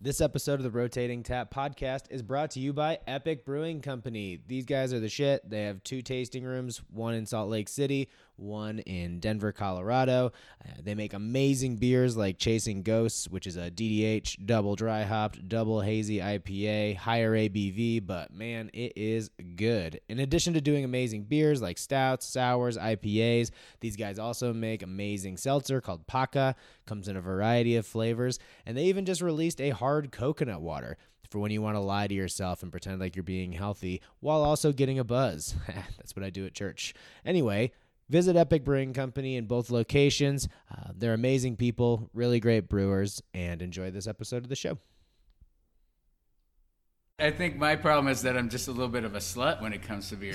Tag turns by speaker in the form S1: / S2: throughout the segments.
S1: This episode of the Rotating Tap podcast is brought to you by Epic Brewing Company. These guys are the shit. They have two tasting rooms, one in Salt Lake City, one in Denver, Colorado. Uh, they make amazing beers like Chasing Ghosts, which is a DDH double dry hopped, double hazy IPA, higher ABV, but man, it is good. In addition to doing amazing beers like stouts, sours, IPAs, these guys also make amazing seltzer called Paca, comes in a variety of flavors, and they even just released a hard coconut water for when you want to lie to yourself and pretend like you're being healthy while also getting a buzz. That's what I do at church. Anyway, Visit Epic Brewing Company in both locations. Uh, they're amazing people, really great brewers, and enjoy this episode of the show.
S2: I think my problem is that I'm just a little bit of a slut when it comes to beer.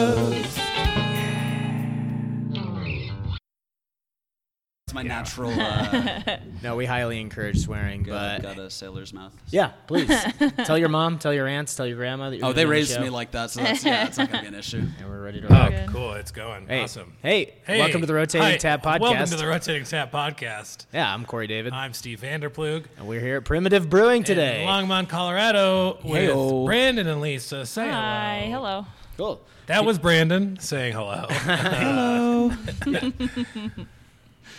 S3: It's my natural uh,
S1: No, we highly encourage swearing, but
S3: got a sailor's mouth.
S1: yeah, please tell your mom, tell your aunts, tell your grandma that you're
S3: Oh, they
S1: doing the
S3: raised
S1: show,
S3: me like that, so that's yeah, it's not gonna be an issue.
S1: and we're ready to rock.
S4: Oh, cool. It's going.
S1: Hey,
S4: Awesome.
S1: hey,
S4: Hey.
S1: welcome to the Rotating
S4: Hi.
S1: Tap podcast.
S4: Welcome to the Rotating Tap Podcast.
S1: yeah, I'm Corey David,
S4: I'm Steve Vanderplug.
S1: and we're here at Primitive Brewing today.
S4: In Longmont, Colorado with
S1: Heyo.
S4: Brandon and Lisa. Say
S5: Hi,
S4: hello.
S5: hello.
S1: cool.
S4: That was Brandon saying hello. hello.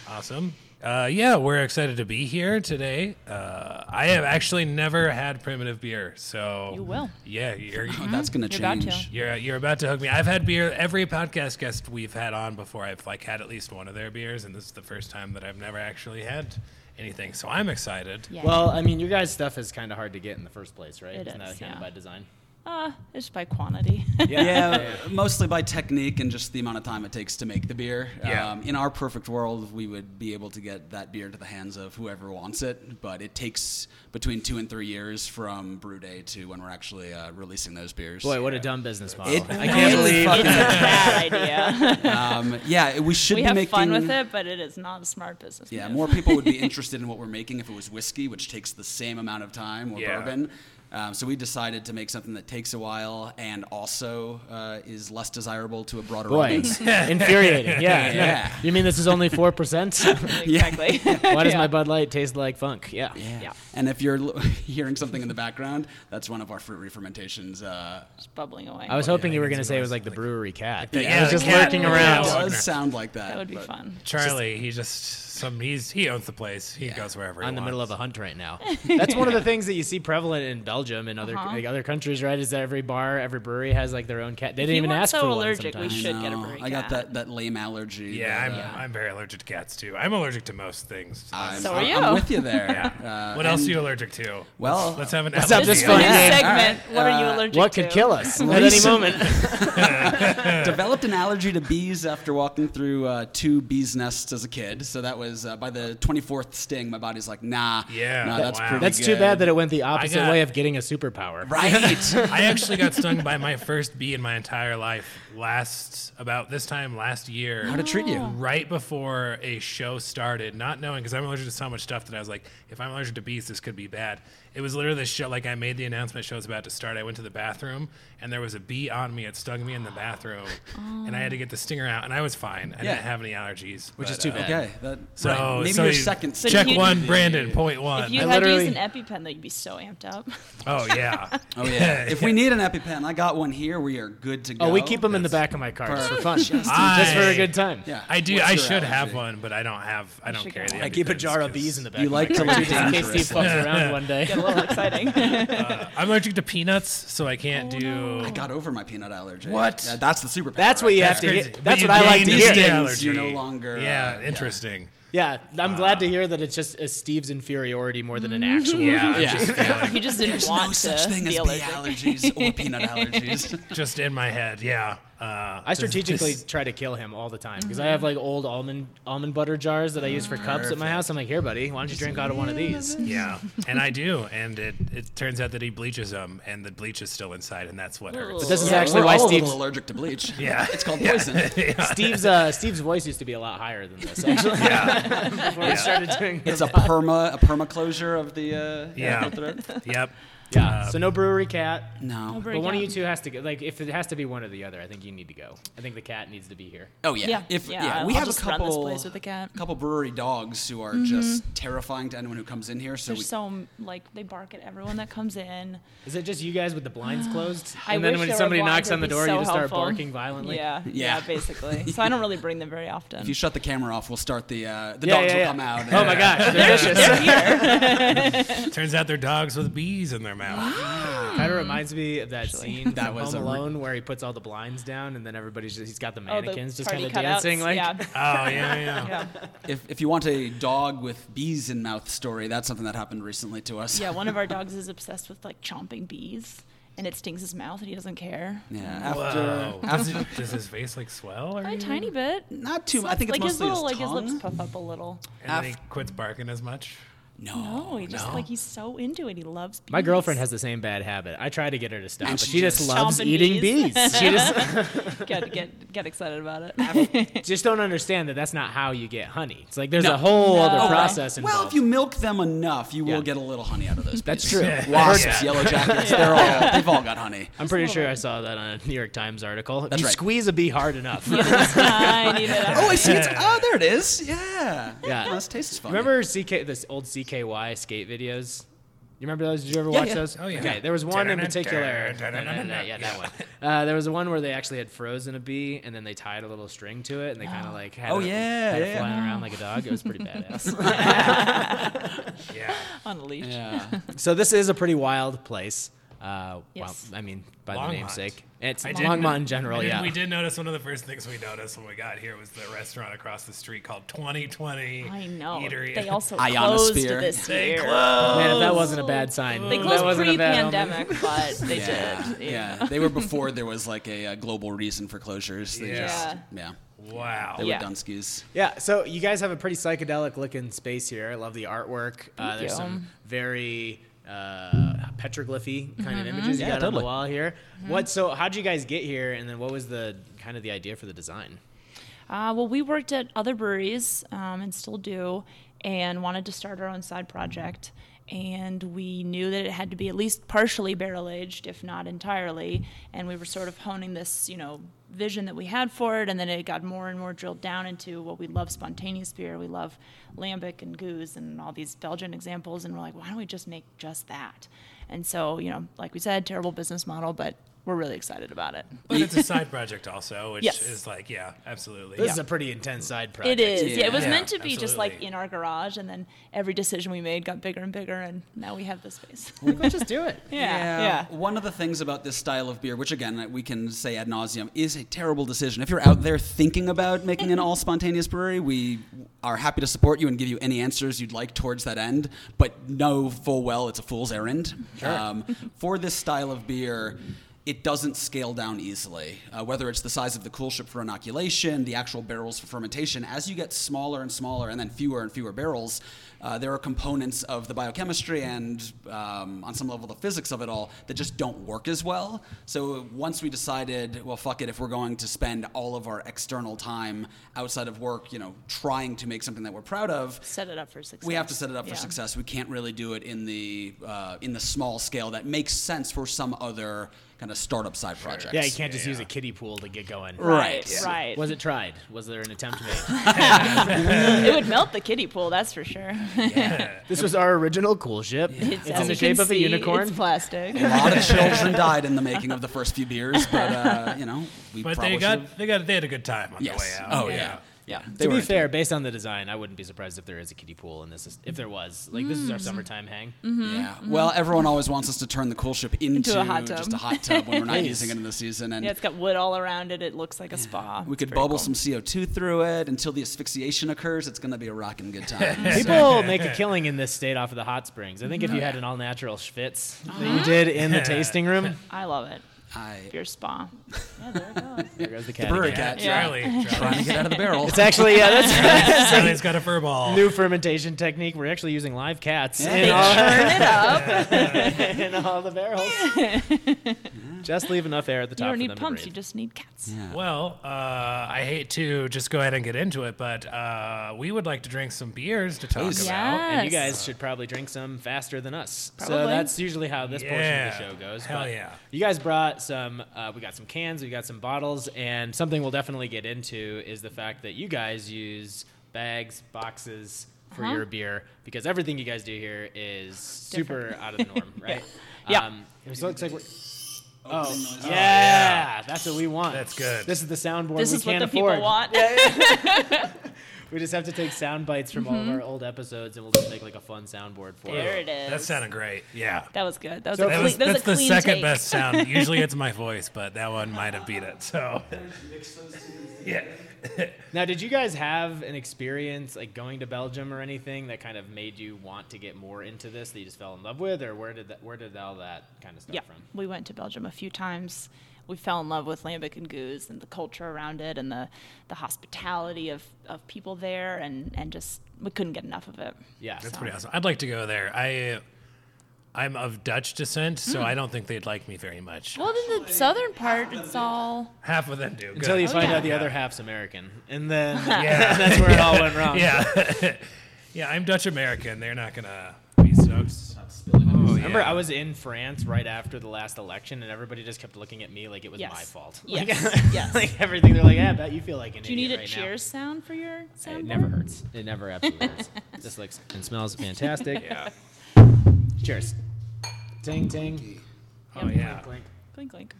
S4: awesome. Uh, yeah, we're excited to be here today. Uh, I have actually never had primitive beer, so
S5: You will.
S4: Yeah, you're
S3: Oh, that's gonna
S5: You're about
S3: change.
S5: to.
S4: You're you're about to hook me. I've had beer every podcast guest we've had on before. I've like had at least one of their beers, and this is the first time that I've never actually had anything. So I'm excited.
S5: Yeah.
S1: Well, I mean, your guys' stuff is kind of hard to get in the first place, right?
S5: It
S1: Isn't
S5: is,
S1: that kind
S5: yeah.
S1: of by design?
S5: uh, it's by quantity.
S3: Yeah, mostly by technique and just the amount of time it takes to make the beer. Um,
S4: Yeah.
S3: in our perfect world, we would be able to get that beer to the hands of whoever wants it, but it takes between two and three years from brew day to when we're actually uh, releasing those beers.
S1: Boy, what a dumb business model!
S3: It-
S1: I can't
S3: it-
S1: believe
S5: it's a bad idea.
S3: um, yeah, we should
S5: we
S3: be
S5: have
S3: making
S5: fun with it, but it is not a smart business.
S3: Yeah,
S5: move.
S3: more people would be interested in what we're making if it was whiskey, which takes the same amount of time, or
S4: Yeah.
S3: bourbon. Um, so we decided to make something that takes a while and also uh, is less desirable to a broader
S1: Boy,
S3: audience.
S1: infuriating. Yeah.
S3: Yeah.
S1: You mean this is only 4%?
S5: exactly.
S1: Why does
S5: Yeah.
S1: my Bud Light taste like funk? Yeah.
S3: Yeah.
S5: Yeah.
S3: And if you're l- hearing something in the background, that's one of our fruit refermentations. Uh,
S5: It's bubbling away?
S1: I was hoping you were
S4: I
S1: going
S4: can
S1: to
S4: see
S1: say it
S4: those,
S1: was like the
S4: like-
S1: brewery cat.
S3: Yeah,
S1: it was
S4: the
S1: just
S4: cat
S1: lurking
S4: in the
S1: around.
S3: It
S4: walnut.
S3: does sound like that.
S5: that would be
S3: but-
S5: fun.
S4: Charlie, he just some he's he owns the place. He goes wherever. he
S1: I'm in the middle of
S4: wants.
S1: a hunt right now. That's one of the things that you see prevalent in Belgium and other
S5: Uh-huh.
S1: like other countries, right? Is that every bar, every brewery has like their own cat. They didn't
S5: you
S1: even
S5: weren't
S1: ask
S5: so
S1: for
S5: allergic, we
S1: one. sometimes. Mm-hmm.
S5: should
S3: I
S5: get a
S3: know.
S5: brewery
S3: I got
S5: cat.
S3: that, that lame allergy.
S4: Yeah,
S3: that,
S4: I'm
S3: uh,
S4: I'm very allergic to cats too. I'm allergic to most things.
S3: I'm,
S5: So are
S3: I'm- I'm
S5: you.
S3: with you there.
S4: yeah.
S3: Uh,
S4: what else
S3: and-
S4: are you allergic to?
S3: Well-
S4: let's, let's have an.
S1: Let's have
S4: allergy
S1: this
S5: This
S1: fun
S5: new
S1: game.
S3: All
S5: segment.
S3: right,
S5: What are you
S3: uh,
S5: allergic
S1: What
S5: to?
S1: could kill us at any
S3: Recent-
S1: moment?
S3: developed an allergy to bees after walking through uh, two bees' nests as a kid. So that was uh, by the 24th sting. My body's like, nah,
S4: Yeah,
S3: nah, that's
S4: wow.
S3: pretty.
S1: That's
S3: good.
S1: too bad that it went the opposite
S4: got-
S1: way of getting a superpower.
S3: right.
S4: I actually got stung by my first bee in my entire life last about this time last year.
S3: How to treat you?
S4: Right before a show started, not knowing because I'm allergic to so much stuff that I was like, if I'm allergic to bees, this could be bad. It was literally the show. Like I made the announcement, show was about to start. I went to the bathroom and there was a bee on me. It stung me in the bathroom, and I had to get the stinger out. And I was fine. I
S3: Yeah.
S4: didn't have any allergies,
S1: Which is
S4: but,
S1: too
S4: uh,
S1: bad.
S3: Okay. That,
S4: So
S3: right. maybe
S4: so
S3: your
S4: you-
S3: second
S5: So
S3: sting.
S4: Check
S5: you-
S4: one, Brandon. Point
S5: If
S4: one.
S5: you
S1: I
S5: had to use
S1: literally-
S5: an EpiPen, though, you'd be so amped up.
S4: oh yeah.
S3: Oh yeah. if we need an EpiPen, I got one here. We are good to go.
S1: Oh, we keep them in the back of my car just for fun. Just for a good time.
S3: Yeah.
S4: I do.
S3: What's
S4: I
S3: your
S4: should have
S3: allergy?
S4: one, but I don't have. I don't
S5: should
S4: carry
S5: get
S4: the.
S5: one.
S1: I keep a
S4: EpiPens
S1: jar of
S4: 'cause
S1: bees in the back.
S3: You
S1: of
S3: like
S1: my
S3: to
S1: car,
S3: look
S1: just in case Steve
S3: dangerous.
S1: fucks around one day.
S5: Get a little exciting.
S4: I'm allergic to peanuts, so I can't do.
S3: I got over my peanut allergy.
S4: What?
S3: Yeah, that's the superpower.
S1: That's what you
S3: right
S1: have to
S4: Crazy.
S1: hear.
S4: But
S1: That's
S4: you
S1: what I like to
S4: gained a
S3: these
S1: hear.
S3: days.
S4: skin allergy.
S3: You're no longer, uh,
S4: Yeah.
S3: yeah.
S4: Interesting.
S1: Yeah, I'm glad to hear that it's just a Steve's inferiority more than an
S5: Mm-hmm.
S1: actual.
S4: Yeah.
S3: Yeah.
S4: Just, feeling-
S5: you just didn't
S3: There's
S5: want
S3: no
S5: to
S3: such thing
S5: be
S3: as
S5: allergic.
S3: bee allergies or peanut allergies.
S4: just in my head. Yeah. Uh,
S1: I strategically try to kill him all the time because I
S3: Mm-hmm.
S1: have like old almond almond butter jars that I use for cups at my house. I'm like, here, buddy, why don't you drink out of one of these?
S4: Yeah, and I do, and it, it turns out that he bleaches them, and the bleach is still inside, and that's what hurts.
S1: But this is
S3: Yeah,
S1: actually
S3: we're
S1: why
S3: all a little
S1: Steve's
S3: allergic to bleach.
S4: Yeah.
S3: it's called poison.
S1: Steve's uh, Steve's voice used to be a lot higher than this actually before we started doing this.
S3: It's a perma a perma closure of the uh,
S4: Yeah.
S3: of the throat.
S4: Yep.
S1: Yeah. So no brewery cat.
S3: No.
S1: But one of you two has to go. Like, if it has to be one or the other, I think you need to go. I think the cat needs to be here.
S3: Oh yeah.
S5: Yeah,
S3: If
S5: yeah,
S3: yeah,
S5: I'll-
S3: we
S5: I'll
S3: have a
S5: just run this
S3: couple
S5: place with the cat.
S3: couple brewery dogs who are just terrifying to anyone who comes in here. So
S5: They're
S3: we,
S5: so like they bark at everyone that comes in.
S1: Is it just you guys with the blinds closed?
S5: I
S1: and then
S5: wish
S1: when
S5: there were
S1: somebody
S5: blinds,
S1: knocks on the
S5: it'd be
S1: door,
S5: so
S1: you just start
S5: helpful.
S1: barking violently.
S5: Yeah, yeah,
S3: Yeah.
S5: basically. So I don't really bring them very often.
S3: if you shut the camera off, we'll start the uh, the
S1: Yeah, yeah,
S3: dogs will
S1: yeah.
S3: come out.
S1: Oh
S3: and- uh,
S1: my gosh, they're vicious.
S4: Turns out they're dogs with bees in their mouth.
S1: Kind
S5: Mm-hmm.
S1: of reminds me of that scene
S3: That
S1: that was
S3: was a
S1: Home
S3: re-
S1: Alone where he puts all the blinds down and then everybody's just, he's got the
S5: Oh, the
S1: mannequins just
S5: party
S1: kind of
S5: cutouts,
S1: dancing like.
S5: yeah.
S4: Oh yeah, yeah.
S5: Yeah.
S3: If, if you want a dog with bees in mouth story, that's something that happened recently to us.
S5: yeah, one of our dogs is obsessed with like chomping bees and it stings his mouth and he doesn't care.
S3: Yeah, After
S4: Whoa. Does, it- does his face like swell? Or
S5: A
S4: and
S5: tiny bit.
S3: not too. I think it's
S5: like his
S3: mostly
S5: little like
S3: tongue.
S5: his lips puff up a little.
S4: then he
S3: af-
S4: quits barking as much.
S3: No.
S5: Oh, he just like he's so into it. He loves bees.
S1: My girlfriend has the same bad habit. I try to get her to stop,
S3: And
S1: but
S3: she
S1: she just
S3: just-
S1: loves
S5: Chomping
S1: eating bees.
S5: bees.
S1: She just
S5: get get get excited about it.
S1: just don't understand that that's not how you get honey. It's like there's
S3: No.
S1: a whole
S5: No.
S1: other
S5: Okay.
S1: process involved.
S3: Well, if you milk them enough, you
S1: Yeah.
S3: will get a little honey out of those.
S1: That's
S3: bees.
S1: true.
S3: Wasps, yellow jackets, they're all they've all got honey.
S1: I'm pretty sure I saw that on a New York Times article. If
S3: That's
S1: you
S3: right.
S1: squeeze a bee hard enough.
S5: I need it.
S3: Oh, I see. It's, oh, there it is. Yeah.
S1: Yeah.
S3: Oh, this tastes fun.
S1: Remember CK this old CKY skate videos? You remember those? Did you ever watch
S3: yeah.
S1: those?
S4: Oh, yeah.
S1: Okay, there was one in
S4: Da-da-da-da,
S1: particular.
S4: da-da-da-da-da.
S1: Yeah, that one. Uh, there was one where they actually had frozen a bee and then they tied a little string to it and they kind of like had
S3: Oh,
S1: it,
S3: yeah,
S1: had it
S3: yeah.
S1: flying around like a dog. It was pretty badass.
S4: Yeah.
S5: on a leash.
S3: Yeah.
S1: so this is a pretty wild place. Uh,
S5: Yes.
S1: well, I mean, by
S4: Longmont.
S1: the namesake, it's
S4: I did-
S1: Longmont in general.
S4: And
S1: Yeah,
S4: We did notice one of the first things we noticed when we got here was the restaurant across the street called 2020
S5: I know.
S4: Eatery.
S5: They also closed
S3: Ionosphere.
S5: this
S4: They
S5: year.
S1: man, if that wasn't a bad sign.
S5: They
S1: Mm, that
S5: closed
S1: wasn't a bad omen.
S5: pre-pandemic, but they
S3: Yeah.
S5: did.
S3: yeah. They were before there was like a, uh global reason for closures. They
S4: Yeah.
S3: just
S5: Yeah.
S3: yeah.
S4: wow.
S3: They
S5: Yeah.
S3: were Dunskies.
S1: Yeah, so you guys have a pretty psychedelic looking space here. I love the artwork. Uh,
S5: Thank
S1: there's
S5: you.
S1: some very uh, petroglyphy kind
S5: Mm-hmm.
S1: of images you
S3: Yeah,
S1: got on
S3: totally.
S1: the wall here. What? So how'd you guys get here, and then what was the kind of the idea for the design?
S5: Uh, well, we worked at other breweries um, and still do, and wanted to start our own side project. And we knew that it had to be at least partially barrel aged, if not entirely. And we were sort of honing this, you know, vision that we had for it. And then it got more and more drilled down into what we love spontaneous beer. We love lambic and goose and all these Belgian examples. And we're like, why don't we just make just that? And so, you know, like we said, terrible business model, but we're really excited about it.
S4: But it's a side project also, which
S5: Yes.
S4: is like, yeah, absolutely.
S1: This is a pretty intense side project.
S5: It is. Yeah, it was
S4: Yeah,
S5: meant to be just like
S4: absolutely.
S5: in our garage, and then every decision we made got bigger and bigger, and now we have this space. yeah,
S1: Let's just do it.
S5: yeah.
S3: One of the things about this style of beer, which again we can say ad nauseum, is a terrible decision. If you're out there thinking about making an all spontaneous brewery, we are happy to support you and give you any answers you'd like towards that end. But know full well it's a fool's errand. Um, for this style of beer. It doesn't scale down easily. Uh, whether it's the size of the cool ship for inoculation, the actual barrels for fermentation, as you get smaller and smaller and then fewer and fewer barrels, uh, there are components of the biochemistry and um, on some level the physics of it all that just don't work as well. So once we decided, well, fuck it, if we're going to spend all of our external time outside of work, you know, trying to make something that we're proud of,
S5: Set it up for success.
S3: we have to set it up
S5: Yeah.
S3: for success. We can't really do it in the uh, in the small scale that makes sense for some other kind of startup side project.
S1: Yeah, you can't just use a kiddie pool to get going.
S3: Right.
S5: Right. right.
S1: Was it tried? Was there an attempt made?
S5: it would melt the kiddie pool, that's for sure.
S1: this was our original cool ship. It's,
S5: as
S1: in the
S5: you can
S1: shape of a
S5: see,
S1: unicorn.
S5: It's plastic.
S3: A lot of children died in the making of the first few beers, but uh, you know, we
S4: But
S3: probably
S4: they
S3: should've-
S4: got, they got they had a good time on
S3: Yes.
S4: the way out.
S3: Oh yeah. Yeah. They
S1: to
S3: were
S1: be
S3: into
S1: fair, based on the design, I wouldn't be surprised if there is a kiddie pool, and this is if there was. Like this is
S5: Mm.
S1: our summertime hang.
S3: Yeah. Well, everyone always wants us to turn the cool ship into,
S5: a hot tub.
S3: just a hot tub when we're not
S1: Please.
S3: using it in the season, and
S5: yeah, it's got wood all around it. It looks like a spa.
S3: we
S5: It's
S3: could
S5: very
S3: bubble
S5: cool.
S3: some CO2 through it until the asphyxiation occurs. It's going to be a rocking good time.
S1: People make a killing in this state off of
S5: Uh-huh.
S1: the hot springs. I think if you had an all natural schvitz that you did in the tasting room,
S5: I love it.
S3: I
S5: Beer spa.
S1: There goes the cat.
S3: brewery
S1: again.
S3: cat
S5: Yeah.
S4: Charlie. Charlie.
S3: trying to get out of the barrel.
S1: It's actually yeah, that's
S4: Charlie's got a fur ball.
S1: new fermentation technique. We're actually using live cats in, all,
S5: Turn it up.
S1: in all the barrels. just leave enough air at the
S5: You
S1: top
S5: don't
S1: for
S5: need
S1: them
S5: pumps.
S1: to
S5: You
S1: breathe.
S5: just need cats.
S4: Well, uh, I hate to just go ahead and get into it, but uh, we would like to drink some beers to talk
S3: Toast.
S4: about.
S1: and you
S5: Yes.
S1: guys should probably drink some faster than us. So
S5: Probably.
S1: that's usually how this
S4: Yeah.
S1: portion of the show goes.
S4: Hell
S1: but
S4: yeah.
S1: You guys brought some. Uh, we got some cans. We got some bottles. And something we'll definitely get into is the fact that you guys use bags, boxes for
S5: Uh-huh.
S1: your beer because everything you guys do here is super out of the norm, right?
S5: Yeah.
S1: Um, so it looks like we're. Oh, yeah, that's what we want.
S4: That's good.
S1: This is the soundboard
S5: This
S1: we
S5: is what
S1: can't
S5: the
S1: afford.
S5: people want.
S1: We just have to take sound bites from all of
S5: Mm-hmm.
S1: our old episodes, and we'll just make like a fun soundboard for it.
S5: There it is.
S4: That sounded great. Yeah.
S5: That was good. That was
S1: So
S5: a
S4: That
S5: clean.
S4: was,
S5: that was
S4: that's
S5: a
S4: the
S5: clean
S4: second
S5: take.
S4: best sound. Usually it's my voice, but that one might have beat it. So, yeah.
S1: Now, did you guys have an experience like going to Belgium or anything that kind of made you want to get more into this that you just fell in love with, or where did that, where did all that kind of stuff
S5: Yeah,
S1: from?
S5: we went to Belgium a few times. We fell in love with Lambic and Goose and the culture around it and the, the hospitality of, of people there and, and just we couldn't get enough of it.
S1: Yeah,
S4: That's pretty awesome. I'd like to go there. I, I'm of Dutch descent, so I don't think they'd like me very much.
S5: Well, then the southern part, it's all
S4: Half of them do. Good.
S1: Until you
S5: Oh,
S1: find
S5: yeah.
S1: out the other half's American, and then
S4: Yeah.
S1: that's where it all went wrong.
S4: Yeah. yeah, I'm Dutch American. They're not going to be stoked. Oh,
S1: Remember,
S4: yeah.
S1: I was in France right after the last election, and everybody just kept looking at me like it was
S5: yes.
S1: my fault.
S5: Yes,
S1: Like,
S5: yes.
S1: like everything, they're like, "Yeah, I bet you feel like an
S5: Do you need
S1: idiot
S5: a
S1: right now."
S5: cheers sound for your soundboard?
S1: It never hurts. It never absolutely hurts. This looks and smells fantastic.
S4: Yeah.
S1: Cheers. Ting ting.
S4: Oh, yeah.
S5: Clink, clink.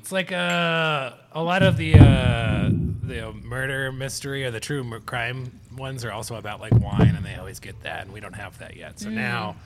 S4: It's like uh, a lot of the uh, the murder mystery or the true mur- crime ones are also about like wine, and they always get that, and we don't have that yet. So now,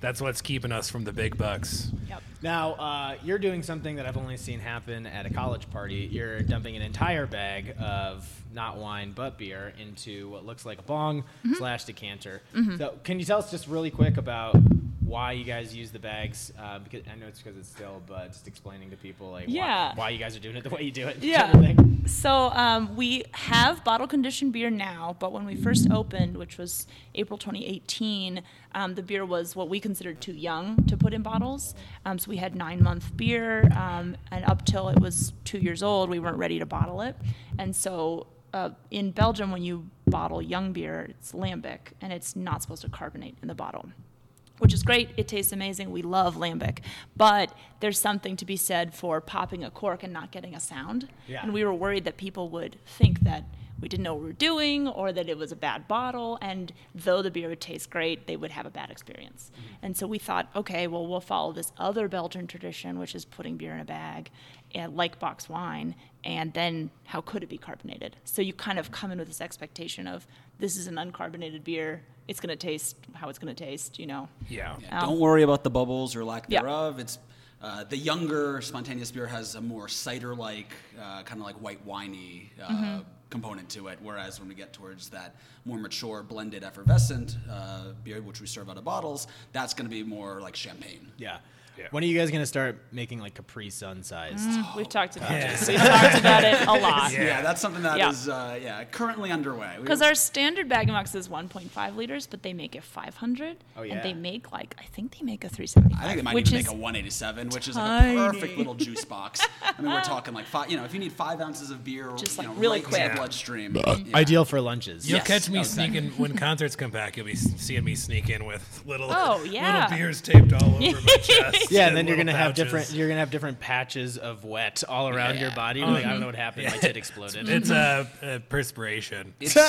S4: that's what's keeping us from the big bucks.
S5: Yep.
S1: Now uh, you're doing something that I've only seen happen at a college party. You're dumping an entire bag of not wine but beer into what looks like a bong
S5: Mm-hmm.
S1: slash decanter. So can you tell us just really quick about why you guys use the bags? Uh, because I know it's because it's still, but just explaining to people like why-
S5: Yeah.
S1: why, you guys are doing it the way you do it. kind
S5: Yeah.
S1: of thing.
S5: So um, we have bottle conditioned beer now, but when we first opened, which was April 2018, um, the beer was what we considered too young to put in bottles. Um, so we had nine month beer, um, and up till it was two years old, we weren't ready to bottle it. And so uh, in Belgium, when you bottle young beer, it's lambic, and it's not supposed to carbonate in the bottle which is great. It tastes amazing. We love lambic, but there's something to be said for popping a cork and not getting a sound.
S1: Yeah.
S5: And we were worried that people would think that we didn't know what we were doing or that it was a bad bottle. And though the beer would taste great, they would have a bad experience. And so we thought, okay, well, we'll follow this other Belgian tradition, which is putting beer in a bag, and like box wine. And then how could it be carbonated? So you kind of come in with this expectation of this is an uncarbonated beer. It's going to taste how it's going to taste, you know.
S4: Yeah.
S3: Don't worry about the bubbles or lack
S5: Oh. Yeah.
S3: thereof. It's uh, the younger spontaneous beer has a more cider-like, uh, kind of like white winey uh,
S5: Mm-hmm.
S3: component to it. Whereas when we get towards that more mature blended effervescent uh, beer, which we serve out of bottles, that's going to be more like champagne.
S1: Yeah.
S4: Yeah.
S1: When are you guys gonna start making like Capri Sun sized?
S4: Oh,
S5: We've talked about it. We've talked about it a lot.
S3: Yeah, that's something that is
S5: Yeah.
S3: uh, yeah currently underway. We-
S5: Because our standard bag and box is 1.5 liters, but they make it 500.
S1: Oh,
S5: And
S1: yeah.
S5: they make like, I think they make a
S3: I
S5: 375.
S3: think they might
S5: which
S3: even
S5: is,
S3: make a 187, which is like a
S5: tiny.
S3: perfect little juice box. I mean, we're talking like five. You know, if you need five ounces of beer,
S5: Just,
S3: you
S5: like,
S3: know,
S5: really
S3: right to the
S5: quick.
S3: bloodstream. yeah.
S1: Ideal for lunches.
S4: You'll
S3: Yes.
S4: catch me
S3: Oh, exactly.
S4: sneaking when concerts come back. You'll be s- seeing me sneak in with little
S5: Oh, yeah.
S4: little beers taped all over my chest.
S1: Yeah, and then you're
S4: little
S1: gonna have
S4: pouches.
S1: different. You're gonna have different patches of wet all around your body. Like, I don't know what happened. My tit exploded.
S4: It's a, a perspiration.
S3: It's,
S5: have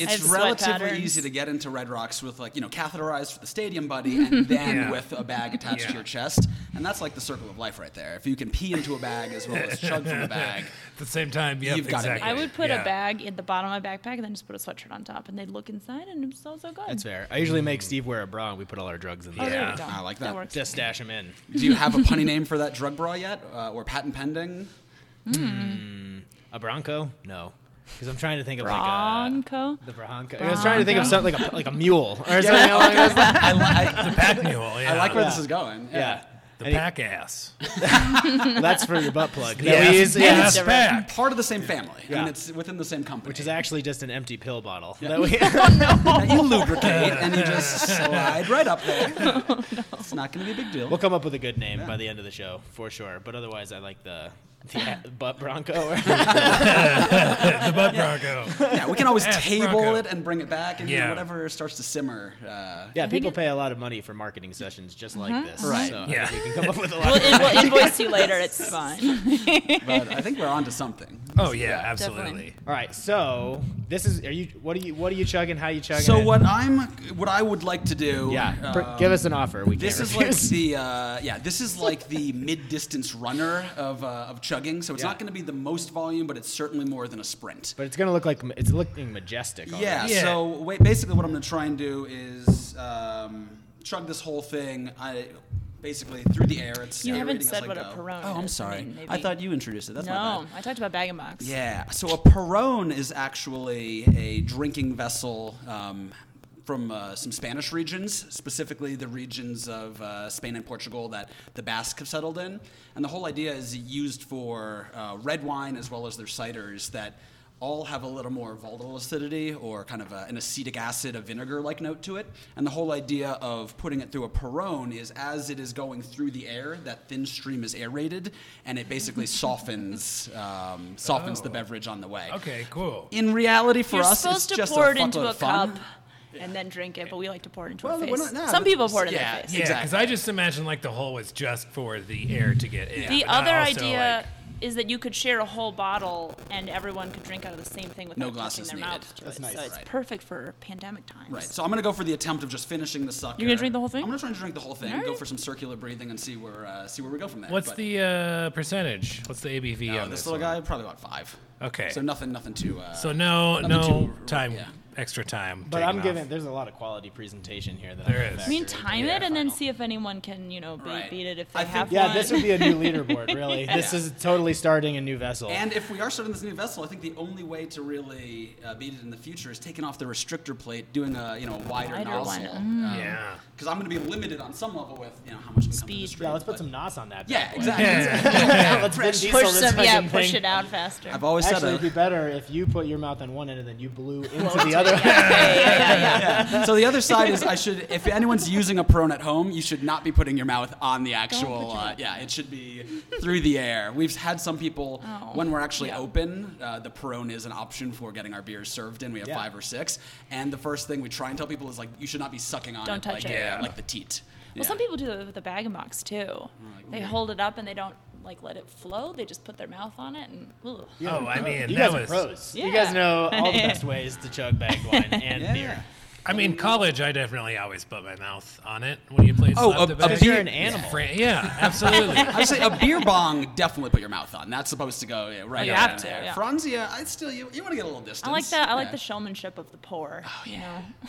S3: it's
S5: sweat
S3: relatively
S5: patterns.
S3: easy to get into Red Rocks with like you know catheterized for the stadium buddy, and then
S4: Yeah.
S3: with a bag attached
S4: Yeah.
S3: to your chest, and that's like the circle of life right there. If you can pee into a bag as well as chug from a bag,
S4: At the same time, yeah,
S3: You've got it.
S4: exactly.
S5: I would put
S4: Yeah.
S5: a bag in the bottom of my backpack and then just put a sweatshirt on top, and they'd look inside, and it's so, so good.
S1: That's fair. I usually make Steve wear a bra, and we put all our drugs in
S5: Oh,
S1: there.
S5: there
S4: Yeah.
S5: we go.
S3: I like that.
S5: That works.
S1: Just stash them in.
S3: do you have a punny name for that drug bra yet, uh, or patent pending?
S1: A Bronco? No, because I'm trying to think of like
S5: Bronco.
S1: a the Bronco. I was trying to think of something like a like a mule or something.
S3: I, li- I-
S4: Pack mule. Yeah.
S3: I like where this is going.
S1: Yeah.
S4: The pack ass.
S1: That's for your butt plug.
S4: The
S1: That we use-
S4: ass,
S1: yeah,
S4: ass
S5: different.
S4: pack.
S3: Part of the same family. I
S1: Yeah.
S3: mean, it's within the same company.
S1: which is actually just an empty pill bottle. That we,
S3: that you lubricate and you just slide right up there. It's not going to be a big deal.
S1: we'll come up with a good name by the end of the show for sure. But otherwise, I like the the a- butt bronco.
S4: The butt bronco.
S3: yeah, we can always
S4: Ass
S3: table
S4: Bronco.
S3: it and bring it back, and you know,
S4: Yeah.
S3: whatever starts to simmer. Uh,
S1: yeah, people
S5: it-
S1: pay a lot of money for marketing sessions just like this.
S3: Right.
S1: So
S4: Yeah.
S1: we can come up with a lot.
S5: We'll,
S1: Of,
S5: in, we'll invoice you later. It's fine.
S3: but I think we're onto something.
S4: Oh yeah, absolutely.
S1: all right. So this is. Are you? What are you? What are you chugging? How you chugging?
S3: So
S1: it?
S3: what I'm, what I would like to do.
S1: Yeah.
S3: uh,
S1: pr- give us an offer. We
S3: This
S1: can't
S3: is like
S1: refuse.
S3: the uh, yeah. This is like the mid-distance runner of, uh, of chugging. So it's
S1: Yeah.
S3: not going to be the most volume, but it's certainly more than a sprint.
S1: But it's gonna look like it's looking majestic. Already.
S3: Yeah,
S4: Yeah.
S3: So wait, basically, what I'm going to try and do is um, chug this whole thing. I basically through the air. It's
S5: You haven't
S3: aerating as
S5: said
S3: I
S5: what a
S3: go.
S5: Peroni
S3: Oh, I'm
S5: is. I
S3: sorry. I,
S5: mean, maybe-
S3: thought you introduced it. That's my
S5: no,
S3: bad.
S5: I talked about bag and box.
S3: Yeah. So a Perone is actually a drinking vessel. Um, from uh, some Spanish regions, specifically the regions of uh, Spain and Portugal that the Basque have settled in. And the whole idea is used for uh, red wine as well as their ciders that all have a little more volatile acidity or kind of a, an acetic acid, a vinegar like note to it. And the whole idea of putting it through a Perone is as it is going through the air, that thin stream is aerated and it basically softens um, softens the beverage on the way.
S4: Okay, cool.
S3: In reality, for
S5: Oh. You're
S3: us,
S5: supposed
S3: it's
S5: to
S3: just
S5: pour
S3: a
S5: it into
S3: fuckload
S5: a
S3: of fun.
S5: cup and then drink it, but we like to pour it into
S3: Well,
S5: our
S3: we're
S5: face.
S3: not- no,
S5: Some
S3: but-
S5: people pour it in
S3: yeah,
S5: their face.
S4: Yeah, because
S3: Exactly.
S4: I just imagine like the hole was just for the air to get in.
S5: The
S4: but not
S5: other
S4: also,
S5: idea
S4: like-
S5: is that you could share a whole bottle and everyone could drink out of the same thing without
S3: No
S5: touching
S3: glasses
S5: their
S3: needed.
S5: mouths to
S3: That's
S5: it.
S3: nice.
S5: So it's
S3: Right.
S5: perfect for pandemic times.
S3: Right. So I'm gonna go for the attempt of just finishing the sucker.
S5: You're gonna drink the whole thing?
S3: I'm gonna try and drink the whole thing.
S5: All right.
S3: Go for some circular breathing and see where uh, see where we go from there.
S4: what's
S3: But,
S4: the uh, percentage? What's the ABV
S3: uh,
S4: on
S3: this
S4: this?
S3: little
S4: one?
S3: guy? Probably about five.
S4: Okay.
S3: So nothing, nothing too. Uh,
S4: So no,
S3: nothing
S4: no
S3: too-
S4: time,
S3: yeah.
S4: extra time.
S1: But
S4: taken
S1: I'm
S4: off.
S1: giving. There's a lot of quality presentation here that
S4: There
S1: I'm
S4: is.
S5: I mean, time it and then see if anyone can, you know, beat,
S3: Right.
S5: beat it if they
S3: I think-
S5: have
S1: Yeah,
S5: one.
S1: this would be a new leaderboard. Really, this
S3: Yeah.
S1: is totally starting a new vessel.
S3: And if we are starting this new vessel, I think the only way to really uh, beat it in the future is taking off the restrictor plate, doing a you know wider,
S5: Wider
S3: nozzle.
S5: one. Mm.
S4: Yeah.
S3: Because I'm gonna be limited on some level with you know how much can come through the
S5: Speed.
S3: stream,
S1: yeah, let's put
S3: but-
S1: some nos on that.
S3: Yeah,
S1: bad boy.
S3: exactly.
S1: Yeah, let's Vin
S3: Fresh.
S1: Diesel
S5: push
S1: this
S5: some, yeah,
S1: fucking
S5: push
S1: thing.
S5: it out faster.
S3: I've always
S1: Actually, it'd
S3: said
S1: be
S3: a,
S1: better if you put your mouth on one end and then you blew into the other.
S3: So the other side is I should, if anyone's using a prone at home, you should not be putting your mouth on the actual. Uh, yeah, it should be through the air. We've had some people
S5: Oh,
S3: when we're actually open, uh, the prone is an option for getting our beers served in. We have
S1: Yeah.
S3: five or six, and the first thing we try and tell people is like, you should not be sucking on
S5: Don't
S3: it,
S5: touch
S3: like,
S5: it.
S3: uh,
S4: Yeah.
S3: like the teat.
S5: Well, some people do it with a bag and box too.
S3: Oh,
S5: They hold it up and they don't like let it flow. They just put their mouth on it and. Ugh.
S4: Oh, I mean,
S1: You
S4: that
S1: guys are
S4: was.
S1: pros. You
S5: Yeah.
S1: guys know all the best ways to chug bagged wine and
S3: Yeah.
S1: beer.
S4: I mean, college. I definitely always put my mouth on it when you played.
S3: Oh,
S4: slap
S3: a-
S4: the bag.
S3: a beer-
S1: You're an animal.
S4: Fra- yeah, absolutely.
S3: I say a beer bong, definitely put your mouth on. That's supposed to go yeah, right
S5: you
S3: on
S5: have
S3: in
S5: to,
S3: there.
S5: yeah.
S3: Franzia, I still you, you want to get a little distance.
S5: I like that. I like
S3: Yeah.
S5: the showmanship of the pour. Oh, yeah.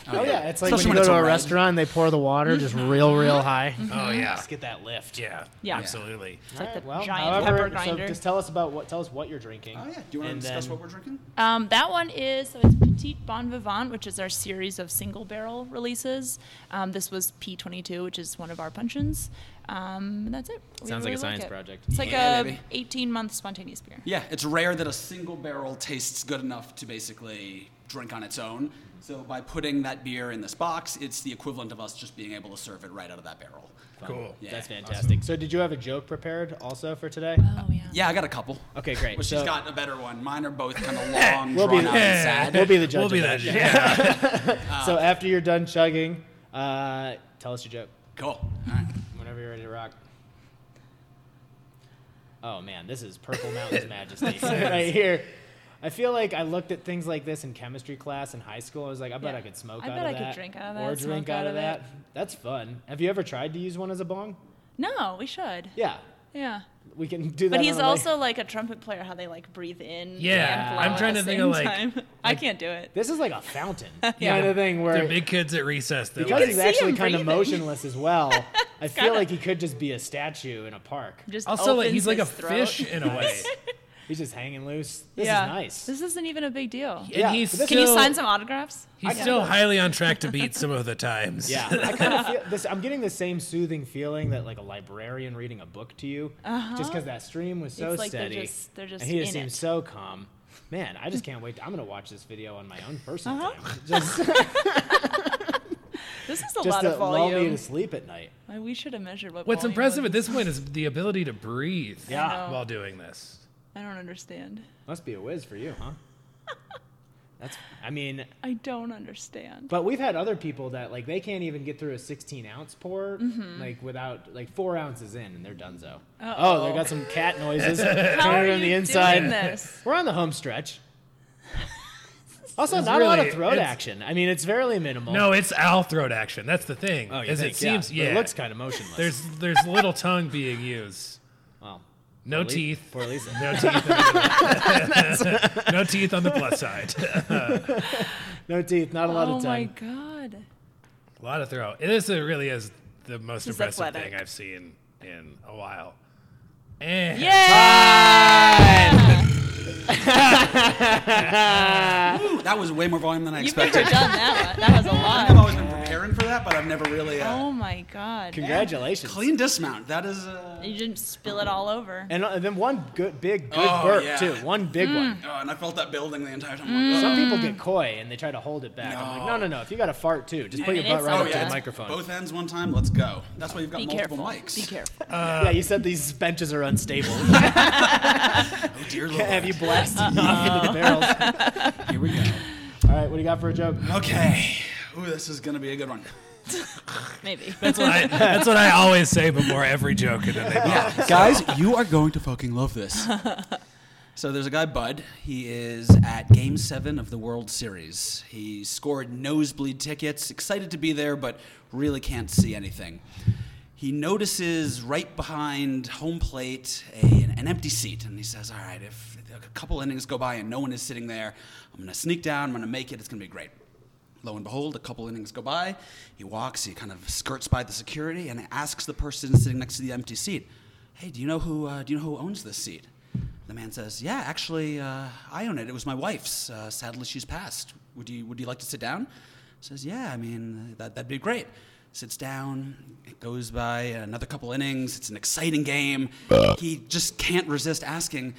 S5: You know?
S1: Oh yeah, it's like
S3: Especially
S1: when you go
S3: it's
S1: to a
S3: red.
S1: restaurant and they pour the water just
S5: Mm-hmm.
S1: real, real high.
S4: oh yeah,
S1: Just get that lift.
S4: yeah,
S5: Yeah.
S4: absolutely.
S5: It's like
S1: All right,
S5: the
S1: well,
S5: giant
S1: however,
S5: pepper
S1: so
S5: grinder.
S1: just tell us about what. Tell us what you're drinking.
S3: Oh yeah. Do you want to
S1: and
S3: discuss
S1: then-
S3: what we're drinking?
S5: Um, that one is so it's Petite Bon Vivant, which is our series of single barrel releases. Um, this was P22, which is one of our puncheons. Um, and that's it. We
S1: Sounds like a science
S5: it.
S1: project.
S5: It's like
S3: Yeah,
S5: a
S3: baby.
S5: 18 month spontaneous beer.
S3: Yeah, it's rare that a single barrel tastes good enough to basically drink on its own. So by putting that beer in this box, it's the equivalent of us just being able to serve it right out of that barrel.
S4: Cool.
S3: Yeah.
S1: That's fantastic. So, did you have a joke prepared also for today?
S5: Oh yeah.
S3: Yeah, I got a couple.
S1: Okay, great.
S3: Well, she's
S1: So-
S3: got a better one. Mine are both kind of long,
S1: We'll be-
S3: drawn out, and sad.
S1: We'll be the judge.
S4: We'll be
S1: of
S4: that.
S1: that.
S4: Yeah.
S1: So after you're done chugging, uh, tell us your joke
S3: Cool. All right.
S1: whenever you're ready to rock. Oh man, this is Purple Mountain's Majesty right here. I feel like I looked at things like this in chemistry class in high school. I was like, I bet
S5: Yeah.
S1: I could smoke
S5: I
S1: out
S5: bet
S1: of
S5: I
S1: that,
S5: could drink out of
S1: or
S5: that,
S1: drink
S5: smoke out
S1: out of
S5: of
S1: that.
S5: it.
S1: That's fun. Have you ever tried to use one as a bong?
S5: No, we should.
S1: Yeah,
S5: Yeah.
S1: we can do that.
S5: But he's
S1: on a, like-
S5: also like a trumpet player, how they like breathe in.
S4: Yeah,
S5: and blow
S4: I'm
S5: at
S4: trying
S5: the
S4: to think of,
S5: same
S4: like-
S5: time. I can't do it.
S1: this is like a fountain
S4: Yeah.
S1: kind of thing where
S4: They're big kids at recess. They're
S1: because
S4: like,
S1: he's
S5: see him
S1: actually kind of
S5: breathing.
S1: motionless as well. I feel like he could just be a statue in a park.
S5: Just
S4: also, like,
S5: opens
S4: he's like a
S5: his throat.
S4: fish in a way.
S1: He's just hanging loose. This
S5: yeah.
S1: is nice.
S5: This isn't even a big deal.
S4: And
S1: Yeah,
S4: he's
S1: but this-
S5: Can you
S4: still-
S5: sign some autographs?
S4: He's still highly on track to beat some of the times.
S1: yeah, I kind of feel this. I'm getting the same soothing feeling that like a librarian reading a book to you, just because that stream was so
S5: Uh-huh. It's like they're
S1: steady.
S5: just- they're just
S1: and he just
S5: in
S1: seems
S5: it.
S1: so calm. Man, I just can't wait. I'm gonna watch this video on my own personal
S5: Uh-huh.
S1: time, just,
S5: This is a
S1: just
S5: lot
S1: to
S5: of
S1: lull me
S5: volume.
S1: to sleep at night.
S5: Like, We should have measured what.
S4: What's
S5: volume
S4: impressive
S5: was.
S4: at this point is the ability to breathe
S1: Yeah.
S5: know.
S4: while doing this.
S5: I don't understand.
S1: Must be a whiz for you, huh? That's. I mean,
S5: I don't understand.
S1: But we've had other people that like they can't even get through a 16 ounce pour
S5: Mm-hmm.
S1: like without like four ounces in and they're donezo. oh Oh, they got some cat noises.
S5: How are
S1: Turn it
S5: you
S1: on the
S5: doing
S1: inside.
S5: this?
S1: We're on the home stretch. Also,
S4: It's
S1: not a lot of
S4: really-
S1: throat
S4: it's-
S1: action. I mean, it's fairly minimal.
S4: No, it's owl throat action. That's the thing.
S1: oh, you
S4: as
S1: think,
S4: it seems,
S1: yeah,
S4: yeah.
S1: but it looks kind of motionless.
S4: there's there's little tongue being used.
S1: well,
S4: No
S1: poor Li-
S4: teeth.
S1: Poor Lisa.
S4: No teeth. no teeth on the plus side.
S1: No teeth. Not a lot
S5: oh
S1: of
S5: my
S1: time.
S5: god.
S4: a lot of throw. It is. It really is the most
S5: He's
S4: impressive
S5: athletic.
S4: thing I've seen in a while. Eh. And
S5: Yeah.
S3: That was way more volume than I
S5: You've never
S3: expected.
S5: done that. One. That was a
S3: I've
S5: lot.
S3: always been preparing for that, but I've never really uh,
S5: Oh my god.
S1: Congratulations.
S3: clean dismount. That is. Uh,
S5: You didn't spill it all over.
S1: And, uh, then one good, big, good
S3: Oh,
S1: burp
S3: yeah.
S1: too. One big one.
S3: oh, and I felt that building the entire time.
S5: Mm.
S1: Some people get coy and they try to hold it back. I'm like, no, no, no. If you got to fart too, just put your
S5: it is
S1: butt right
S5: so
S1: up to
S5: bad.
S1: the microphone.
S3: oh, Both ends one time. Let's go. That's why you've got
S5: Be
S3: multiple
S5: careful.
S3: mics.
S5: Be careful.
S4: Uh,
S1: yeah, you said these benches are unstable.
S3: Oh dear
S1: Have
S3: lord.
S1: you blasted
S5: Uh,
S1: off into the barrels?
S3: Here we go.
S1: All right, what do you got for a joke?
S4: Uh,
S3: Okay. Ooh, this is gonna be a good one.
S5: Maybe.
S4: I- that's what I always say before every joke, and then they
S3: Yeah, guys, you are going to fucking love this. so there's a guy, Bud. He is at Game Seven of the World Series. He scored nosebleed tickets. Excited to be there, but really can't see anything. He notices right behind home plate a, an empty seat, and he says, "All right, if a couple innings go by and no one is sitting there, I'm gonna sneak down. I'm gonna make it. It's gonna be great." Lo and behold, a couple innings go by. He walks, he kind of skirts by the security and asks the person sitting next to the empty seat, "Hey, do you know who uh, do you know who owns this seat?" The man says, "Yeah, actually, uh, I own it. It was my wife's. Uh, sadly, she's passed. Would you would you like to sit down?" Says, "Yeah, I mean that that'd be great." Sits down. It goes by another couple innings. It's an exciting game. He just can't resist asking.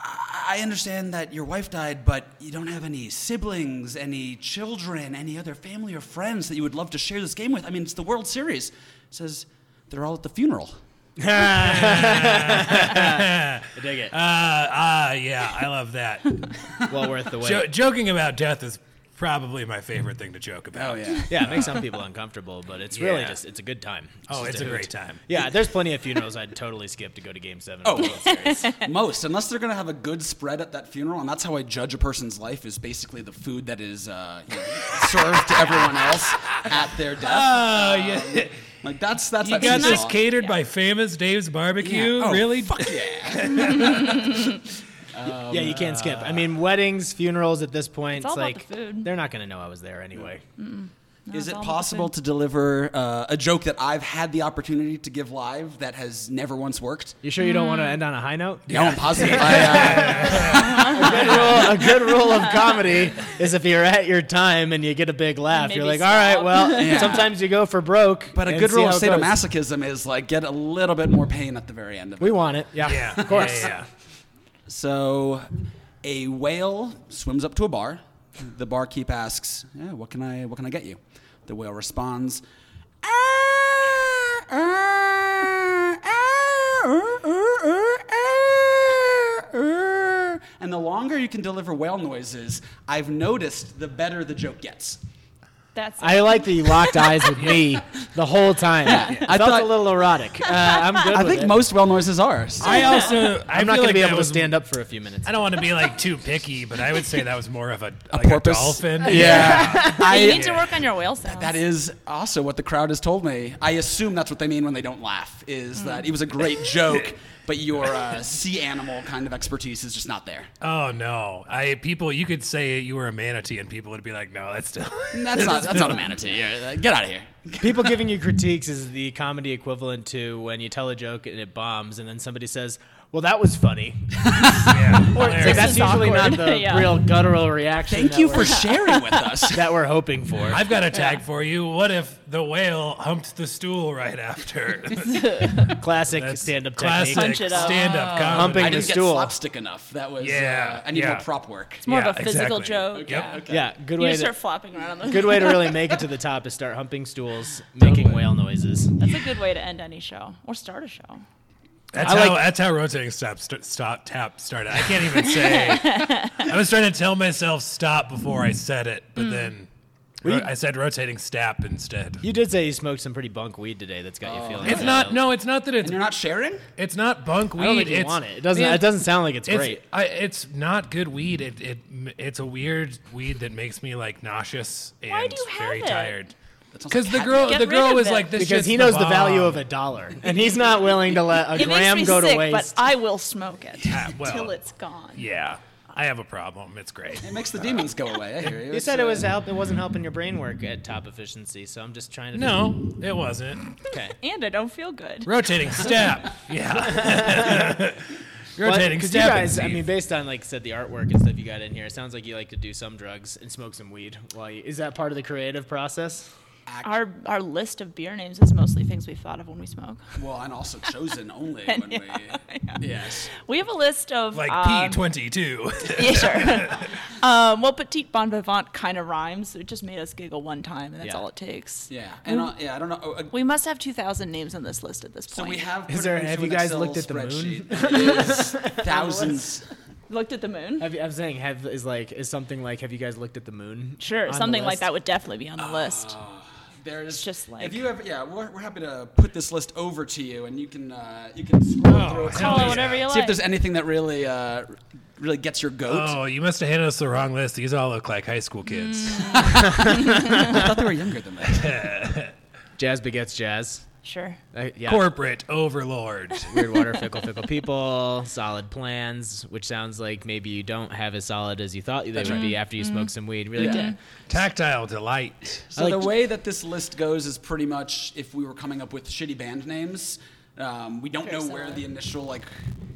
S3: I understand that your wife died, but you don't have any siblings, any children, any other family or friends that you would love to share this game with. I mean, it's the World Series. It says they're all at the funeral.
S4: Ah,
S1: I dig it.
S4: Uh, uh, yeah, I love that.
S1: well worth the wait.
S4: jo- joking about death is probably my favorite thing to joke about.
S3: yeah.
S1: Oh, yeah, it makes some people uncomfortable, but it's really
S4: Yeah.
S1: just it's a good time.
S4: Oh,
S1: just
S4: it's a great time.
S1: Yeah, there's plenty of funerals I'd totally skip to go to Game Seven.
S3: Oh. Most, unless they're going to have a good spread at that funeral, and that's how I judge a person's life is basically the food that is uh, you know, served to everyone else at their death.
S4: Oh, yeah.
S3: like that's that's
S4: You
S3: that
S4: got
S3: seesaw.
S4: this catered by famous Dave's Barbecue?
S3: Yeah. Oh,
S4: really?
S3: Fuck yeah.
S1: yeah, you can't skip. I mean, weddings, funerals at this point,
S5: all about
S1: like
S5: the food.
S1: they're not gonna know I was there anyway.
S3: Is it
S5: all about the
S3: possible
S5: food.
S3: to deliver uh, a joke that I've had the opportunity to give live that has never once worked?
S1: You sure you don't want to end on a high note?
S3: No, I'm positive. I,
S1: good rule, a
S3: uh,
S1: good rule of comedy is if you're at your time and you get a big laugh,
S5: Maybe
S1: you're like, all right,
S5: stop."
S1: well,
S3: Yeah.
S1: sometimes you go for broke.
S3: but a
S1: and
S3: good
S1: see
S3: rule of
S1: how it goes.
S3: sadomasochism is like get a little bit more pain at the very end of it.
S1: We want it. Yeah,
S4: Yeah,
S1: of course.
S4: Yeah, yeah.
S3: So, a whale swims up to a bar. The barkeep asks, yeah, "What can I? What can I get you?" The whale responds, "Ah, ah, ah." and the longer you can deliver whale noises, I've noticed, the better the joke gets.
S5: That's.
S1: I like that you locked eyes with me the whole time. I
S3: I
S1: felt
S3: thought-
S1: a little erotic. Uh, I'm good.
S3: I
S1: with
S3: think
S1: it.
S3: most whale noises are. so-
S4: I also, I
S1: I'm not
S4: feel
S1: going
S4: like
S1: to be
S4: that
S1: able to
S4: was-
S1: stand up for a few minutes.
S4: I don't want to be like too picky, but I would say that was more of a, like
S3: porpoise?
S4: a dolphin.
S3: yeah,
S5: you
S3: I,
S5: need to work on your whale sounds.
S3: That is also what the crowd has told me. I assume that's what they mean when they don't laugh. Is that it was a great joke, but your uh, sea animal kind of expertise is just not there.
S4: Oh no! I people, you could say you were a manatee, and people would be like, "No, that's still."
S3: That's not. That's not a manatee. Uh, Get out of here.
S1: People giving you critiques is the comedy equivalent to when you tell a joke and it bombs, and then somebody says, well, that was funny. Or,
S4: Yeah.
S1: it's like,
S4: This
S1: that's
S5: is
S1: usually
S5: awkward.
S1: not the
S5: Yeah.
S1: real guttural reaction.
S3: Thank
S1: that
S3: you
S1: we're-
S3: for sharing with us.
S1: that we're hoping for.
S4: I've got a tag for you. What if the whale humped the stool right after?
S1: classic
S4: That's
S1: stand-up
S4: classic
S1: technique.
S5: Punch it up. Oh.
S4: Stand-up comedy.
S1: Humping
S3: I
S1: the
S3: didn't get
S1: stool.
S3: slapstick enough. That was.
S4: Yeah,
S3: Uh, I need
S4: yeah.
S3: more prop work.
S5: It's more
S4: Yeah,
S5: of a physical
S4: exactly.
S5: joke.
S4: Yep.
S5: Yeah.
S1: Yeah, good
S5: You
S1: way
S5: just
S1: to
S5: start flopping around on the
S1: good way to really make it to the top is start humping stools, making whale noises.
S5: That's a good way to end any show or start a show.
S4: That's
S1: I
S4: how
S1: like-
S4: that's how rotating stop st- stop tap started. I can't even say. I was trying to tell myself stop before I said it, but
S5: Mm.
S4: then ro- I said rotating stap instead.
S1: You did say you smoked some pretty bunk weed today. That's got you feeling.
S4: It's
S1: so-
S4: not. No, it's not that it's
S3: And you're not sharing?
S4: it's not bunk weed.
S1: I don't think you
S4: it's,
S1: want it. It doesn't.
S4: man,
S1: it doesn't sound like it's,
S4: It's,
S1: great.
S4: I, it's not good weed. It, it it's a weird weed that makes me like nauseous and
S5: Why do you have
S4: very
S5: it?
S4: tired.
S3: That sounds
S4: Because
S3: like
S4: the
S3: cat-
S4: girl
S5: Get
S4: the
S5: rid
S4: girl
S5: of
S4: was
S5: it.
S4: like this
S1: Because
S4: shit's
S1: he knows the,
S4: bomb.
S1: value of a dollar, and he's not willing to let a
S5: It makes
S1: gram
S5: me
S1: go
S5: sick,
S1: to
S5: but
S1: waste.
S5: I will smoke it
S4: Ah, well.
S5: till it's gone.
S4: Yeah, I have a problem. It's great.
S3: It makes the demons go away. I hear you.
S1: you said it was help. It wasn't helping your brain work at top efficiency. So I'm just trying to.
S4: No, it wasn't.
S1: Okay.
S5: And I don't feel good.
S4: Rotating step. Yeah. Rotating
S1: Because you
S4: step.
S1: guys, I mean, based on like said the artwork and stuff you got in here, it sounds like you like to do some drugs and smoke some weed. While you, is that part of the creative process?
S5: Our our list of beer names is mostly things we've thought of when we smoke.
S3: Well, and also chosen only when we. Yes.
S5: We have a list of
S4: like
S5: um,
S4: P22.
S5: yeah, sure. um, well, petite bon vivant kind of rhymes. so It just made us giggle one time, and that's
S1: Yeah.
S5: all it takes.
S3: Yeah. And uh, yeah, I don't know. Oh, uh,
S5: We must have 2,000 names on this list at this
S3: so
S5: point.
S3: we have.
S1: Is
S3: put
S1: there-
S3: it
S1: have
S3: into
S1: you
S3: an
S1: guys
S3: Excel
S1: looked at the moon?
S3: spreadsheet. It is thousands.
S5: looked at the moon.
S1: Have you- I'm saying have is like is something like have you guys looked at the moon?
S5: Sure,
S1: on the
S5: something like
S1: list?
S5: that would definitely be on the list.
S3: Oh. There's
S5: just like-
S3: if you have yeah, we're, we're happy to put this list over to you, and you can uh, you can scroll
S4: Oh,
S3: through. it.
S4: hell
S5: Call
S4: yeah.
S5: it whatever you like.
S3: See if there's anything that really uh, really gets your goat.
S4: Oh, you must have handed us the wrong list. These all look like high school kids.
S5: Mm.
S3: I thought they were younger than that.
S1: Jazz begets jazz.
S5: sure.
S1: Uh, yeah.
S4: Corporate overlord.
S1: Weird water, fickle, fickle people, solid plans, which sounds like maybe you don't have as solid as you thought they would be after you smoked some weed. Really, yeah.
S4: Tactile delight.
S3: So
S1: like-
S3: the way that this list goes is pretty much if we were coming up with shitty band names, um, we don't know where the initial like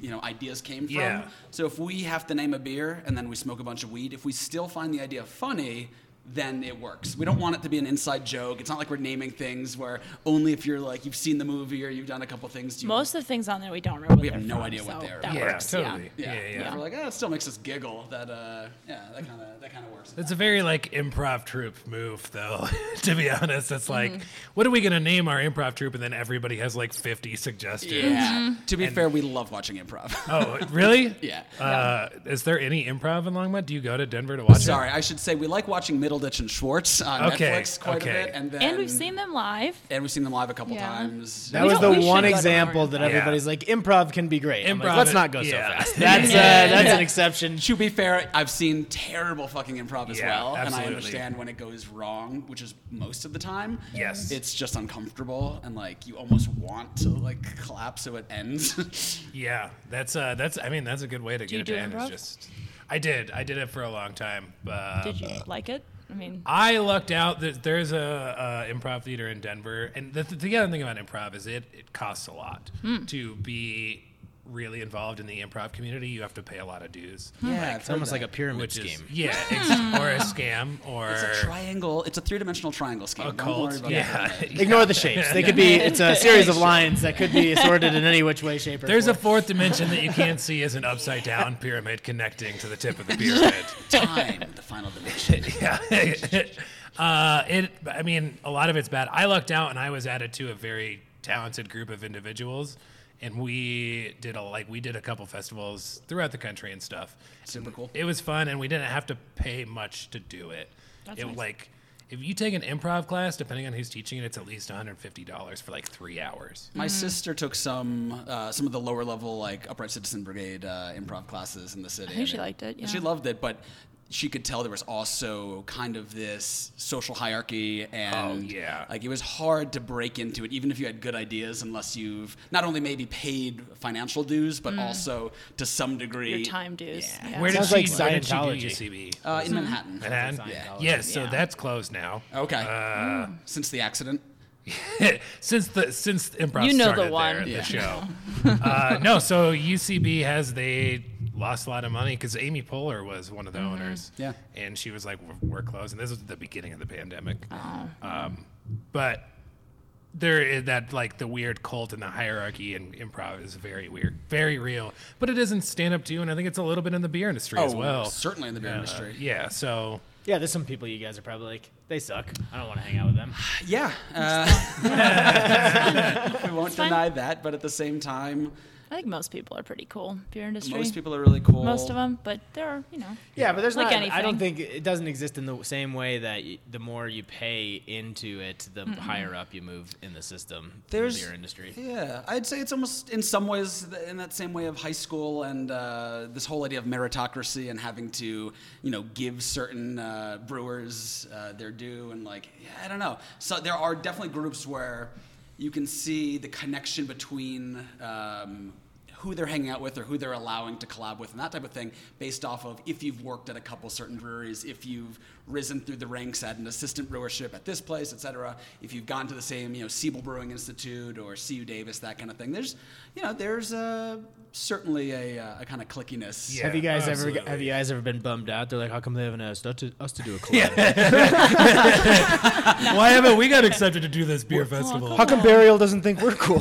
S3: you know ideas came from.
S4: Yeah.
S3: So if we have to name a beer and then we smoke a bunch of weed, if we still find the idea funny. Then it works. We don't want it to be an inside joke. It's not like we're naming things where only if you're like you've seen the movie or you've done a couple things. You
S5: Most of the things on there we don't remember.
S3: We have no idea what they're-
S5: That
S4: Yeah,
S5: works.
S4: totally. Yeah,
S5: Yeah.
S4: yeah.
S3: If We're like, oh, it still makes us giggle. That uh, yeah, that kind of that kind of works.
S4: It's a very like improv troupe move, though. to be honest, it's like, what are we gonna name our improv troupe? And then everybody has like 50 suggestions.
S3: yeah. To be fair, we love watching improv.
S4: Oh, really?
S3: Yeah.
S4: Uh, Is there any improv in Longmont? Do you go to Denver to watch it?
S3: Sorry, I should say we like watching Middleditch and Schwartz on
S4: Okay,
S3: Netflix quite
S4: okay.
S3: a bit, and then
S5: And we've seen them live.
S3: and we've seen them live a couple
S5: Yeah.
S3: times.
S1: That
S5: We
S1: was
S5: don't-
S1: the
S5: we should
S1: one
S5: go to
S1: example
S5: Ireland.
S1: that
S4: Yeah.
S1: everybody's like, improv can be great. I'm like,
S4: Improv
S1: let's
S4: it-
S1: not go
S4: yeah.
S1: so fast. That's, uh, that's an exception.
S3: to be fair, I've seen terrible fucking improv as
S4: Yeah,
S3: well, and
S4: absolutely.
S3: I understand when it goes wrong, which is most of the time.
S4: Yes.
S3: it's just uncomfortable, and like you almost want to like collapse so it ends.
S4: Yeah, that's uh, that's. I mean, that's a good way to get
S5: you
S4: it
S5: do
S4: to end. Is
S5: improv?
S4: just, I did. I did it for a long time. Uh,
S5: Did you like it? I mean,
S4: I lucked out that there's a, uh improv theater in Denver, and the, the other thing about improv is it it costs a lot
S5: Hmm.
S4: to be really involved in the improv community. You have to pay a lot of dues,
S5: Hmm.
S3: yeah,
S1: It's almost like a pyramid
S4: which is
S1: scheme.
S4: yeah, ex- or a scam or
S3: It's a triangle. It's a three-dimensional triangle scheme.
S4: a
S3: Don't worry
S4: cult.
S3: about
S4: Yeah.
S3: that.
S1: Ignore the shapes. They could be. It's a series of lines that could be assorted in any which way, shape, or
S4: There's a
S1: form.
S4: fourth dimension that you can't see as an upside down pyramid connecting to the tip of the pyramid.
S3: Time, the final dimension.
S4: yeah. uh, it. I mean, a lot of it's bad. I lucked out, and I was added to a very talented group of individuals, and we did a like we did a couple festivals throughout the country and stuff.
S3: Super cool.
S4: It was fun, and we didn't have to pay much to do it. it like if you take an improv class, depending on who's teaching it, it's at least 150 dollars for like three hours.
S5: Mm-hmm.
S3: My sister took some uh, some of the lower level like upright citizen brigade uh, improv classes in the city. I
S5: think she liked it, yeah.
S3: she loved it, but she could tell there was also kind of this social hierarchy and
S4: Oh, yeah.
S3: like it was hard to break into it even if you had good ideas unless you've not only maybe paid financial dues but also to some degree
S5: Mm. your time Mm-hmm. dues. Yeah.
S4: Where did,
S1: Sounds
S4: she,
S1: like
S4: where did she do
S1: Scientology.
S4: UCB?
S3: uh, in Manhattan.
S4: Manhattan? Uh,
S3: Yeah.
S4: Yes, so that's closed now.
S3: Okay. Since the accident.
S4: since the since improv
S5: You know the
S4: started
S5: one.
S4: there at
S5: Yeah.
S4: the show. uh, no, so UCB has they lost a lot of money because Amy Poehler was one of the
S5: Mm-hmm.
S4: owners.
S3: Yeah.
S4: and she was like, "We're- "We're closed," and this was the beginning of the pandemic.
S5: Oh.
S4: Um, but there is that like the weird cult and the hierarchy in improv is very weird, very real. But it isn't stand up too, and I think it's a little bit in the beer industry
S3: Oh,
S4: as Oh, well.
S3: certainly in the beer
S4: Uh,
S3: industry.
S4: yeah, so
S1: Yeah, there's some people you guys are probably like, they suck. I don't want to hang out with them.
S3: Yeah, uh, we won't
S5: fine.
S3: deny that, but at the same time,
S5: I think most people are pretty cool. Beer industry.
S3: most people are really cool.
S5: Most of them, but there are, you know.
S1: Yeah, but there's
S5: Like
S1: not. I
S5: anything.
S1: don't think it doesn't exist in the same way that y- the more you pay into it, the higher up you move in the system.
S3: There's-
S1: in the beer industry.
S3: Yeah, I'd say it's almost in some ways th- in that same way of high school and uh, this whole idea of meritocracy and having to, you know, give certain uh, brewers uh, their due and like yeah, I don't know. So there are definitely groups where you can see the connection between. Um, who they're hanging out with or who they're allowing to collab with and that type of thing based off of if you've worked at a couple certain breweries if you've risen through the ranks at an assistant brewership at this place etc if you've gone to the same you know siebel brewing institute or cu davis that kind of thing there's you know there's uh, certainly a, uh, a kind of clickiness
S4: Yeah,
S1: have you guys ever?
S4: absolutely.
S1: Have you guys ever been bummed out? They're like, how come they haven't asked us to, us to do a collab?
S4: why haven't we got accepted to do this beer festival?
S5: How come
S6: Burial doesn't think we're cool.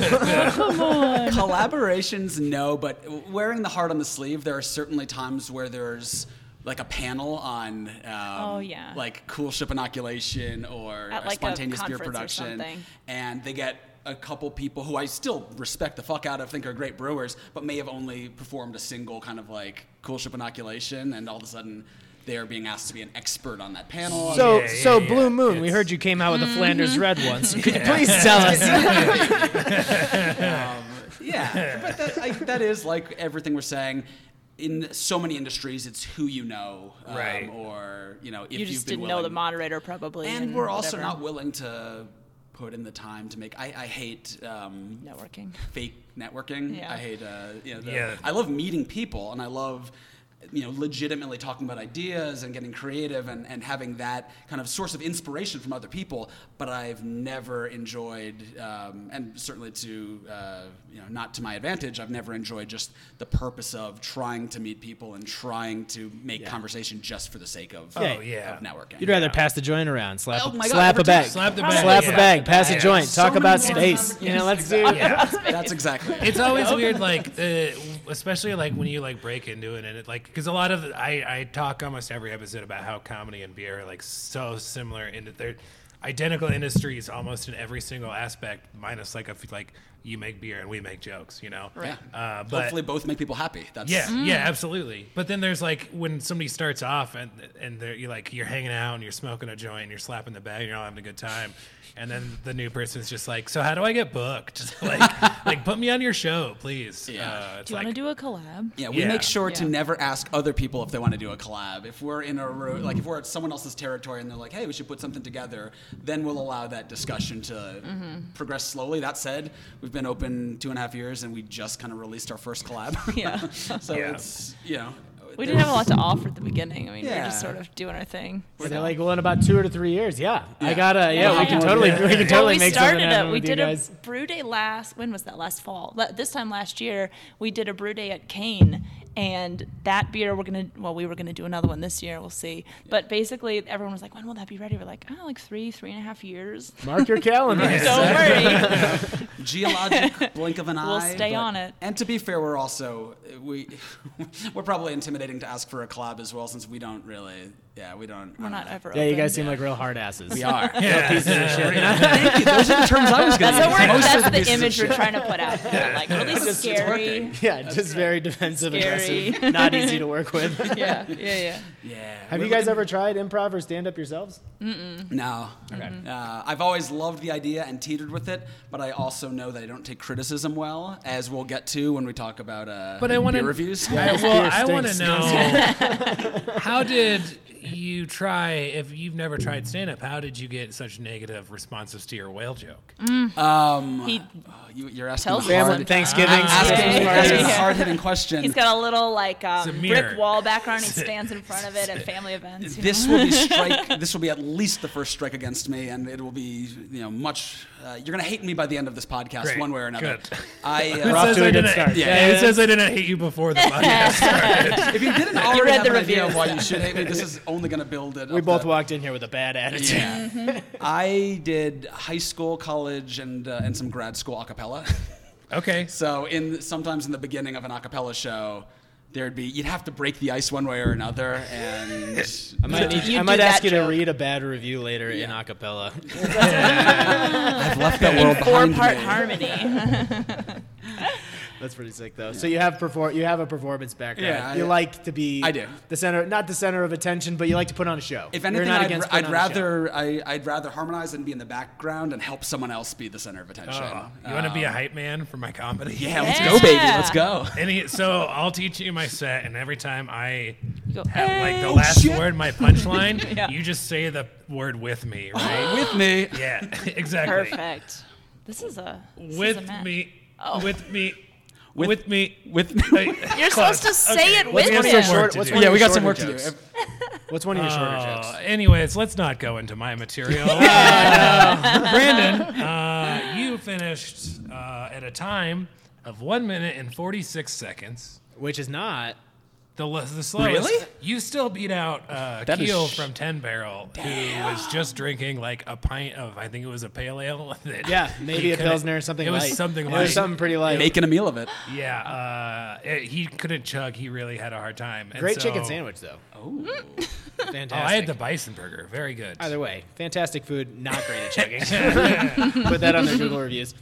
S3: collaborations no but wearing the heart on the sleeve there are certainly times where there's like a panel on um,
S5: Oh, yeah.
S3: like cool ship inoculation or
S5: At,
S3: a
S5: like, a
S3: spontaneous beer
S5: conference or
S3: production
S5: something.
S3: and they get a couple people who I still respect the fuck out of, think are great brewers, but may have only performed a single kind of like cool ship inoculation, and all of a sudden they are being asked to be an expert on that panel.
S6: So,
S4: Yeah, yeah,
S6: so
S4: yeah.
S6: Blue Moon. We
S4: It's-
S6: heard you came out with
S5: Mm-hmm.
S6: the Flanders Red once. Could you please tell us?
S3: yeah, but that, I, that is like everything we're saying. In so many industries, it's who you know, um,
S4: Right.
S3: Or you know, if
S5: you
S3: have
S5: just
S3: been
S5: didn't
S3: willing.
S5: know the moderator probably.
S3: and we're also
S5: whatever.
S3: not willing to put in the time to make. I, I hate um,
S5: networking.
S3: fake networking.
S5: Yeah.
S3: I hate. Uh, you know, the,
S4: Yeah.
S3: I love meeting people, and I love you know legitimately talking about ideas and getting creative and, and having that kind of source of inspiration from other people but i've never enjoyed um, and certainly to uh, you know not to my advantage i've never enjoyed just the purpose of trying to meet people and trying to make conversation just for the sake of,
S4: Oh, yeah.
S3: of networking
S1: You'd rather pass the joint around, slap,
S3: Oh my God,
S1: slap a
S3: every
S1: bag,
S3: time. Slap
S4: the bag,
S1: slap
S4: yeah.
S1: a bag, pass
S4: Yeah.
S1: a joint,
S3: So
S1: talk
S3: many
S1: about
S3: more
S1: space. You know, let's do.
S4: yeah.
S3: that's exactly it.
S4: It's always weird, like uh, especially like when you like break into it, and it like because a lot of the- I I talk almost every episode about how comedy and beer are like so similar in that they're identical industries almost in every single aspect, minus like if like you make beer and we make jokes, you know.
S3: Yeah.
S4: Uh, but
S3: hopefully both make people happy that's
S4: yeah,
S1: Mm.
S4: yeah, absolutely. But then there's like when somebody starts off and and they're, you're like you're hanging out and you're smoking a joint and you're slapping the bag and you're all having a good time, and then the new person's just like, so how do I get booked? like, like put me on your show, please.
S3: Yeah.
S4: Uh, it's
S5: Do you
S4: like,
S5: want to do a collab?
S3: Yeah, we
S4: Yeah.
S3: make sure to
S5: Yeah.
S3: never ask other people if they want to do a collab. If we're in a ro- like if we're at someone else's territory and they're like, "Hey, we should put something together," then we'll allow that discussion to
S5: Mm-hmm.
S3: progress slowly. That said, we've been open two and a half years and we just kind of released our first collab.
S5: Yeah.
S3: so
S4: Yeah.
S3: it's you know
S5: We didn't have a lot to offer at the beginning. I mean, we were just
S3: Yeah.
S5: sort of doing our thing.
S1: And they're like, well, in about two or three years, yeah, I
S3: Yeah.
S1: gotta, yeah,
S5: Yeah.
S1: we can totally, we can totally
S5: well, we
S1: make
S5: started
S1: something happen
S5: it. We
S1: with
S5: did
S1: you
S5: a
S1: guys.
S5: brew day last. When was that? Last fall. La- This time last year, we did a brew day at Kane, and that beer we're gonna. Well, we were gonna do another one this year. We'll see. But basically, everyone was like, "When will that be ready?" We're like, "Oh, like three, three and a half years."
S1: Mark your calendar.
S5: Don't worry.
S3: geologic blink of an eye.
S5: We'll stay
S3: but-
S5: on it.
S3: And to be fair, we're also we we're probably intimidating to ask for a collab as well, since we don't really yeah we don't uh,
S5: We're not ever.
S1: Yeah, you
S5: open.
S1: guys seem like real hard asses.
S3: we are.
S4: Yeah.
S3: Those are the terms I was going
S5: That's, what
S3: to use.
S5: we're,
S3: Most of
S5: that's the
S3: pieces of
S5: image
S3: shit.
S5: we're trying to put out. there. Like, really scary.
S1: Yeah, just very defensive,
S5: Scary.
S1: aggressive, not easy to work with.
S5: Yeah, yeah, yeah.
S3: Yeah.
S1: Have
S3: we're
S1: you guys
S3: looking-
S1: ever tried improv or stand up yourselves?
S3: No.
S1: Okay.
S3: Uh, I've always loved the idea and teetered with it, but I also know that I don't take criticism well, as we'll get to when we talk about uh,
S4: But I wanna-
S3: beer reviews.
S4: I, well,
S1: beer
S4: I want to
S1: stinks.
S4: know how did you try, if you've never tried stand up, how did you get such negative responses to your whale joke?
S3: Um,
S5: He
S3: oh, you, you're asking a
S5: tells us
S3: hard,
S5: sometimes.
S1: Thanksgiving.
S3: asking,
S5: Yeah.
S3: asking a
S5: Yeah.
S3: hard-hitting question.
S5: He's got a little like uh,
S4: It's a mirror.
S5: brick wall background. He stands in front of it at family events. you
S3: this
S5: know?
S3: will be strike. This will be at least the first strike against me, and it will be you know much. Uh, you're gonna hate me by the end of this podcast,
S4: Great.
S3: one way or another.
S4: Good.
S3: I
S4: Who
S3: uh,
S4: says
S1: to a
S4: I
S1: good
S4: didn't-
S1: start.
S4: Yeah,
S3: Yeah.
S4: who says I didn't hate you before the podcast?
S3: if you didn't already
S5: read
S3: have
S5: the
S3: an idea of
S5: reviews.
S3: why you should hate me, this is only gonna build it.
S1: We
S3: up
S1: both
S3: the-
S1: walked in here with a bad attitude.
S3: Yeah.
S4: Mm-hmm.
S3: I did high school, college, and uh, and some grad school a cappella.
S4: okay.
S3: So in sometimes in the beginning of an a cappella show, there'd be you'd have to break the ice one way or another, and
S1: I might, need,
S5: You
S1: I might
S5: did
S1: ask
S5: that
S1: you to
S5: joke.
S1: read a bad review later in acapella.
S3: I've left that world
S5: Four
S3: behind
S5: part
S3: me.
S5: harmony.
S1: That's pretty sick though. So you have perform you have a performance background.
S3: Yeah, I-
S1: you like to be
S3: I do.
S1: the center not the center of attention, but you like to put on a show.
S3: If
S1: You're
S3: anything,
S1: not
S3: I'd,
S1: against
S3: I'd
S1: putting on a show.
S3: rather I, I'd rather harmonize and be in the background and help someone else be the center of attention. Uh,
S4: Oh, you want to be a hype man for my comedy?
S3: Um, yeah, let's go, baby. Let's go.
S4: Any, so I'll teach you my set, and every time I
S5: You go,
S4: have like the
S5: "Hey."
S4: last
S3: shit.
S4: word, my punchline,
S5: Yeah.
S4: you just say the word with me, right?
S3: With me.
S4: yeah, exactly.
S5: Perfect. This is a this is a
S4: With
S5: match.
S4: me,
S5: Oh.
S4: with me,
S3: With-
S4: with, me.
S3: With me.
S5: You're supposed to say it
S4: What's
S5: with
S4: one of
S5: him.
S4: your
S5: What's
S4: short- what's
S1: Yeah,
S4: one of
S3: yeah,
S4: your
S3: we got some
S4: shorter
S3: work to do.
S4: jokes?
S1: What's one of your shorter jokes?
S4: Uh, anyways, let's not go into my material. Uh, Brandon, uh, you finished uh, at a time of one minute and forty six seconds.
S1: Which is not
S4: The, le- the slowest.
S3: Really?
S4: You still beat out uh,
S3: That is
S4: Keel
S3: sh-
S4: from Ten Barrel, who was just drinking like a pint of, I think it was a pale ale. that
S1: Yeah,
S4: he
S1: maybe a
S4: couldn't-
S1: pilsner or something
S4: It was
S1: light.
S4: something
S1: It
S4: light.
S1: was something pretty light.
S3: Making a meal of it.
S4: Yeah, uh, it- he couldn't chug. He really had a hard time. And
S1: Great
S4: so-
S1: chicken sandwich though.
S3: Oh.
S4: Oh, I had
S1: Fantastic. Ah,
S4: the bison burger. Very good.
S1: Either way, fantastic food, not great at chugging. Put that on their Google reviews.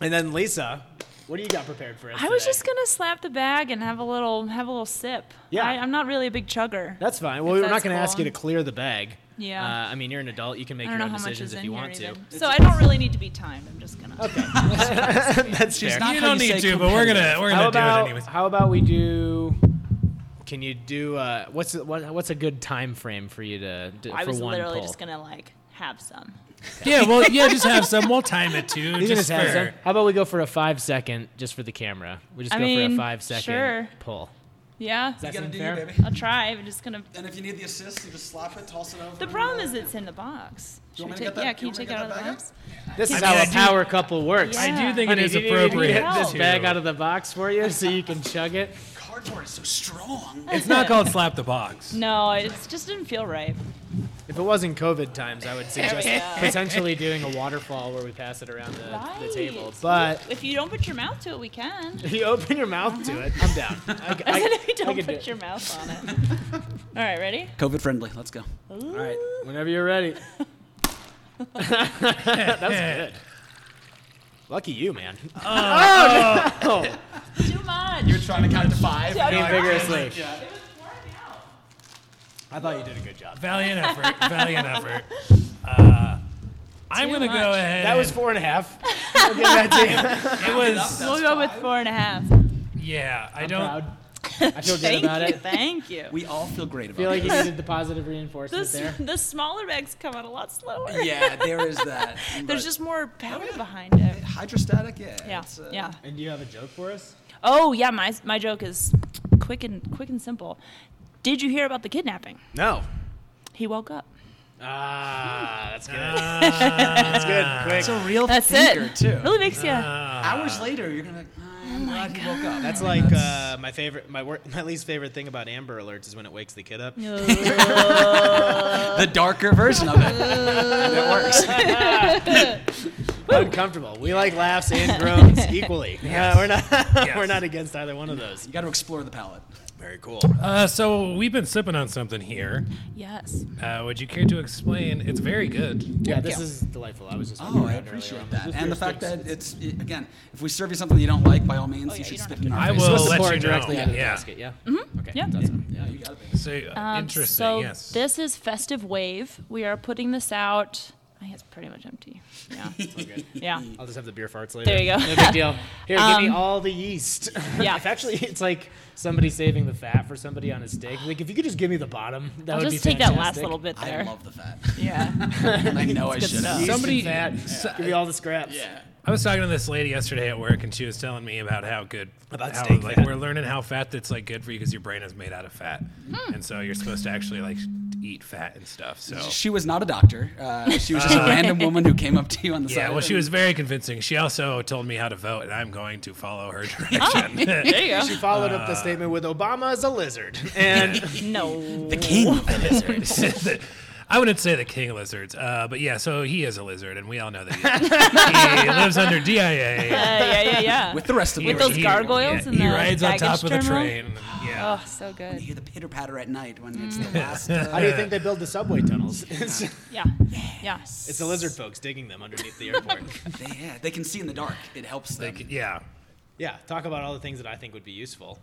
S1: And then Lisa, what do you got prepared for us?
S5: I was
S1: today?
S5: just gonna slap the bag and have a little have a little sip.
S1: Yeah.
S5: I, I'm not really a big chugger.
S1: That's fine. Well, we're not
S5: that's
S1: going to ask you
S5: cool.
S1: to clear the bag.
S5: Yeah.
S1: Uh, I mean, you're an adult. You can make
S5: I don't
S1: your
S5: know
S1: own
S5: how much
S1: decisions
S5: is
S1: if
S5: in
S1: you
S5: here
S1: want to.
S5: even. So I don't really need to be timed. I'm just gonna.
S1: That's
S3: She's
S1: fair.
S3: not
S4: you
S3: how
S4: don't
S3: you
S4: need
S3: say
S4: to, but we're gonna
S3: competitive.
S4: we're gonna
S1: how
S4: do it
S1: about
S4: anyways.
S1: how about we do? Can you do uh, what's what, what's a good time frame for you to, to
S5: I
S1: for
S5: was
S1: one
S5: literally
S1: poll?
S5: just gonna like have some.
S4: Yeah, well, yeah, just have some. We'll time it too.
S1: You can
S4: just
S1: just have
S4: for-
S1: some- How about we go for a five second just for the camera? We just
S5: I
S1: go for a
S5: mean,
S1: five second
S5: sure.
S1: pull.
S5: Yeah.
S1: Does that
S3: gotta
S1: seem
S3: do you,
S1: fair?
S3: baby.
S5: I'll try. I'm just gonna.
S3: And if you need the assist, you just slap it, toss it over.
S5: The problem is it's in the box.
S3: Do
S5: Should
S3: you want
S5: we
S3: me
S5: take-
S3: to get that-
S5: yeah,
S3: do
S5: can
S3: you
S5: you
S3: want me
S5: take
S3: to
S5: it out
S3: get
S5: of the
S3: that bag
S5: box?
S1: This is
S4: I mean,
S1: how
S4: I
S1: a
S4: do-
S1: power couple works.
S4: I
S5: Yeah.
S4: do think
S1: Honey,
S4: it is
S1: do you need me to
S4: appropriate.
S1: get this
S4: to-
S1: bag out of the box for you so you can chug it.
S3: Cardboard is so strong.
S4: It's not called slap the box.
S5: No, it just didn't feel right.
S1: If it wasn't COVID times, I would suggest
S5: we go.
S1: potentially doing a waterfall where we pass it around the, the table.
S5: Right.
S1: But
S5: If you don't put your mouth to it, we can.
S1: if you open your mouth to it, I'm down. I,
S5: I said if you don't
S1: could do
S5: put
S1: it.
S5: your mouth on it. All right, ready?
S3: COVID friendly. Let's go.
S1: All right, whenever you're ready. that was good. Lucky you, man.
S5: Too much.
S3: Trying to count to five.
S1: Being vigorously.
S5: It was pouring out.
S1: I thought you did a good job.
S4: Valiant effort. Valiant effort. Uh, I'm
S5: Too
S4: gonna
S5: much.
S4: go ahead.
S1: That was four and a half. I'll give that to you.
S4: It was.
S5: We'll go with four and a half.
S4: Yeah, I
S1: I'm
S4: don't.
S1: proud. I feel good
S5: Thank
S1: about
S5: you.
S1: it.
S5: Thank you.
S3: We all feel great
S1: feel
S3: about
S1: like
S3: it.
S1: you needed the positive reinforcement
S5: This,
S1: there.
S5: the smaller bags come out a lot slower.
S3: yeah, there is that.
S5: There's
S3: But
S5: just more power behind it.
S3: hydrostatic. Yeah.
S5: Yeah.
S3: it's, uh,
S5: Yeah.
S1: And do you have a joke for us?
S5: Oh yeah, my my joke is quick and quick and simple. Did you hear about the kidnapping?
S1: No.
S5: He woke up.
S1: Ah, that's good.
S4: Uh,
S1: That's good. Quick.
S3: It's a real
S5: That's
S3: thinker
S5: it.
S3: too.
S5: Really makes you.
S3: Hours later, you're gonna. Like,
S5: Oh
S3: I'm glad you woke up.
S1: That's like uh, my favorite, my wor- my least favorite thing about Amber Alerts is when it wakes the kid up.
S3: the darker version of it. that works.
S1: Uncomfortable. We like laughs and groans equally. Yeah, we're not we're
S4: Yes.
S1: not against either one of those.
S3: You got to explore the Oh, palette.
S1: Very cool.
S4: uh, so we've been sipping on something here.
S5: yes.
S4: Uh, would you care to explain? It's very good.
S1: Yeah, this is delightful. I was just
S3: Oh, I
S1: around earlier
S3: appreciate
S1: on.
S3: that.
S1: Just
S3: And
S1: your
S3: the fact
S1: sticks.
S3: that it's i- again, if we serve you something you don't like, by all means,
S5: Oh,
S3: you
S5: yeah,
S3: should
S5: you don't
S3: spit
S5: have
S3: in our
S4: I
S3: face.
S4: will
S1: Let's
S4: let
S1: pour
S4: you
S1: it
S4: know.
S1: directly out of the
S4: yeah.
S1: basket. Yeah. Okay.
S5: yeah.
S1: That's fine.
S3: Yeah, you got it. baby.
S4: So uh,
S5: Um,
S4: interesting.
S5: So
S4: yes.
S5: this is Festive Wave. We are putting this out My hand's pretty much empty. Yeah. yeah.
S1: I'll just have the beer farts later.
S5: There you go. Um,
S1: No big deal. Here, give me all the yeast.
S5: yeah.
S1: if actually it's like somebody saving the fat for somebody on a steak. Like if you could just give me the bottom, that
S5: I'll
S1: would
S5: just
S1: be
S5: take that last
S1: fantastic.
S5: little bit there.
S3: I love the fat.
S5: yeah.
S3: I know I
S5: good
S3: should.
S5: stuff.
S1: Yeast
S4: Somebody-
S1: and fat. Give me all the scraps.
S3: Yeah.
S4: I was talking to this lady yesterday at work, and she was telling me about how good
S1: About
S4: how,
S1: steak
S4: like
S1: fat.
S4: we're learning how fat that's like good for you because your brain is made out of fat, and so you're supposed to actually like eat fat and stuff. So
S3: She was not a doctor. Uh, she was just a random woman who came up to you on the side.
S4: yeah, well, she was very convincing. She also told me how to vote, and I'm going to follow her direction.
S5: There you
S1: She followed up the statement with Obama is a lizard. And
S5: go. No.
S3: the king of the lizards.
S4: I wouldn't say the king of lizards, uh, but yeah, so he is a lizard, and we all know that he, is. he lives under DIA.
S5: yeah, yeah, yeah.
S3: With the rest of
S4: He-
S3: the
S5: those
S4: he-
S5: gargoyles
S4: yeah,
S5: and
S4: he
S5: the
S4: rides on
S5: baggage
S4: top of the
S5: terminal?
S4: train. and- Yeah,
S5: Oh, so good.
S3: You hear the pitter patter at night when it's
S1: Mm.
S3: the last. Uh,
S1: how do you think they build the subway tunnels? It's,
S5: Yeah. Yeah.
S1: it's the lizard folks digging them underneath the airport.
S3: they, yeah, they can see in the dark. It helps them.
S4: yeah.
S1: yeah, talk about all the things that I think would be useful.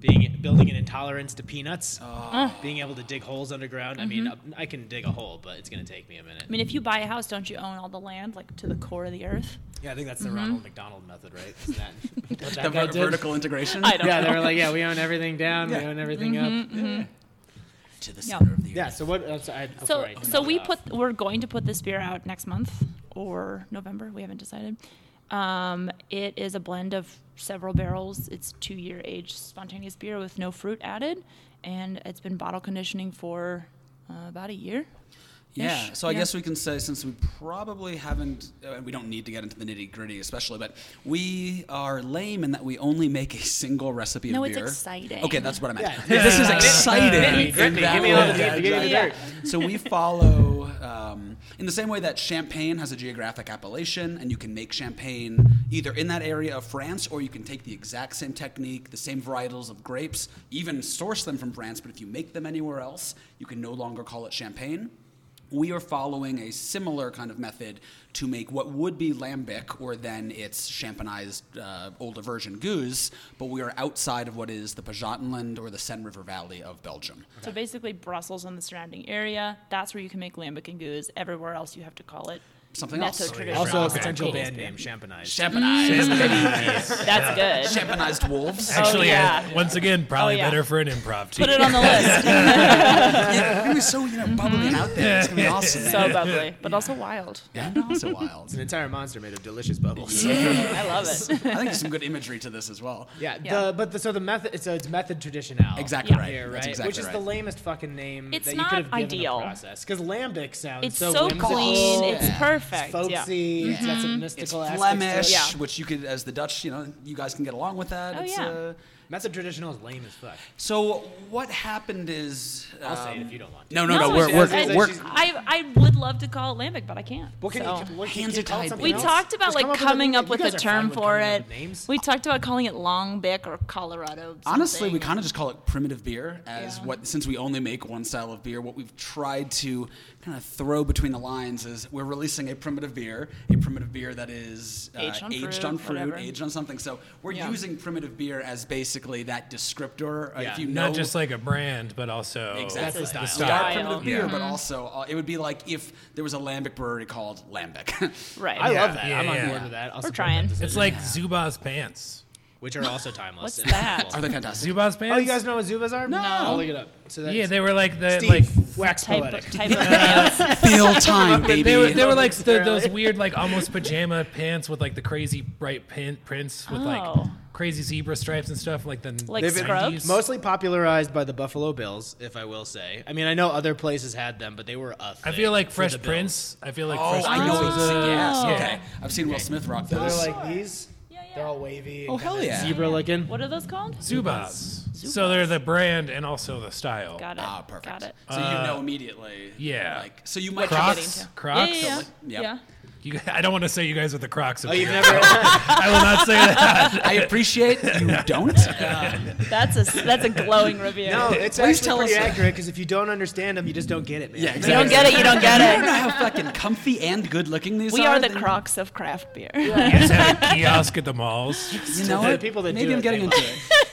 S1: Being building an intolerance to peanuts,
S5: Uh.
S1: being able to dig holes underground. I
S5: Mm-hmm.
S1: mean, up- I can dig a hole, but it's going to take me a minute.
S5: I mean, if you buy a house, don't you own all the land, like to the core of the earth?
S1: Yeah, I think
S5: Mm-hmm.
S1: that's the Ronald McDonald method, right? Isn't that what that
S3: the
S1: guy
S3: ver-
S1: did?
S3: vertical integration
S5: I don't
S1: Yeah, they
S5: know.
S1: were like, yeah, we own everything down, we own everything up.
S5: Mm-hmm.
S3: to the
S5: Yeah.
S3: center of the earth.
S1: Yeah. So what? Uh, so I, before
S5: So,
S1: I
S5: so we
S1: Uh,
S5: put we're going to put this beer out next month or November. We haven't decided. Um, it is a blend of several barrels. It's two year aged spontaneous beer with no fruit added, and it's been bottle conditioning for uh, about a year.
S3: Yeah.
S5: Ish,
S3: So I
S5: yeah.
S3: guess we can say since we probably haven't, uh, we don't need to get into the nitty gritty, especially, but we are lame in that we only make a single recipe
S5: No,
S3: of
S5: it's
S3: beer.
S5: exciting.
S3: Okay, that's what I meant. This is
S1: Nitty
S3: exciting.
S1: gritty,
S3: in that
S1: give me all the
S3: way.
S1: deep- give me the
S5: Yeah.
S1: dirt.
S3: So we follow um, in the same way that Champagne has a geographic appellation, and you can make Champagne either in that area of France, or you can take the exact same technique, the same varietals of grapes, even source them from France. But if you make them anywhere else, you can no longer call it Champagne. We are following a similar kind of method to make what would be lambic, or then its champanized uh, older version goose, but we are outside of what is the Pajottenland or the Seine River Valley of Belgium.
S5: So basically, Brussels and the surrounding area. That's where you can make lambic and goose. Everywhere else, you have to call it
S3: Something
S5: Mezzo
S3: else. Oh, yeah.
S5: traditional.
S1: also a
S4: Okay,
S1: potential
S4: cool.
S1: band name, Champanized.
S3: Champanized.
S5: That's good.
S3: Champanized wolves.
S4: Actually, uh,
S5: yeah.
S4: once again, probably
S5: Oh, yeah.
S4: better for an improv team.
S5: Put it on the list.
S3: yeah, it was so you know bubbly and out there. It's gonna be awesome.
S5: so bubbly, but also wild.
S3: yeah, also wild.
S1: An entire monster made of delicious bubbles.
S5: I love it.
S3: I think there's some good imagery to this as well.
S1: Yeah,
S5: Yeah.
S1: the but the, so the method so it's method traditionale.
S3: Exactly
S5: Yeah.
S3: right.
S1: Here, right?
S3: That's exactly
S1: Which is
S3: right.
S1: the lamest fucking name
S5: It's
S1: that you
S5: not
S1: could have given
S5: ideal.
S1: a process because lambic sounds
S5: It's
S1: so,
S5: so
S1: whimsical,
S5: clean. It's
S3: Yeah.
S5: perfect.
S1: folksy.
S5: Yeah. Mm-hmm.
S1: It's got some
S3: it's
S1: mystical aspects to it.
S3: Flemish,
S5: Yeah.
S3: which you could, as the Dutch, you know, you guys can get along with that.
S5: Oh,
S3: it's,
S5: yeah.
S3: uh,
S1: Method traditional is lame as fuck.
S3: so what happened is,
S1: I'll say it
S3: um,
S1: if you don't want to.
S3: no, no, no, we're,
S5: it's-
S3: we're,
S5: I,
S1: it's-
S3: we're,
S1: it's-
S5: I, I would love to call it lambic, but I can't.
S1: What can
S5: so.
S1: you, what can
S3: Hands
S1: you
S3: are
S1: call
S3: tied.
S1: something
S5: we
S1: else?
S5: talked about
S1: Just
S5: like
S1: come up with
S5: coming
S1: new-
S5: up
S1: you
S5: with
S1: guys
S5: a
S1: are
S5: term
S1: fine with
S5: for
S1: coming up
S5: it.
S1: with Names.
S5: We talked about calling it long bick or Colorado.
S3: Honestly, we
S5: something.
S3: kind of just call it primitive beer, as
S5: Yeah.
S3: what since we only make one style of beer, what we've tried to kind of throw between the lines is we're releasing a primitive beer, a primitive beer that is uh,
S5: Aged on fruit,
S3: on fruit,
S5: whatever.
S3: aged on something. So we're
S5: Yeah.
S3: using primitive beer as basically that descriptor. Uh,
S1: Yeah,
S3: if you know,
S4: Not just like a brand, but also
S3: exactly
S1: That's the
S3: We
S1: style.
S3: are
S5: Style.
S3: primitive beer,
S4: Yeah.
S3: but also uh, it would be like if there was a lambic brewery called Lambic.
S5: right.
S1: I
S4: Yeah,
S1: love that.
S4: yeah,
S1: I'm on
S4: yeah.
S1: board with that. I'll support
S5: trying.
S1: that decision,
S4: It's like Zuba's pants.
S1: which are also timeless.
S5: What's
S1: and
S5: that?
S1: helpful.
S3: Are they fantastic?
S4: Zuba's pants.
S1: Oh, you guys know what Zubas are? No. I'll look it up. So that's
S4: Yeah, they were like the
S1: Steve,
S4: like
S1: wax
S5: type
S1: poetic.
S5: of, type of
S3: Feel time, baby.
S4: They were, they were like the,
S1: Apparently.
S4: those weird, like almost pajama pants with like the crazy bright pin, prints with like
S5: Oh.
S4: crazy zebra stripes and stuff, like the
S5: Like
S4: the
S5: scrubs?
S4: 90s.
S1: Mostly popularized by the Buffalo Bills, if I will say. I mean, I know other places had them, but they were a thing
S4: I feel like
S1: for
S4: Fresh
S1: the Bills.
S4: Prince. I feel like
S3: Oh,
S4: Fresh
S3: I
S4: Prince
S3: know
S4: was
S3: it's
S4: a-
S3: yes.
S4: yeah.
S3: Okay, I've seen Will Smith rock
S1: They're
S3: those.
S1: like these.
S5: Yeah, yeah.
S1: They're all wavy.
S3: oh hell yeah!
S1: Zebra looking.
S5: What are those called?
S4: Zubas. So they're the brand and also the style.
S5: Got it.
S3: Ah, perfect.
S5: Got it.
S3: So you know immediately.
S4: yeah.
S3: Like, so you might.
S5: Getting
S4: Crocs.
S5: to-
S4: Crocs.
S5: Yeah, yeah, yeah.
S3: Yeah.
S5: yeah.
S4: You, I don't want to say you guys with the Crocs.
S1: Oh, you've
S4: appear.
S1: never.
S4: I will not say that.
S3: I appreciate you don't. Uh,
S5: That's a that's a glowing review.
S1: no, it's
S3: Please
S1: actually
S3: tell
S1: pretty
S3: us.
S1: accurate because if you don't understand them, you just don't get it, man.
S3: yeah,
S5: you don't
S3: exactly.
S5: get it. You don't
S3: You
S5: get
S3: know
S5: it.
S3: how fucking comfy and good looking these
S5: We
S3: are.
S5: are the
S3: They-
S5: Crocs of craft beer.
S4: You guys have a kiosk at the malls.
S3: You know
S1: The
S3: what?
S1: people that
S3: Maybe
S1: do
S3: I'm
S1: it,
S3: getting
S1: they
S3: into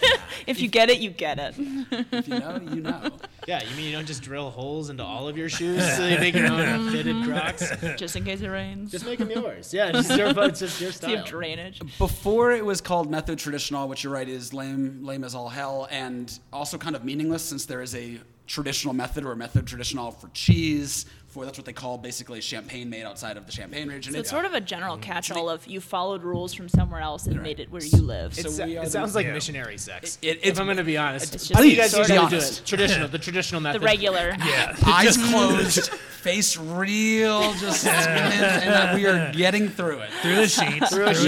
S3: it.
S5: If you get it, you get it.
S3: If you know, you know.
S1: Yeah, you mean you don't just drill holes into all of your shoes so they make your own fitted Crocs?
S5: Just in case it rains.
S1: Just make them yours. Yeah, just your, it's just your
S5: so you
S1: style.
S5: have drainage.
S3: Before it was called Method Traditional, which you're right is lame, lame as all hell, and also kind of meaningless since there is a traditional method or a method traditional for cheese. For that's what they call basically champagne made outside of the champagne region.
S5: So it's sort of a general catch-all of you followed rules from somewhere else and made it where you live.
S3: so
S1: It's- uh,
S3: we are
S1: it
S3: the-
S1: sounds like
S4: Yeah.
S1: missionary sex.
S3: It- it-
S1: if I'm going to be honest,
S5: It's
S1: how do you
S5: just
S1: guys
S3: sort of-
S1: usually do
S3: honest.
S1: it? Traditional, the traditional method.
S5: the regular.
S4: Yeah.
S3: eyes closed, face real, just and that we are getting through it.
S4: Through the sheets. Through the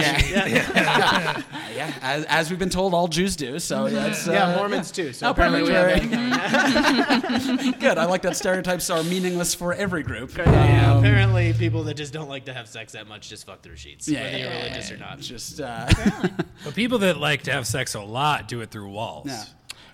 S3: Yeah, yeah. As, as we've been told, all Jews do. So that's uh,
S1: Yeah, Mormons too. So
S3: Oh,
S1: apparently we
S3: perfect.
S1: have that.
S3: good. I like that stereotypes are meaningless for every group.
S1: Yeah,
S3: Um,
S1: apparently people that just don't like to have sex that much just fuck through sheets,
S3: Yeah,
S1: whether
S3: yeah,
S1: you're
S3: yeah,
S1: religious or not.
S3: just uh,
S4: But people that like to have sex a lot do it through walls.
S3: Yeah.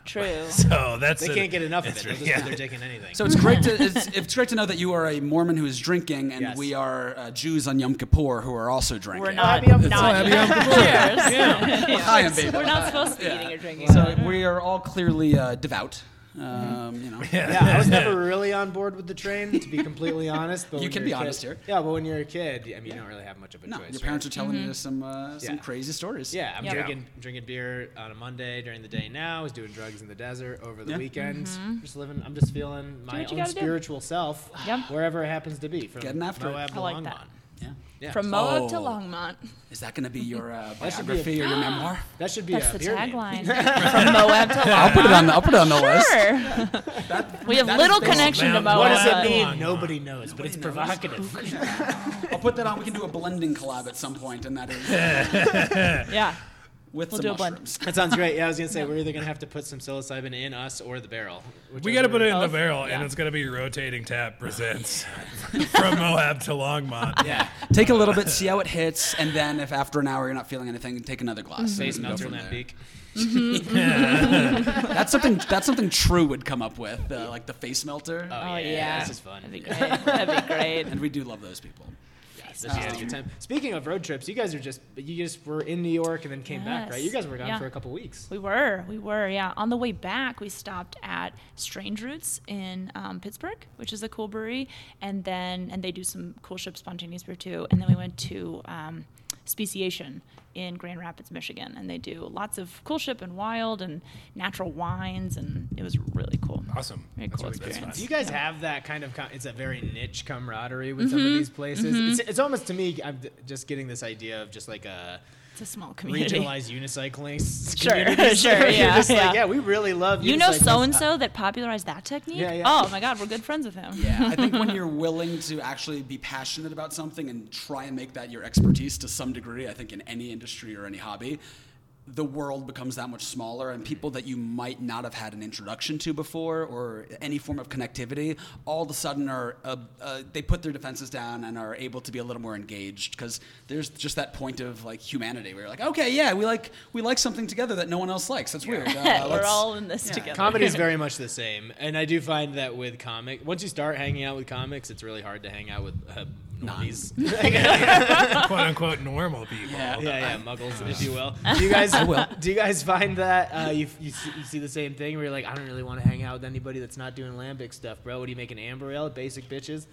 S5: True.
S4: So that's
S1: They
S4: a-
S1: can't get enough of it.
S4: it's
S1: They'll
S4: re-
S1: just
S4: yeah.
S1: yeah. they're taking anything.
S3: So it's great to it's, it's great to know that you are a Mormon who is drinking, and
S1: Yes.
S3: we are uh, Jews on Yom Kippur who are also drinking.
S5: We're not.
S1: Happy Yom Kippur.
S5: not
S4: Happy Yom Kippur.
S5: Cheers.
S3: Hi, I'm baby.
S5: We're not supposed to be eating or drinking.
S3: So we are all clearly uh, devout. Um, you know.
S1: yeah, I was never really on board with the train, to be completely honest. But
S3: You
S1: when
S3: can
S1: you're
S3: be
S1: a kid-
S3: honest here.
S1: Yeah, but when you're a kid, I mean, you don't really have much of a
S3: No,
S1: choice.
S3: your
S1: right?
S3: parents are telling
S5: Mm-hmm.
S3: you some uh, some
S1: Yeah.
S3: crazy stories.
S1: Yeah, I'm
S5: Yeah.
S1: drinking drinking beer on a Monday during the day now. I was doing drugs in the desert over the
S3: Yeah.
S1: weekend. Just living. I'm just feeling my
S5: what
S1: own
S5: you gotta Mm-hmm. do.
S1: spiritual self,
S5: Yeah.
S1: wherever it happens to be. From
S3: Getting after it.
S1: Moab to
S5: I like
S1: Longmont.
S5: that.
S3: Yeah.
S1: Yeah.
S5: From Moab to
S3: Oh.
S5: Longmont.
S3: Is that going to be
S5: Mm-hmm.
S3: your uh,
S1: should be a-
S3: biography or your memoir?
S1: that should be
S5: That's
S1: a
S5: the
S1: beer name.
S5: tagline. From Moab to Longmont.
S3: I'll put it on. The, I'll put it on the list.
S5: Sure. we have
S3: that
S5: little
S3: is based on
S5: connection to
S4: Mount Moab.
S1: What
S5: Moab.
S1: does
S4: Uh,
S1: it mean?
S4: Longmont.
S1: Nobody knows, but it's provocative.
S3: I'll put that on. We can do a blending collab at some point, and that is
S5: Yeah.
S3: with
S5: We'll do a
S3: some
S5: blend.
S3: mushrooms.
S1: that sounds great. Yeah, I was gonna say we're either gonna have to put some psilocybin in us or the barrel.
S4: We got to put it in the
S5: Both?
S4: barrel, and
S5: Yeah.
S4: it's going to be rotating tap presents from Moab to Longmont.
S1: Yeah,
S3: Take a little bit, see how it hits, and then if after an hour you're not feeling anything, take another glass.
S1: face
S3: and go
S1: nuts or
S3: from there.
S1: lambic.
S3: That's something. That's something True would come up with, uh, like the face melter.
S5: Oh, yeah.
S1: this is fun.
S5: That'd be great. That'd be great.
S3: And we do love those people.
S1: Yes, this is a good time. Speaking of road trips, you guys are just you just were in New York and then came back, right?
S5: Yes.
S1: You guys were gone
S5: Yeah.
S1: for a couple weeks.
S5: We were, we were, yeah. On the way back, we stopped at Strange Roots in um, Pittsburgh, which is a cool brewery, and then and they do some cool ship spontaneous beer too. And then we went to um, Speciation in Grand Rapids, Michigan, and they do lots of cool ship and wild and natural wines, and it was really cool.
S4: Awesome.
S5: Very
S4: That's
S5: cool
S4: really- that's
S5: experience.
S1: Do you guys have that kind of? Com- it's a very niche camaraderie with some of
S5: Mm-hmm.
S1: these places. It's, it's almost to me. I'm d- just getting this idea of just like a
S5: It's a small community.
S1: regionalized unicycling. s-
S5: Sure,
S1: communities.
S5: sure,
S1: You're
S5: yeah,
S1: just like,
S5: yeah.
S1: yeah, we really love.
S5: You know
S1: unicycles.
S5: so and so that popularized that technique.
S1: uh, Yeah, yeah.
S5: Oh my God, we're good friends with him.
S3: Yeah, I think when you're willing to actually be passionate about something and try and make that your expertise to some degree, I think in any industry or any hobby, the world becomes that much smaller, and people that you might not have had an introduction to before or any form of connectivity, all of a sudden are uh, uh, they put their defenses down and are able to be a little more engaged because there's just that point of like humanity where you're like, okay, yeah, we like we like something together that no one else likes. That's weird. Uh,
S5: We're
S3: let's-
S5: all in this together.
S1: Comedy is very much the same, and I do find that with comic, once you start hanging out with comics, it's really hard to hang out with uh, normies.
S4: quote unquote normal people.
S3: Yeah.
S1: yeah, yeah, muggles, if you will. Do you guys do you guys find that uh, you, you see- you see the same thing where you're like, I don't really want to hang out with anybody that's not doing lambic stuff, bro? What do you make an amber ale? Basic bitches.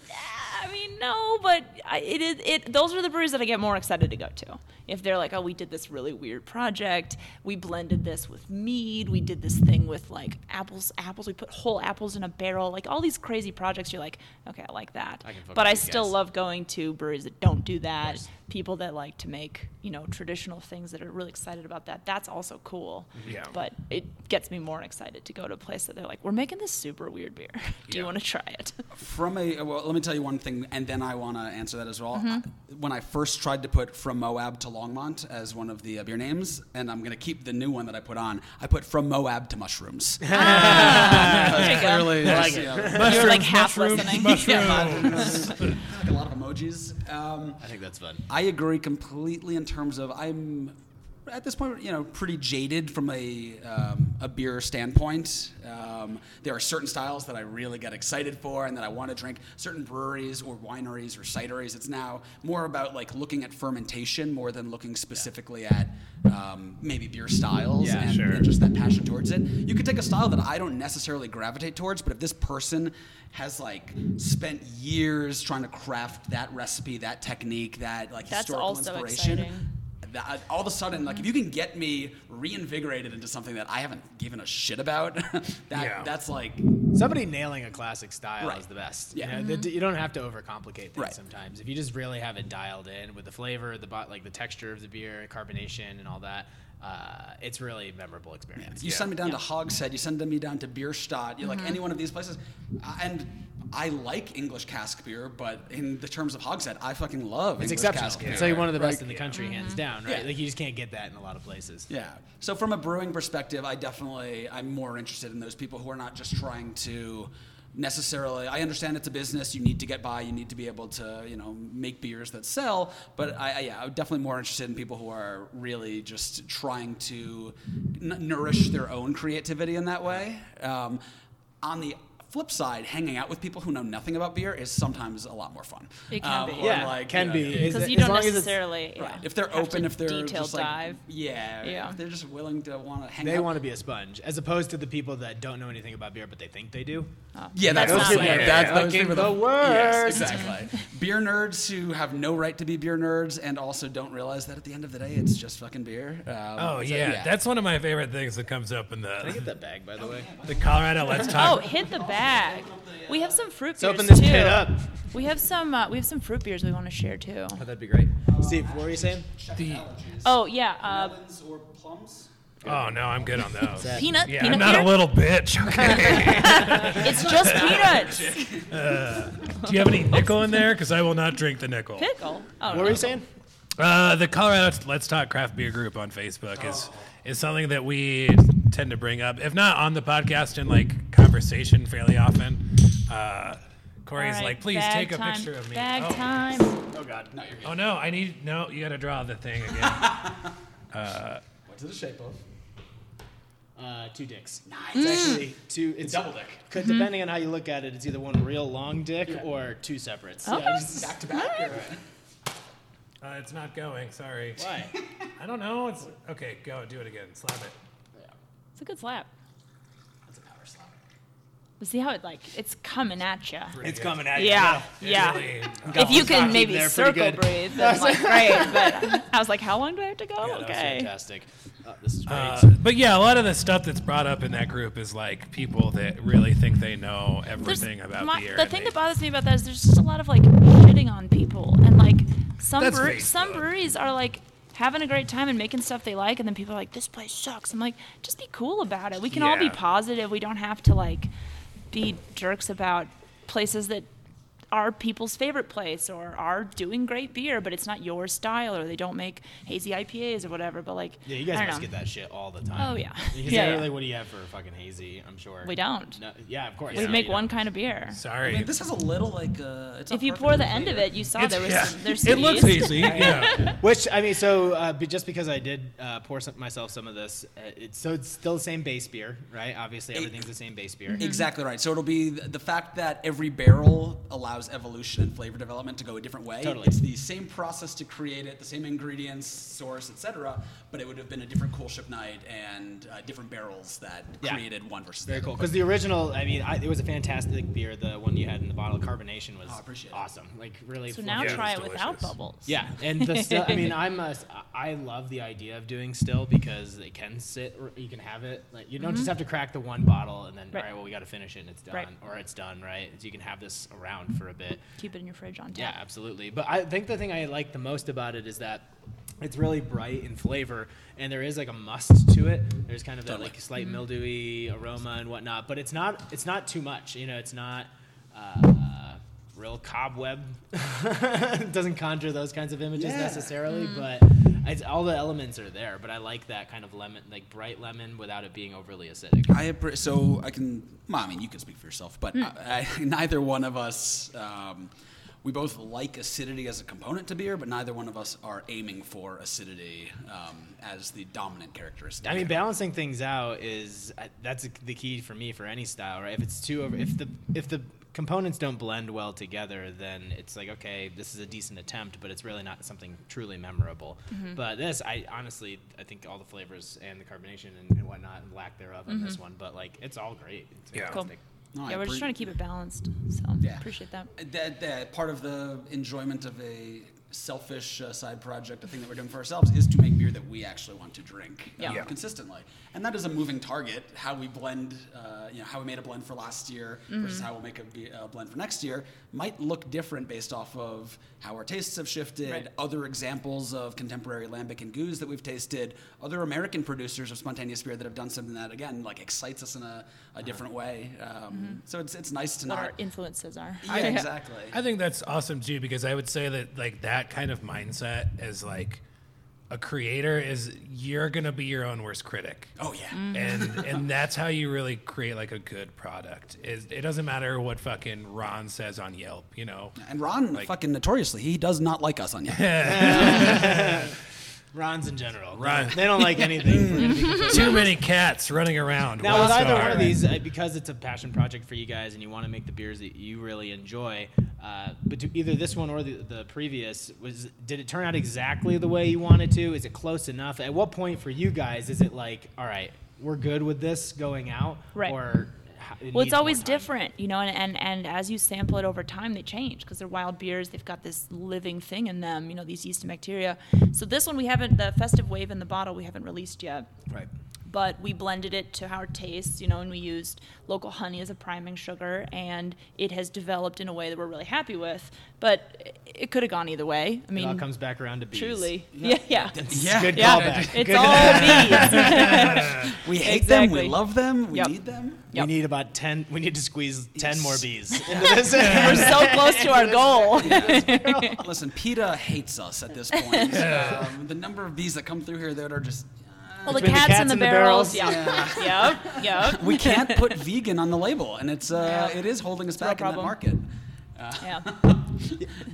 S5: I mean, no, but I, it is. It those are the breweries that I get more excited to go to. If they're like, oh, we did this really weird project. We blended this with mead. We did this thing with like apples, apples. We put whole apples in a barrel. Like all these crazy projects. You're like, okay, I like that.
S1: can fuck
S5: but
S1: with
S5: I
S1: you
S5: still
S1: guys.
S5: love going to breweries that don't do that. People that like to make you know traditional things that are really excited about that. That's also cool.
S1: Mm-hmm.
S4: Yeah.
S5: But it gets me more excited to go to a place that they're like, we're making this super weird beer. do you
S4: Yeah.
S5: want to try it?
S3: From a well, let me tell you one thing, and then I want to answer that as well. When I first tried to put from Moab to Longmont as one of the uh, beer names, and I'm gonna keep the new one that I put on. I put from Moab to mushrooms.
S5: There you go.
S3: Like, you know,
S5: You're like half listening.
S3: like a lot of emojis. Um,
S1: I think that's fun.
S3: I agree completely in terms of I'm at this point, you know, pretty jaded from a, um, a beer standpoint. Um, there are certain styles that I really get excited for and that I want to drink. Certain breweries or wineries or cideries. It's now more about like looking at fermentation more than looking specifically at um, maybe beer styles
S1: Yeah,
S3: and,
S1: sure.
S3: and just that passion towards it. You could take a style that I don't necessarily gravitate towards, but if this person has like spent years trying to craft that recipe, that technique, that like
S5: That's
S3: historical
S5: also
S3: inspiration.
S5: exciting.
S3: That, all of a sudden, like if you can get me reinvigorated into something that I haven't given a shit about, that
S4: Yeah.
S3: that's like
S1: Somebody nailing a classic style
S3: Right.
S1: is the best.
S3: Yeah.
S1: You,
S5: Mm-hmm.
S1: know, the- you don't have to overcomplicate things
S3: Right.
S1: sometimes. If you just really have it dialed in with the flavor, the bo- like the texture of the beer, carbonation, and all that, uh, it's really a memorable experience.
S3: you send me down to Hogshead, you send me down to Bierstadt, you are
S1: Mm-hmm.
S3: like any one of these places, Uh, and I like English cask beer, but in the terms of Hogshead, I fucking love
S1: It's
S3: English
S1: exceptional.
S3: cask beer.
S1: It's like one of the best
S3: Right.
S1: in the country,
S5: Mm-hmm.
S1: hands down. Right?
S3: Yeah.
S1: Like you just can't get that in a lot of places.
S3: Yeah. So from a brewing perspective, I definitely I'm more interested in those people who are not just trying to necessarily I understand it's a business, you need to get by, you need to be able to, you know, make beers that sell, but I, I yeah, I'm definitely more interested in people who are really just trying to n- nourish their own creativity in that way. Um, on the flip side, hanging out with people who know nothing about beer is sometimes a lot more fun. Um,
S5: It can be.
S3: or
S1: Yeah, can be. Is
S5: because
S1: it-
S5: you
S1: as
S5: don't
S1: long as it's-
S5: necessarily yeah,
S3: Right. If they're
S5: have
S3: open,
S5: to
S3: if they're
S5: detail
S3: just like,
S5: dive.
S3: yeah,
S5: Yeah.
S3: if they're just willing to want to hang
S1: They
S3: out.
S1: want to be a sponge, as opposed to the people that don't know anything about beer, but they think they do.
S3: Yeah, that's
S5: Those
S3: the
S5: people
S3: slam.
S4: are
S3: That's those
S1: fucking
S3: people that-
S1: the worst.
S3: Yes, exactly. beer nerds who have no right to be beer nerds and also don't realize that at the end of the day, it's just fucking beer. Um,
S4: Oh
S3: so,
S4: yeah. that's one of my favorite things that comes up in
S1: Can I get
S4: the
S1: that bag, by the way?
S4: the Colorado Let's
S5: Oh,
S4: Talk.
S5: hit the bag. We have some fruit
S1: Let's
S5: beers
S1: open this
S5: too.
S1: pit up.
S5: We have some. Uh, we have some fruit beers we want to share too.
S1: Oh, that'd be great. Steve, what were you saying?
S4: the-
S5: Oh yeah, uh,
S3: melons or plums.
S4: oh no, I'm good on those.
S5: peanut.
S4: Yeah,
S5: peanut
S4: I'm not
S5: beer?
S4: a little bitch. Okay.
S5: It's just peanuts.
S4: Do you have any nickel in there? Because I will not drink the nickel.
S5: Pickle. Oh,
S1: What were you saying?
S4: Uh, the Colorado Let's Talk Craft Beer Group on Facebook is is something that we tend to bring up, if not on the podcast, in like conversation fairly often. Uh,
S5: All
S4: Corey's
S5: right,
S4: like, please
S5: bag
S4: take a
S5: time.
S4: picture of me.
S5: Bag
S4: oh.
S5: time.
S4: oh no, I need no. You got to draw the thing again.
S3: What's it the shape of?
S1: Uh, two dicks. Nice. It's
S5: Mm.
S1: actually two. It's
S3: Double dick.
S5: Mm-hmm.
S1: Cause depending on how you look at it, it's either one real long dick or two separates. Yeah,
S5: Okay.
S1: just-
S3: Back to back. or-
S4: uh, it's not going. Sorry.
S1: why?
S4: I don't know. It's okay. Go do it again. Slap it.
S5: It's a good slap.
S3: That's a power slap.
S5: See how it like it's coming at you.
S1: It's coming at you.
S5: Yeah, yeah.
S4: Really,
S5: If you
S1: Got
S5: can
S1: one
S5: maybe
S1: there pretty
S5: circle
S1: good.
S5: breathe, that's like great. But I was like, how long do I have to go?
S1: Yeah, that was
S5: okay.
S1: fantastic. Uh, this is great.
S4: Uh, but yeah, a lot of the stuff that's brought up in that group is like people that really think they know
S5: There's-
S4: everything about
S5: my-
S4: beer.
S5: the
S4: and
S5: thing
S4: they-
S5: that bothers me about that is there's just a lot of like shitting on people and like some
S4: That's
S5: brew-
S4: Facebook.
S5: some breweries are like having a great time and making stuff they like and then people are like this place sucks. I'm like just be cool about it. We can all be
S4: Yeah.
S5: positive. We don't have to like be jerks about places that are people's favorite place or are doing great beer but it's not your style or they don't make hazy IPAs or whatever but like
S1: yeah, you guys
S5: I don't
S1: must
S5: know.
S1: get that shit all the time.
S5: Oh, yeah.
S1: Because
S5: Yeah,
S1: literally,
S5: yeah.
S1: what do you have for a fucking hazy? I'm sure.
S5: We don't.
S1: No, yeah, of course.
S5: We
S1: No,
S5: make
S1: you
S5: one
S1: don't.
S5: kind of beer.
S4: Sorry.
S3: I mean, this has a little like. Uh, it's not
S5: If you
S3: perfect
S5: pour the
S3: in
S5: end of
S3: flavor.
S5: it, you saw
S4: It's-
S5: Oh, there was
S4: yeah.
S5: some, there's
S4: it
S5: some
S4: looks
S5: yeast.
S4: easy. Yeah.
S1: Which I mean, so uh, be- just because I did uh, pour some, myself some of this, uh, it's so it's still the same base beer, right? Obviously, everything's the same base beer.
S3: Exactly right. So it'll be th- the fact that every barrel allows evolution and flavor development to go a different way.
S1: Totally.
S3: It's the same process to create it, the same ingredients, source, etc. But it would have been a different cool ship night and uh, different barrels that
S1: Yeah.
S3: created one versus
S1: Very
S3: the
S1: cool.
S3: other.
S1: Because the original, I mean, I, it was a fantastic beer. The one you had in the bottle, carbonation was
S3: Oh, I appreciate it.
S1: awesome. Like really.
S5: So now
S1: fluffy.
S4: Yeah, it's
S5: try it without
S4: delicious.
S5: bubbles.
S1: Yeah, and the still, I mean, I'm a, I love the idea of doing still because it can sit, or you can have it. Like you don't just have to crack the one bottle and then
S5: Mm-hmm. Right.
S1: all right, well, we got to finish it and it's done,
S5: Right.
S1: or it's done, right? So you can have this around for a bit.
S5: Keep it in your fridge on
S1: Yeah,
S5: tap.
S1: absolutely. But I think the thing I like the most about it is that it's really bright in flavor, and there is like a must to it. There's kind of that
S3: Totally.
S1: like slight mildewy aroma and whatnot, but it's not it's not too much. You know, it's not uh, real cobweb. it doesn't conjure those kinds of images
S3: Yeah.
S1: necessarily, but it's, all the elements are there. But I like that kind of lemon, like bright lemon, without it being overly acidic.
S3: I appre-
S1: Hmm.
S3: so I can. Well, I mean, you can speak for yourself, but I, I, neither one of us. Um, we both like acidity as a component to beer, but neither one of us are aiming for acidity um, as the dominant characteristic.
S1: I mean,
S3: here.
S1: balancing things out is uh, that's the key for me for any style, right? If it's too over, if the if the components don't blend well together, then it's like okay, this is a decent attempt, but it's really not something truly memorable. But this, I honestly, I think all the flavors and the carbonation and, and whatnot and lack thereof on this one, but like it's all great. It's
S4: Yeah.
S5: Cool.
S1: fantastic.
S3: No, I
S5: yeah, we're just
S3: agree.
S5: trying to keep it balanced. So
S3: Yeah.
S5: appreciate that.
S3: that, that part of the enjoyment of a selfish uh, side project, a thing that we're doing for ourselves, is to make beer that we actually want to drink uh,
S5: Yeah. Yeah.
S3: consistently. And that is a moving target. How we blend, uh, you know, how we made a blend for last year
S5: Mm-hmm.
S3: versus how we'll make a be- uh, blend for next year might look different based off of how our tastes have shifted,
S5: Right.
S3: other examples of contemporary lambic and goose that we've tasted, other American producers of spontaneous beer that have done something that again like excites us in a,
S5: Uh-huh.
S3: a different way. Um,
S5: Mm-hmm.
S3: So it's it's nice to
S5: What
S3: not.
S5: our influences are.
S3: yeah, exactly.
S4: I think that's awesome too because I would say that like that kind of mindset is like a creator is you're gonna be your own worst critic.
S3: Oh yeah.
S1: Mm.
S4: and and that's how you really create like a good product. Is it doesn't matter what fucking Ron says on Yelp, you know.
S3: And Ron, fucking notoriously, he does not like us on Yelp.
S1: Ron's in general.
S4: Ron.
S1: They don't like anything. if we're gonna be completely
S4: Too many cats running around.
S1: Now,
S4: one
S1: with either
S4: star.
S1: one of these, uh, because it's a passion project for you guys and you want to make the beers that you really enjoy, uh, but to either this one or the, the previous, was did it turn out exactly the way you wanted to? Is it close enough? At what point for you guys is it like, all right, we're good with this going out?
S5: Right.
S1: Or h- it
S5: well
S1: needs
S5: it's
S1: more
S5: always
S1: time?
S5: different you know and, and and as you sample it over time they change because they're wild beers they've got this living thing in them you know these yeast and bacteria so this one we haven't the festive wave in the bottle we haven't released yet
S1: Right.
S5: but we blended it to our tastes, you know, and we used local honey as a priming sugar, and it has developed in a way that we're really happy with. But it- it could have gone either way. I
S1: It all
S5: mean,
S1: comes back around to bees.
S5: truly, yeah, yeah,
S3: Yeah.
S1: Good
S5: yeah.
S1: callback.
S5: It's all bees.
S3: We hate them, we
S5: Exactly.
S3: love them, we
S5: Yep.
S3: need them.
S5: Yep.
S1: We need about 10, we need to squeeze 10 more bees into this.
S5: we're so close to our goal.
S3: Listen, PETA hates us at this point. um, the number of bees that come through here that are just.
S5: Well, the
S1: Between
S5: cats, and the barrels.
S3: barrels.
S5: Yeah. yep. Yep.
S3: We can't put vegan on the label, and it's uh,
S5: Yeah.
S3: it is holding us
S5: a real
S3: back in that
S5: problem.
S3: market.
S5: Yeah.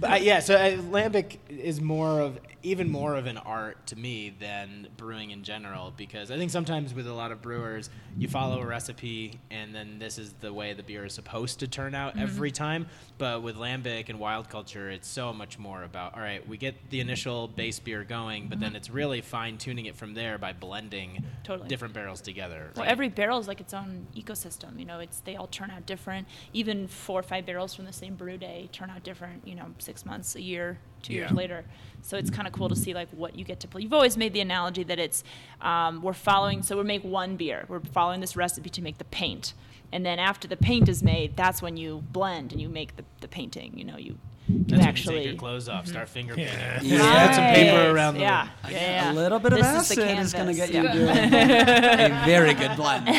S1: But I, yeah, so uh, lambic is more of even more of an art to me than brewing in general because I think sometimes with a lot of brewers you follow a recipe and then this is the way the beer is supposed to turn out
S5: Mm-hmm.
S1: every time. But with lambic and wild culture, it's so much more about all right, we get the initial base beer going, but then it's really fine tuning it from there by blending
S5: Mm-hmm. Totally.
S1: different barrels together.
S5: Well,
S1: right?
S5: every barrel is like its own ecosystem. You know, it's they all turn out different. Even four or five barrels from the same brew day turn out different. You know, six months, a year, two years
S4: Yeah.
S5: later. So it's kind of cool to see like what you get to play. You've always made the analogy that it's um, we're following. So we make one beer. We're following this recipe to make the paint, and then after the paint is made, that's when you blend and you make the, the painting. You know, you you
S1: That's when you
S5: actually Mm-hmm.
S1: take your clothes off, start finger painting.
S5: Right.
S1: some paper around the
S5: yeah. yeah, yeah.
S3: A little bit of
S5: This is
S3: acid
S5: the
S3: is, going to
S5: canvas.
S3: get
S5: Yeah.
S3: you doing a very good blend. You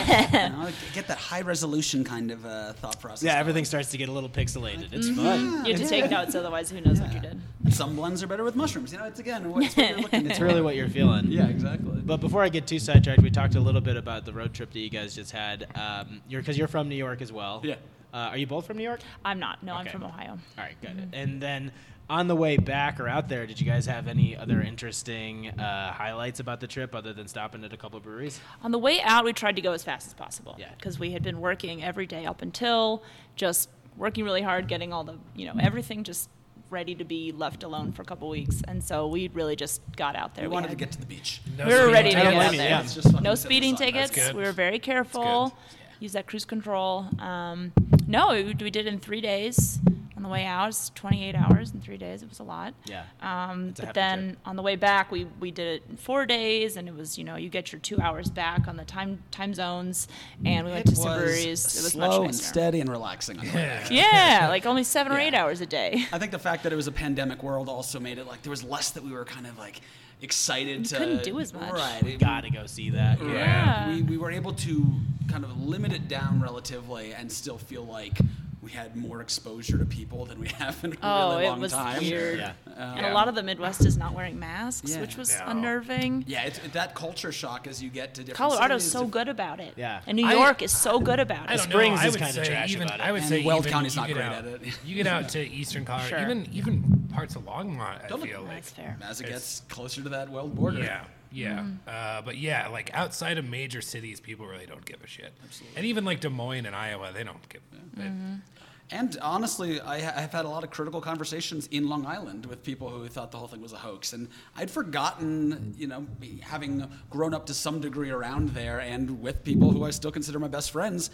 S3: know, get that high resolution kind of uh, thought process.
S1: Yeah,
S3: going.
S1: everything starts to get a little pixelated.
S5: Mm-hmm.
S1: It's fun.
S5: You have to take notes, otherwise, who knows what you did.
S3: Some blends are better with mushrooms. You know, it's again, what, it's what you're looking.
S1: It's really what you're feeling.
S3: Yeah, exactly.
S1: But before I get too sidetracked, we talked a little bit about the road trip that you guys just had. Um, you're because you're from New York as well.
S3: Yeah.
S1: Uh, are you both from New York?
S5: I'm not. No, I'm
S1: Okay.
S5: from Ohio.
S1: All right, got it. And then on the way back or out there, did you guys have any other interesting uh, highlights about the trip other than stopping at a couple breweries?
S5: On the way out, we tried to go as fast as possible.
S1: Yeah.
S5: Because we had been working every day up until just working really hard, getting all the, you know, everything just ready to be left alone for a couple weeks. And so we really just got out there.
S3: We wanted to
S5: had-
S3: get to the beach.
S4: No
S5: we were
S4: speed
S5: ready to
S4: limit.
S5: get
S1: blame
S5: out
S1: you,
S5: there.
S1: yeah.
S3: It's just fucking
S5: no
S3: sit in the
S5: speeding
S3: sun.
S5: tickets.
S4: good.
S5: We were very careful. Use that cruise control. Um, no, we we did it in three days. On the way out, it's 28 hours in three days. It was a lot.
S1: Yeah.
S5: Um,
S1: It's a
S5: but
S1: hefty
S5: then
S1: trip.
S5: on the way back, we, we did it in four days, and it was you know you get your two hours back on the time time zones, and we went to some breweries. It was
S3: slow
S5: much
S3: and
S5: nicer.
S3: steady and relaxing. On the way back.
S5: Yeah, like only seven or
S3: Yeah.
S5: eight hours a day.
S3: I think the fact that it was a pandemic world also made it like there was less that we were kind of like excited to.
S5: couldn't do as much.
S3: Right. it-
S1: Gotta go see that.
S3: right.
S4: Yeah.
S3: We, we were able to kind of limit it down relatively and still feel like we had more exposure to people than we have in a
S5: Oh,
S3: really
S5: it
S3: long
S5: was
S3: time.
S5: weird.
S1: Yeah.
S5: and a lot of the Midwest is not wearing masks,
S3: Yeah.
S5: which was
S4: No.
S5: unnerving.
S3: Yeah, it's that culture shock as you get to different.
S5: Colorado's
S3: cities,
S5: so
S3: different-
S5: good about it.
S1: Yeah.
S5: And New
S4: I-
S5: York is so good about
S4: I
S5: it.
S4: don't
S1: Springs
S4: know. I
S1: is
S4: would
S1: kinda
S4: say
S1: trash
S4: even,
S1: about it.
S4: I would
S3: And
S4: say
S3: Weld
S4: even
S3: County's
S4: you
S3: not
S4: get
S3: great
S4: out,
S3: at it.
S4: You get out to eastern Colorado,
S5: Sure.
S4: even even parts of Longmont. I
S3: Don't look
S4: feel
S3: at
S4: like
S5: That's fair.
S3: As it
S4: It's-
S3: gets closer to that world border.
S4: Yeah, yeah. Uh, but yeah, like outside of major cities, people really don't give a shit. Absolutely. And even like Des Moines and Iowa, they don't give. they-
S3: And honestly, I ha- I've had a lot of critical conversations in Long Island with people who thought the whole thing was a hoax. And I'd forgotten, you know, be- having grown up to some degree around there and with people who I still consider my best friends.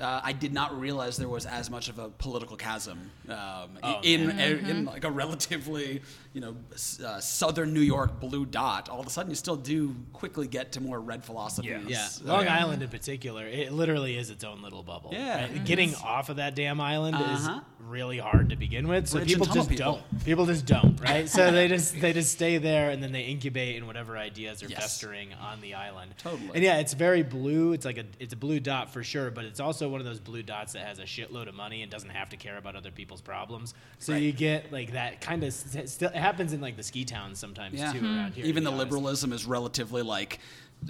S3: Uh, I did not realize there was as much of a political chasm um, i- in a, in like a relatively you know s- uh, southern New York blue dot. All of a sudden, you still do quickly get to more red philosophies.
S1: Yeah,
S3: Uh,
S1: Long Island in particular, it literally is its own little bubble.
S3: Yeah.
S1: right? getting off of that damn island
S3: Uh-huh.
S1: is really hard to begin with. So
S3: Bridge
S1: people
S3: and tunnel
S1: just
S3: people.
S1: don't. People just don't, right? so they just they just stay there and then they incubate in whatever ideas are
S3: Yes.
S1: festering on the island.
S3: Totally.
S1: And yeah, it's very blue. It's like a it's a blue dot for sure, but it's also one of those blue dots that has a shitload of money and doesn't have to care about other people's problems. So
S3: Right.
S1: you get like that kind of still it happens in like the ski towns sometimes
S3: Yeah. Hmm.
S1: too
S5: Hmm.
S1: around here. to
S3: Even
S1: be
S3: the
S1: honest.
S3: liberalism is relatively like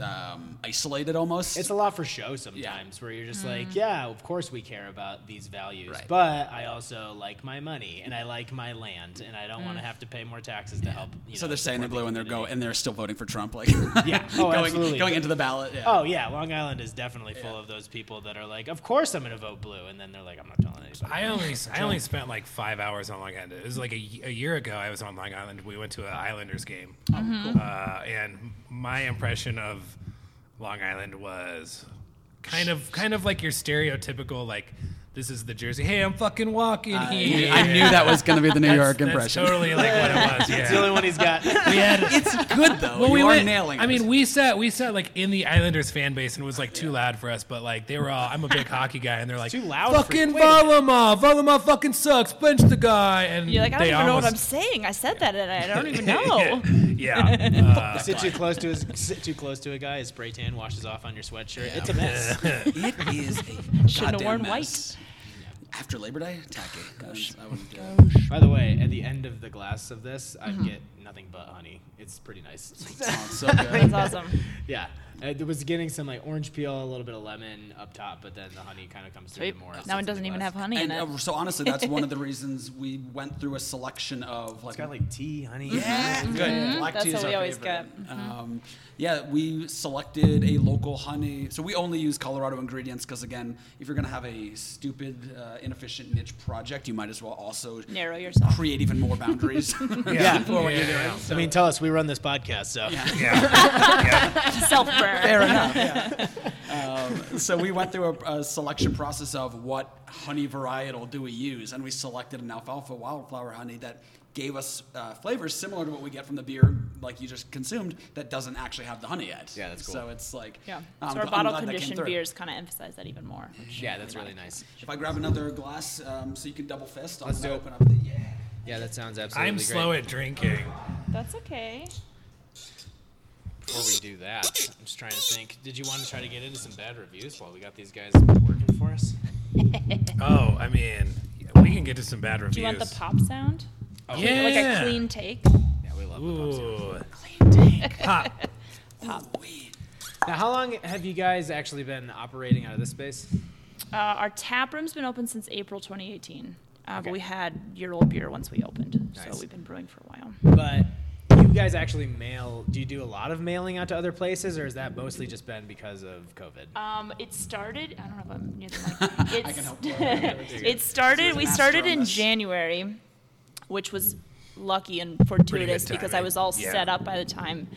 S3: um, isolated almost.
S1: It's a lot for show sometimes where you're just like, yeah, of course we care about these values, but I also like my money and I like my land and I don't want to have to pay more taxes to help. You
S3: so
S1: know,
S3: they're saying they're
S1: support
S3: blue and
S1: the
S3: they're go
S1: community.
S3: and they're still voting for Trump, like
S1: Yeah. Oh,
S3: going
S1: absolutely.
S3: going into the ballot. Yeah.
S1: Oh yeah, Long Island is definitely full of those people that are like, "Of course I'm going to vote blue," and then they're like, "I'm not telling anybody."
S4: I only I only spent like five hours on Long Island. It was like a, y- a year ago. I was on Long Island. We went to an Islanders game,
S3: Oh,
S4: uh, and my impression of Long Island was kind of kind of like your stereotypical like this is the Jersey. Hey, I'm fucking walking here.
S3: I knew that was going to be the New
S4: That's-
S3: York
S4: that's
S3: impression.
S4: totally like what it was.
S1: It's the only
S4: Yeah.
S1: one he's got.
S4: We had
S3: It's good though.
S4: well,
S3: you
S4: we
S3: are
S4: went,
S3: nailing.
S4: I
S3: it.
S4: mean, we sat we sat like in the Islanders fan base, and it was like too loud for us. But like they were all, I'm a big hockey guy, and they're like
S1: too loud for you.
S4: Fucking
S1: Wait a minute."
S4: Volama, Volama fucking sucks. Bench the guy, and
S5: You're like, I don't
S4: they
S5: even know what I'm
S4: almost,
S5: saying. I said that and I don't even know.
S4: yeah, Uh,
S1: sit too close to his, sit too close to a guy. His spray tan washes off on your sweatshirt. It's a mess.
S3: it is a
S5: Shouldn't have
S3: goddamn
S5: worn
S3: mess. After Labor Day, tacky. Gosh, I wouldn't uh, do it.
S1: By the way, at the end of the glass of this, I get nothing but honey. It's pretty nice.
S3: Oh, it's so good.
S5: That's awesome.
S1: Yeah, it was getting some like orange peel, a little bit of lemon up top, but then the honey kind of comes through
S5: Sweet.
S1: the more.
S5: Now it doesn't even have honey in
S3: And
S5: it.
S3: uh, so honestly, that's one of the reasons we went through a selection of like
S1: like tea, honey.
S3: Yeah, good.
S5: Mm-hmm.
S3: Black
S5: That's
S3: tea
S5: what
S3: is
S5: we
S3: our
S5: always
S3: favorite. Um, yeah, we selected a local honey. So we only use Colorado ingredients because, again, if you're going to have a stupid, uh, inefficient niche project, you might as well also
S5: Narrow yourself.
S3: create even more boundaries.
S4: yeah,
S3: for what you're
S4: Yeah.
S3: doing.
S1: I
S3: So-
S1: mean, tell us, we run this podcast, so
S5: Self burn.
S3: Um, so we went through a, a selection process of what honey varietal do we use, and we selected an alfalfa wildflower honey that gave us uh, flavors similar to what we get from the beer, like you just consumed, that doesn't actually have the honey yet.
S1: Yeah, that's cool.
S3: So it's like
S5: Yeah.
S3: I'm
S5: So our
S3: gl- Um, I'm
S5: bottle
S3: glad that came
S5: conditioned
S3: through.
S5: beers kind of emphasize that even more.
S1: yeah, that's really nice.
S3: If I grab another glass, um, so you can double fist, I'm
S1: Let's
S3: gonna
S1: do
S3: open up the yeah.
S1: Yeah, that sounds absolutely.
S4: I'm slow at drinking.
S5: That's okay.
S1: Before we do that, I'm just trying to think. Did you want to try to get into some bad reviews while we got these guys working for us?
S4: Oh, I mean, we can get to some bad reviews. Oh,
S5: Do you want the pop sound?
S4: Yeah,
S5: Like a clean take? Uh,
S1: Yeah, we love.
S4: Ooh. Pop.
S5: Pop.
S1: Now, how long have you guys actually been operating out of this space?
S5: Uh, our tap room's been open since April 2018. Uh, But we had year old beer once we opened.
S1: Nice.
S5: So we've been brewing for a while.
S1: But you guys actually mail. Do you do a lot of mailing out to other places, or has that mostly just been because of COVID?
S5: Um, it started. I don't know if I'm near the mic. It's,
S3: can help.
S5: it started. We
S3: master
S5: started
S3: on
S5: in
S3: this.
S5: January, which was lucky and
S4: Pretty
S5: fortuitous
S4: good
S5: because I
S4: timing.
S5: was all
S4: Yeah.
S5: set up by the time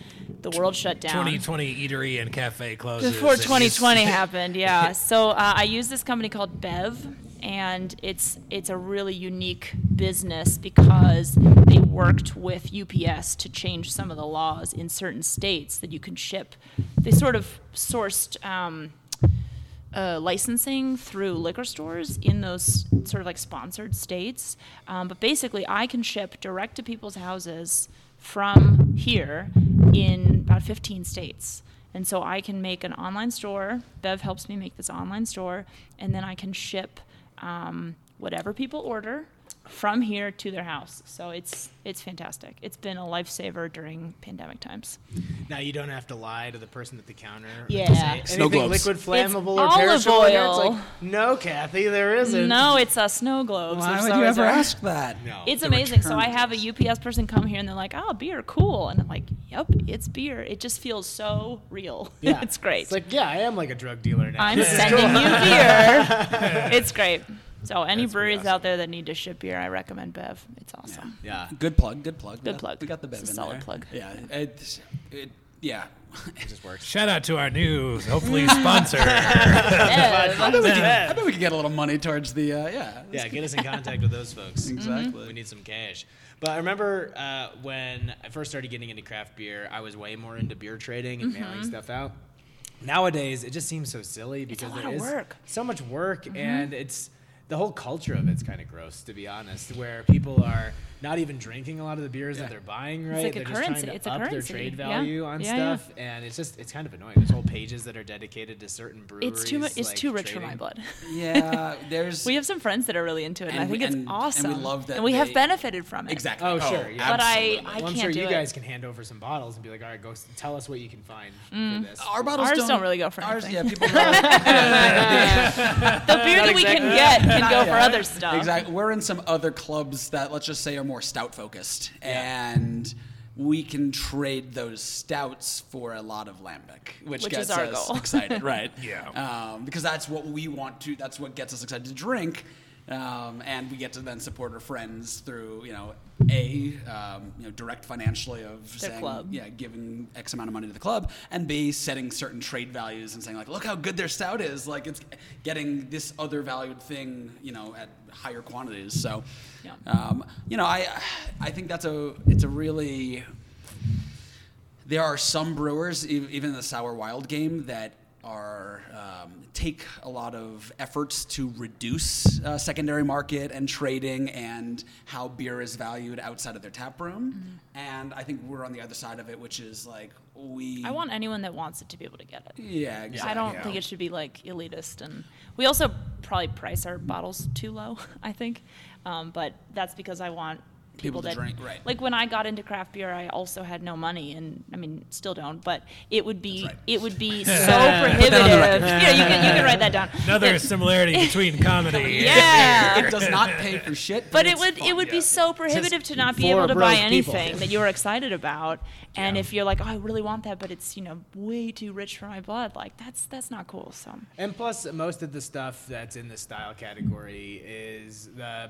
S5: the world shut down.
S4: 2020 eatery and cafe closes.
S5: Before
S4: and you
S5: 2020 happened, yeah. So uh, I use this company called Bev, and it's it's a really unique business because they worked with UPS to change some of the laws in certain states that you can ship. They sort of sourced. Um, uh, licensing through
S3: Mm-hmm.
S5: liquor stores in those sort of like sponsored states. Um, but basically, I can ship direct to people's houses from here in about 15 states. And so I can make an online store. Bev helps me make this online store, and then I can ship um, whatever people order from here to their house. So it's it's fantastic. It's been a lifesaver during pandemic times.
S1: Now you don't have to lie to the person at the counter. and
S5: Yeah.
S1: say, Anything
S3: Snow globes.
S1: liquid, flammable, or
S5: olive
S1: perishable? in there?" It's
S5: oil.
S1: like, no, Kathy, there isn't.
S5: No, it's uh, snow globes.
S3: Why
S5: There's
S3: would you
S5: always
S3: ever
S5: a-
S3: ask that?
S1: No.
S5: It's
S3: The
S5: amazing. So
S3: return
S5: I have a UPS person come here and they're like, "Oh, beer, cool," and I'm like, "Yep, it's beer. It just feels so real.
S1: Yeah.
S5: it's great.
S1: It's like, yeah, I am like a drug dealer now.
S5: I'm
S1: This is
S5: sending
S1: cool.
S5: you beer. it's great. So any
S1: That's pretty
S5: breweries out there that need to ship beer, I recommend Bev. It's awesome.
S1: Yeah.
S3: Good plug. Good plug.
S5: Good
S3: We-
S5: plug.
S3: We got the bit
S5: It's a
S3: in
S5: solid
S3: there.
S5: plug.
S3: Yeah. It, it, yeah.
S4: Shout out to our new, hopefully, sponsor.
S5: Bev.
S3: I bet we could get a little money towards the. Uh, yeah.
S1: Yeah, get us in contact with those folks.
S3: Exactly.
S1: We need some cash. But I remember uh, when I first started getting into craft beer, I was way more into beer trading and mailing stuff out. Nowadays, it just seems so silly
S5: Mm-hmm. a
S1: because
S5: lot
S1: there
S5: of
S1: is
S5: work. Mm-hmm.
S1: so much work, and it's the whole culture of it's kind of gross, to be honest. Where people are not even drinking a lot of the beers that they're buying, right?
S5: like a
S1: they're just
S5: currency.
S1: trying to
S5: It's a
S1: up their
S5: currency.
S1: trade
S5: Yeah.
S1: value on
S5: Yeah, yeah.
S1: stuff, and it's just it's kind of annoying. There's whole pages that are dedicated to certain breweries.
S5: It's too much. It's
S1: like,
S5: too rich for
S1: trading.
S5: my blood.
S3: Yeah. There's.
S5: We have some friends that are really into it, and,
S3: And
S5: I think
S3: we-
S5: it's
S3: and- and we
S5: awesome.
S3: love that
S5: And we have
S3: they-
S5: benefited from it.
S3: exactly.
S1: Oh, sure, yeah.
S5: But I,
S3: absolutely.
S5: I
S1: Well, I'm
S5: can't
S1: sure
S5: do
S1: you
S5: it.
S1: guys can hand over some bottles and be like, all right, go s- tell us what you can find
S5: Mm.
S1: for this.
S3: Our bottles
S5: Ours don't really go for
S3: ours,
S5: anything.
S3: Yeah, people know.
S5: the beer that we can get can go for other stuff.
S3: exactly. We're in some other clubs that let's just say are more stout focused, and we can trade those stouts for a lot of lambic, which,
S5: Which
S3: gets
S5: is our
S3: us
S5: goal.
S3: excited, right?
S4: Yeah.
S3: um, because that's what we want to. That's what gets us excited to drink. Um, and we get to then support our friends through, you know, a um, you know direct financially of saying,
S5: club.
S3: yeah, giving X amount of money to the club, and B, setting certain trade values and saying like, look how good their stout is. Like it's getting this other valued thing, you know, at higher quantities. So,
S5: Yeah.
S3: um, you know, I I think that's a it's a really there are some brewers, e- even in the Sour Wild game, that are um, take a lot of efforts to reduce uh, secondary market and trading and how beer is valued outside of their tap room.
S5: Mm-hmm.
S3: And I think we're on the other side of it, which is like we.
S5: I want anyone that wants it to be able to get it.
S3: Yeah, exactly.
S5: I don't think it should be like elitist, and we also probably price our bottles too low. I think, um, but that's because I want people,
S3: People to
S5: that
S3: drink, right.
S5: like when I got into craft beer, I also had no money, and I mean still don't. But it would be
S3: That's right.
S5: it would be so prohibitive. yeah, you can you can write that down.
S4: Another
S5: That-
S4: similarity between comedy. and
S5: yeah.
S3: It does not pay for shit.
S5: But it
S3: it's
S5: would it
S3: fun.
S5: would be so prohibitive to not be
S1: for
S5: able to buy
S1: broke people.
S5: anything that you're excited about, and
S4: Yeah.
S5: if you're like, oh, I really want that, but it's you know way too rich for my blood, like that's that's not cool. So
S1: And plus, most of the stuff that's in the style category is the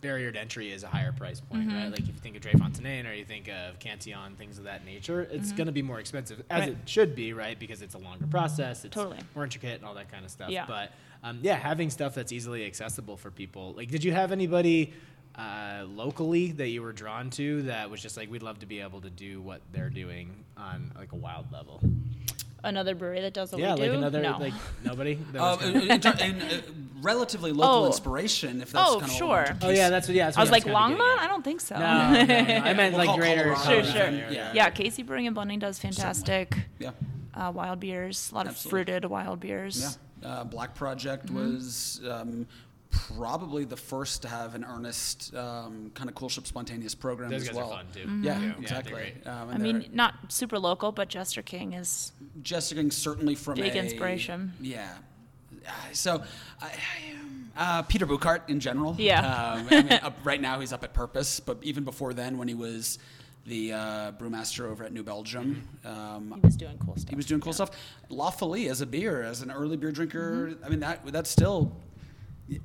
S1: barrier to entry is a higher price point,
S5: Mm-hmm.
S1: right? Like if you think of Dre Fontaine or you think of Cantillon, things of that nature, it's going to be more expensive, as
S5: Mm-hmm. Right.
S1: it should be, right? Because it's a longer process, it's
S5: Totally.
S1: more intricate, and all that kind of stuff.
S5: Yeah.
S1: But um, yeah, having stuff that's easily accessible for people. Like, did you have anybody? Uh, locally that you were drawn to that was just like we'd love to be able to do what they're doing on like a wild level
S5: another brewery that does what
S1: yeah
S5: we
S1: like
S5: do.
S1: another
S5: no.
S1: like nobody that
S3: Uh,
S1: was
S3: in, in, in, uh, relatively local
S5: Oh.
S3: inspiration, if that's
S5: oh
S3: kind of
S5: sure.
S1: Oh yeah, that's what. Yeah, that's
S5: I
S1: what
S5: was like
S1: kinda getting
S5: Longmont.
S1: at.
S5: I don't think so.
S1: No, no, no, I meant
S3: We'll
S1: like
S3: call
S1: greater.
S3: Colorado.
S5: sure,
S3: Yeah,
S5: sure.
S3: yeah, yeah.
S5: Yeah, Casey Brewing and Blending does fantastic
S3: Yeah.
S5: uh, wild beers. A lot
S3: Absolutely.
S5: of fruited wild beers.
S3: Yeah. Uh, Black Project
S5: Mm-hmm.
S3: was um, probably the first to have an earnest um, kind of cool ship spontaneous program
S1: Those
S3: as
S1: guys are
S3: well.
S1: fun too.
S3: Yeah,
S1: Yeah, they're
S3: exactly.
S1: great.
S3: Um,
S5: Mm-hmm. I
S3: and
S5: mean, not super local, but Jester King is
S3: Jessica's certainly from
S5: Big
S3: a-
S5: inspiration.
S3: Yeah. Uh, So, I, I, uh, Peter Buchart in general.
S5: Yeah.
S3: Um, I mean, up, right now he's up at Purpose, but even before then, when he was the uh, brewmaster over at New Belgium, um,
S5: Mm-hmm. he was doing cool stuff.
S3: he was doing cool stuff. La Folie as a beer, as an early beer drinker.
S1: Mm-hmm.
S3: I mean, that that's still,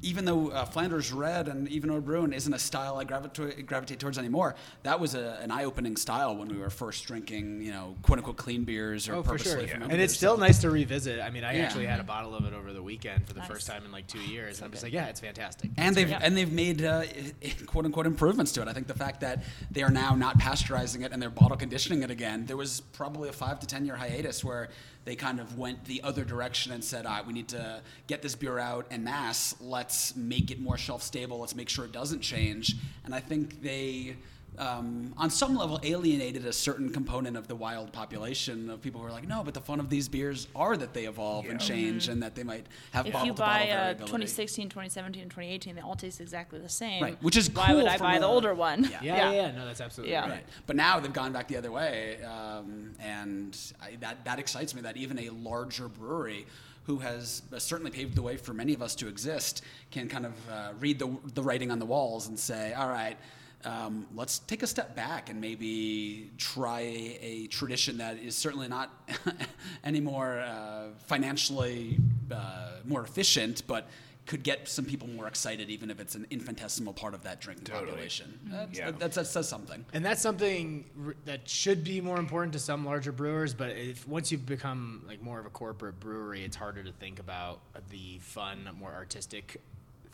S3: even though uh, Flanders Red and even Old Bruin isn't a style I gravitate gravitate towards anymore. That was a, an eye opening style when we were first drinking, you know, quote unquote clean beers or
S1: Oh, for
S3: purposely.
S1: sure.
S3: fermented
S1: And it's
S3: beers.
S1: still nice to revisit. I mean, I
S3: Yeah.
S1: actually had a bottle of it over the weekend for the
S5: Nice.
S1: first time in like two years, and I'm just like, yeah, it's fantastic.
S3: And they've
S5: Yeah.
S3: and they've made uh, quote unquote improvements to it. I think the fact that they are now not pasteurizing it and they're bottle conditioning it again. There was probably a five to ten year hiatus where they kind of went the other direction and said, "Ah, we need to get this beer out en masse. Let's make it more shelf stable. Let's make sure it doesn't change." And I think they um, on some level alienated a certain component of the wild population of people who are like, no, but the fun of these beers are that they evolve and change and that they might have
S5: Mm-hmm. If
S3: bottle
S5: you
S3: to bottle
S5: buy a
S3: variability.
S5: 2016, 2017, and 2018, they all taste exactly the same.
S3: Right, which is
S5: why
S3: cool
S5: would I
S3: for
S5: buy the
S3: a-
S5: older one?
S3: Yeah.
S1: Yeah, yeah, yeah, no, that's absolutely
S5: Yeah.
S1: right.
S3: Right. But now they've gone back the other way, um, and I, that that excites me. That even a larger brewery, who has uh, certainly paved the way for many of us to exist, can kind of uh, read the the writing on the walls and say, "All right." Um, let's take a step back and maybe try a tradition that is certainly not any more uh, financially uh, more efficient, but could get some people more excited, even if it's an infinitesimal part of that drink population. That's,
S4: Yeah.
S3: that, that's, that says something.
S1: And that's something r- that should be more important to some larger brewers, but if once you become like more of a corporate brewery, it's harder to think about the fun, more artistic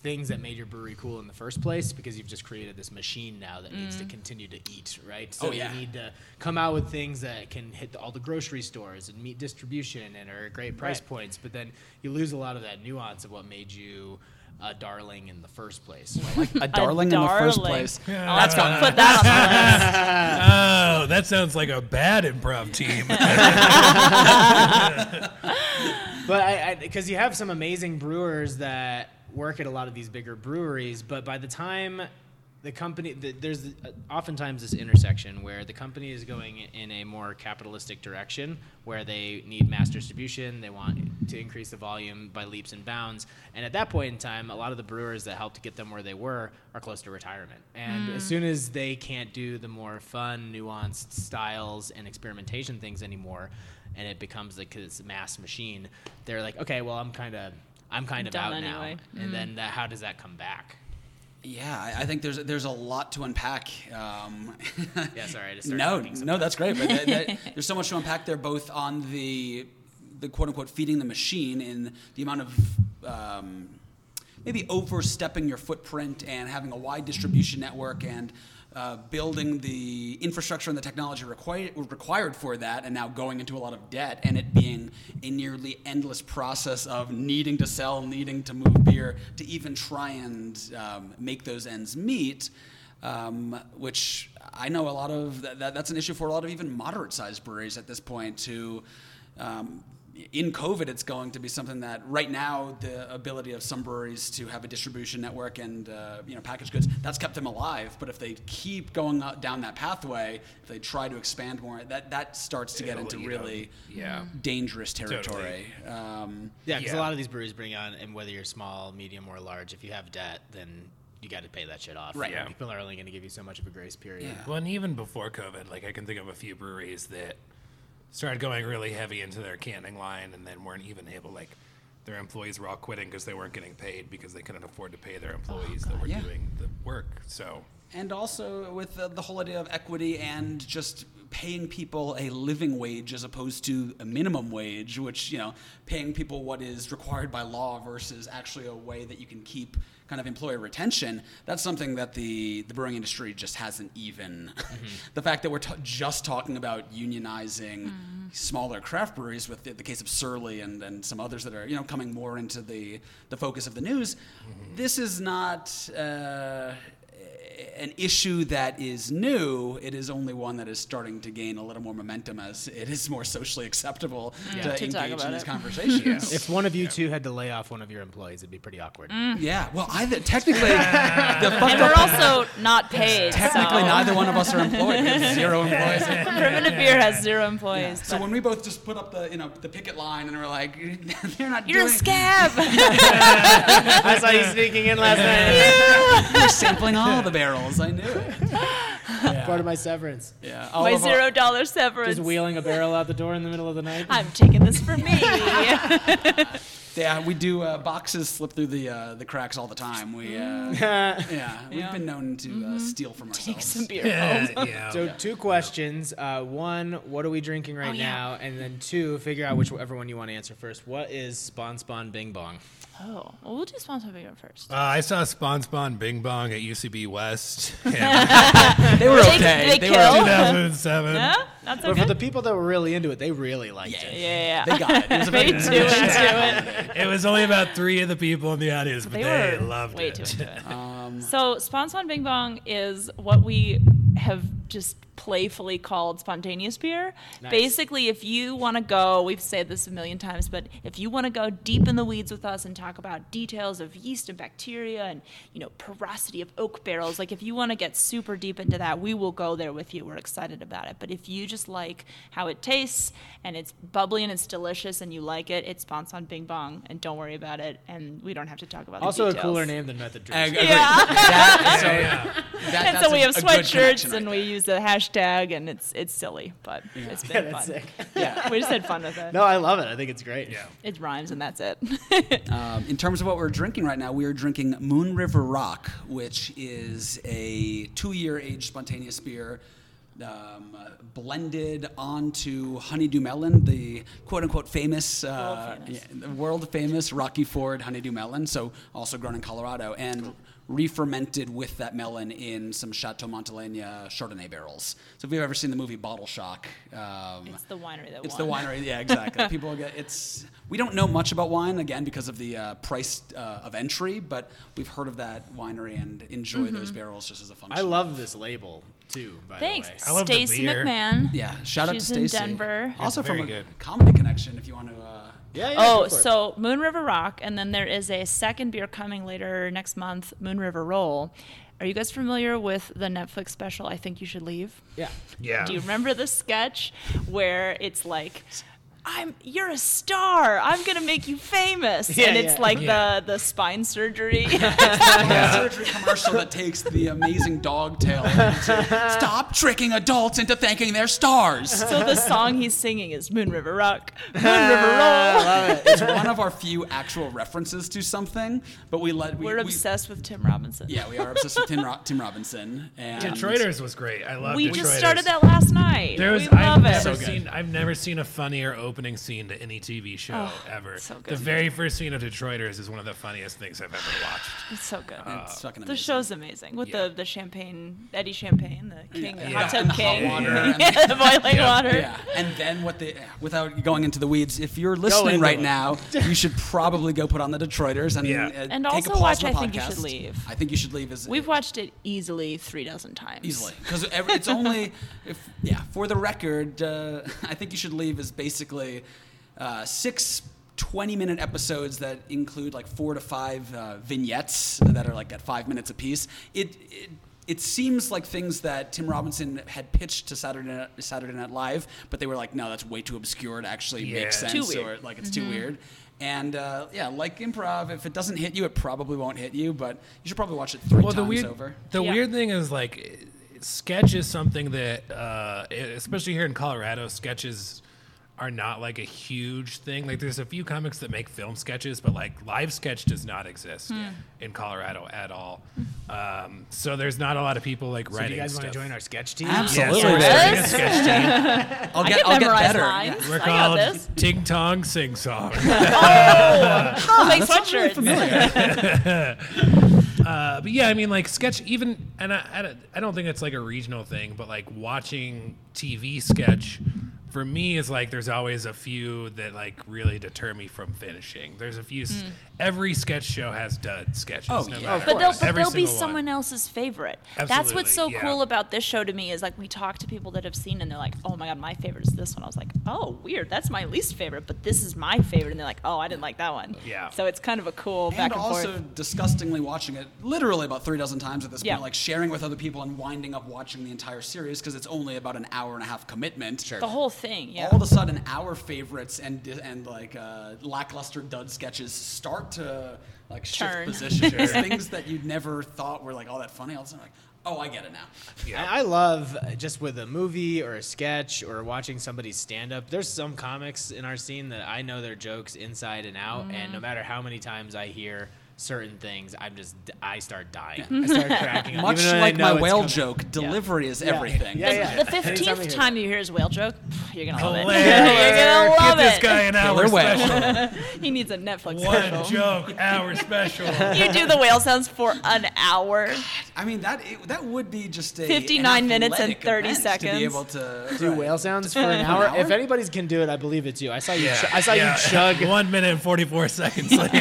S1: things that made your brewery cool in the first place because you've just created this machine now that needs to continue to eat, right? So
S3: Oh, yeah.
S1: you need to come out with things that can hit all the grocery stores and meet distribution and are at great price
S3: Right.
S1: points, but then you lose a lot of that nuance of what made you a darling in the first place. right?
S3: a darling in the first
S5: darling.
S3: place.
S5: I'll have to put that
S4: Oh,
S5: on the list.
S4: that sounds like a bad improv team.
S1: But I, because you have some amazing brewers that work at a lot of these bigger breweries, but by the time the company, the, there's uh, oftentimes this intersection where the company is going in a more capitalistic direction, where they need mass distribution, they want to increase the volume by leaps and bounds, and at that point in time, a lot of the brewers that helped get them where they were are close to retirement, and as soon as they can't do the more fun, nuanced styles and experimentation things anymore, and it becomes like this mass machine they're like okay well i'm kind of i'm kind of out
S5: Done anyway. Mm-hmm.
S1: now and then that, how does that come back
S3: Yeah, I, I think there's there's a lot to unpack. Um,
S1: yeah sorry i just started
S3: no,
S1: talking so
S3: no, that's great. But that, that, there's so much to unpack there, both on the the quote unquote feeding the machine in the amount of um, maybe overstepping your footprint and having a wide distribution network and uh, building the infrastructure and the technology required required for that, and now going into a lot of debt, and it being a nearly endless process of needing to sell, needing to move beer, to even try and um, make those ends meet um, which I know a lot of that, that, that's an issue for a lot of even moderate sized breweries at this point. To um, in COVID, it's going to be something that right now the ability of some breweries to have a distribution network and uh, you know packaged goods that's kept them alive. But if they keep going out- down that pathway, if they try to expand more, that that starts to get
S4: It'll
S3: into
S4: eat 'em.
S3: really
S4: Yeah.
S3: dangerous territory. Um,
S1: yeah because a
S4: Yeah.
S1: lot of these breweries bring on and whether you're small medium or large if you have debt then you got to pay that shit off
S3: Right.
S1: And
S4: Yeah.
S1: people are only going to give you so much of a grace period
S3: Yeah.
S4: Well, and even before COVID, like I can think of a few breweries that started going really heavy into their canning line and then weren't even able, like, their employees were all quitting because they weren't getting paid because they couldn't afford to pay
S5: Oh,
S4: their employees that were
S3: yeah.
S4: doing the work. So,
S3: And also with the, the whole idea of equity and just paying people a living wage as opposed to a minimum wage, which, you know, paying people what is required by law versus actually a way that you can keep kind of employer retention, that's something that the, the brewing industry just hasn't even. the fact that we're t- just talking about unionizing smaller craft breweries with the, the case of Surly and, and some others that are, you know, coming more into the, the focus of the news, this is not... Uh, an issue that is new, it is only one that is starting to gain a little more momentum as it is more socially acceptable to,
S5: To talk
S3: engage
S5: about
S3: in these
S5: it.
S3: conversations.
S1: if one of you two had to lay off one of your employees it'd be pretty awkward
S5: Mm.
S3: yeah, well, either technically, the fucked
S5: And we're
S3: up,
S5: also not paid.
S3: technically
S5: so.
S3: neither one of us are employed. We have zero employees.
S5: Primitive Beer has zero employees.
S3: So
S5: but-
S3: when we both just put up the you know the picket line and we're like, they're not
S5: You're a
S3: doing
S5: scab.
S1: i saw you sneaking in last night
S3: You're sampling all the barrels. I knew it.
S1: part of my severance
S3: Yeah, Oh, all
S5: My
S3: of our-
S5: zero dollar severance.
S1: just wheeling a barrel out the door in the middle of the night
S5: I'm taking this for me.
S3: Yeah, we do. Uh, boxes slip through the uh, the cracks all the time. We uh, yeah, we've been known to uh, steal from ourselves.
S5: Mm. Mm-hmm. Take some beer.
S4: uh, yeah.
S1: So two questions. Uh, one, what are we drinking right
S5: Oh, yeah.
S1: now? And then two, figure out whichever one you want to answer first. What is Spawn Spawn Bing Bong?
S5: Oh, well, we'll do sponsor beer first.
S4: uh, I saw Spawn Spawn Bing Bong at UCB West in
S3: They were
S5: They-
S3: okay.
S5: they
S3: were
S5: kill.
S3: okay.
S4: 2007.
S5: Yeah, not
S1: But
S5: so
S1: for
S5: good.
S1: the people that were really into it, they really liked it.
S5: yeah,
S3: They got it. It was a very
S5: Way too into it.
S4: It was only about three of the people in the audience, but
S5: They
S4: they,
S5: were
S4: loved
S5: way
S4: it.
S5: too into it. so, Spawn Spawn Bing Bong is what we have just playfully called spontaneous beer. Basically, if you want to go, we've said this a million times, but if you want to go deep in the weeds with us and talk about details of yeast and bacteria and, you know, porosity of oak barrels, like if you want to get super deep into that, we will go there with you. We're excited about it. But if you just like how it tastes and it's bubbly and it's delicious and you like it, it's Bon Son Bing Bong and don't worry about it. And we don't have to talk about
S1: Also,
S5: the
S1: a
S5: details.
S1: cooler name than Method Drew.
S3: Ag-
S5: Yeah.
S4: So, yeah.
S3: That-
S5: and
S3: that's
S5: so we
S3: a-
S5: have
S3: a good
S5: sweatshirts
S3: connection
S5: and
S3: right
S5: we use the hashtag and it's it's silly, but it's been
S1: that's
S5: fun.
S1: sick.
S5: Yeah, we just had fun with it.
S1: No, I love it. I think it's great.
S4: Yeah.
S5: It rhymes and that's it.
S3: Um, in terms of what we're drinking right now, we are drinking Moon River Rock, which is a two-year aged spontaneous beer. Um, blended onto honeydew melon, the quote-unquote famous, uh,
S5: World famous.
S3: yeah, world famous Rocky Ford honeydew melon, so also grown in Colorado and re-fermented with that melon in some Chateau Montelena Chardonnay barrels. So if you've ever seen the movie Bottle Shock, um,
S5: it's the winery that
S3: it's
S5: won.
S3: the winery. Yeah, exactly. People get it's. We don't know much about wine again because of the uh, price uh, of entry, but we've heard of that winery and enjoy
S5: Mm-hmm.
S3: those barrels just as a function.
S1: I love this label too. By
S5: Thanks,
S1: the way.
S4: I love the
S5: Stacy
S4: beer.
S5: McMahon.
S3: Yeah, shout
S5: She's
S3: out
S5: in
S3: to Stacy.
S5: Denver.
S3: Also
S4: It's
S3: from
S4: very
S3: a
S4: good.
S3: comedy connection, if you want to. Uh,
S1: Yeah, yeah,
S5: Oh,
S1: go for it.
S5: so Moon River Rock, and then there is a second beer coming later next month, Moon River Roll. Are you guys familiar with the Netflix special? I think you should leave.
S1: yeah.
S4: yeah.
S5: Do you remember the sketch where it's like, "I'm you're a star. I'm gonna make you famous,"
S1: Yeah,
S5: and it's
S1: yeah.
S5: like
S4: Yeah.
S5: the the spine surgery.
S3: surgery commercial that takes the amazing dog tail. into, Stop tricking adults into thanking their stars.
S5: so the song he's singing is Moon River Rock, Moon River
S3: Uh,
S5: Roll.
S3: It's one of our few actual references to something, but we let we,
S5: We're
S3: we-
S5: obsessed with Tim Robinson.
S3: Yeah, we are obsessed with Tim, Ro- Tim Robinson and
S4: Detroiters was great. I love
S5: we
S4: Detroiters.
S5: just started that last night.
S4: There was,
S5: we
S4: I've
S5: love it.
S4: never seen I've never seen a funnier opening scene to any TV show ever.
S5: Oh, so good.
S4: The very first scene of Detroiters is one of the funniest things I've ever watched.
S5: It's so good.
S3: It's fucking
S5: the
S3: amazing.
S5: show's amazing with
S4: Yeah.
S5: the the champagne, Eddie Champagne, the king, the
S4: Yeah.
S5: hot tub
S3: And the hot
S5: king,
S3: water
S5: Yeah,
S3: and-
S5: the boiling water.
S3: Yeah, and then what the without going into the weeds, if you're
S1: into
S3: listening right
S1: it.
S3: now, you should probably go put on the Detroiters and
S4: Yeah.
S3: uh,
S5: And
S3: take
S5: also
S3: a pause
S5: watch
S3: from the
S5: I Think You Should
S3: podcast.
S5: Leave.
S3: I think you should leave. Is
S5: We've watched it easily three dozen times.
S3: easily because it's only if yeah. For the record, uh, I think you should leave is basically uh, six. 20 minute episodes that include like four to five uh, vignettes that are like at five minutes apiece. It, it it seems like things that Tim Robinson had pitched to Saturday Night, Saturday Night Live, but they were like, no, that's way too obscure to actually
S4: Yeah.
S3: make sense.
S5: Too weird.
S3: Or, like it's too weird. And uh, yeah, like improv, if it doesn't hit you, it probably won't hit you. But you should probably watch it three
S4: well, the
S3: times
S4: weird,
S3: over.
S4: The
S5: Yeah.
S4: weird thing is like sketch is something that uh, especially here in Colorado, sketches are not like a huge thing. Like there's a few comics that make film sketches, but like live sketch does not exist
S5: Hmm.
S4: in Colorado at all. Um, so there's not a lot of people like
S1: Do
S4: writing.
S1: you guys want
S4: stuff.
S1: to join our sketch team?
S3: Absolutely.
S4: Yeah, so
S5: Yes.
S4: we're starting a sketch team.
S3: I'll
S5: I
S3: get,
S5: can
S3: I'll get
S5: memorize
S3: better.
S5: lines.
S4: We're
S5: I got
S4: called
S5: this.
S4: Ting Tong Sing Song.
S5: I'll make sweatshirts.
S4: Uh, but yeah, I mean, like sketch even, and I, I, don't- I don't think it's like a regional thing, but like watching TV sketch for me is like there's always a few that like really deter me from finishing. There's a few.
S5: Hmm.
S4: s Every sketch show has dud sketches.
S3: Oh,
S4: no matter
S3: yeah. Of
S5: But
S4: what.
S5: they'll, but
S4: Every
S5: they'll be
S4: single one.
S5: someone else's favorite. That's
S4: Absolutely,
S5: what's so
S4: yeah.
S5: cool about this show to me is like we talk to people that have seen and they're like, oh my god, my favorite is this one. I was like, oh weird, that's my least favorite, but this is my favorite, and they're like, oh I didn't like that one.
S4: Yeah.
S5: So it's kind of a cool
S3: And
S5: back and
S3: also
S5: forth.
S3: disgustingly watching it literally about three dozen times at this
S5: Yeah.
S3: point, like sharing with other people and winding up watching the entire series because it's only about an hour and a half commitment. Sure.
S5: The whole thing. Yeah.
S3: All of a sudden, our favorites and and like uh, lackluster dud sketches start to like shift
S5: Turn.
S3: position. Things that you never thought were like all that funny. All of a sudden, like, oh, I get it now.
S1: I I love uh, just with a movie or a sketch or watching somebody stand up. There's some comics in our scene that I know their jokes inside and out, and
S5: Mm.
S1: no matter how many times I hear certain things, I'm just I start dying.
S5: Mm-hmm.
S1: I start cracking up.
S3: Much
S1: even when I
S3: like
S1: know
S3: my
S1: it's
S3: whale
S1: coming.
S3: joke, delivery is everything.
S1: Yeah, yeah.
S5: The
S1: Anytime I hear
S5: fifteenth time you hear his whale joke, you're gonna love it.
S4: Hilarious.
S5: You're gonna
S4: Get
S5: love
S4: this
S5: it.
S4: guy an hour
S3: Killer whale.
S4: special.
S5: He needs a Netflix
S4: One
S5: special.
S4: joke, hour special.
S5: You do the whale sounds for an hour.
S3: I mean that it, that would be just a an
S5: 59 minutes and
S3: athletic
S5: 30
S3: event to
S5: seconds.
S3: be able to
S1: Do whale sounds for an hour.
S3: hour?
S1: If anybody's can do it, I believe it's you. I saw you.
S4: Yeah,
S1: Ch- I saw
S4: yeah.
S1: you chug.
S4: One minute and forty-four seconds later.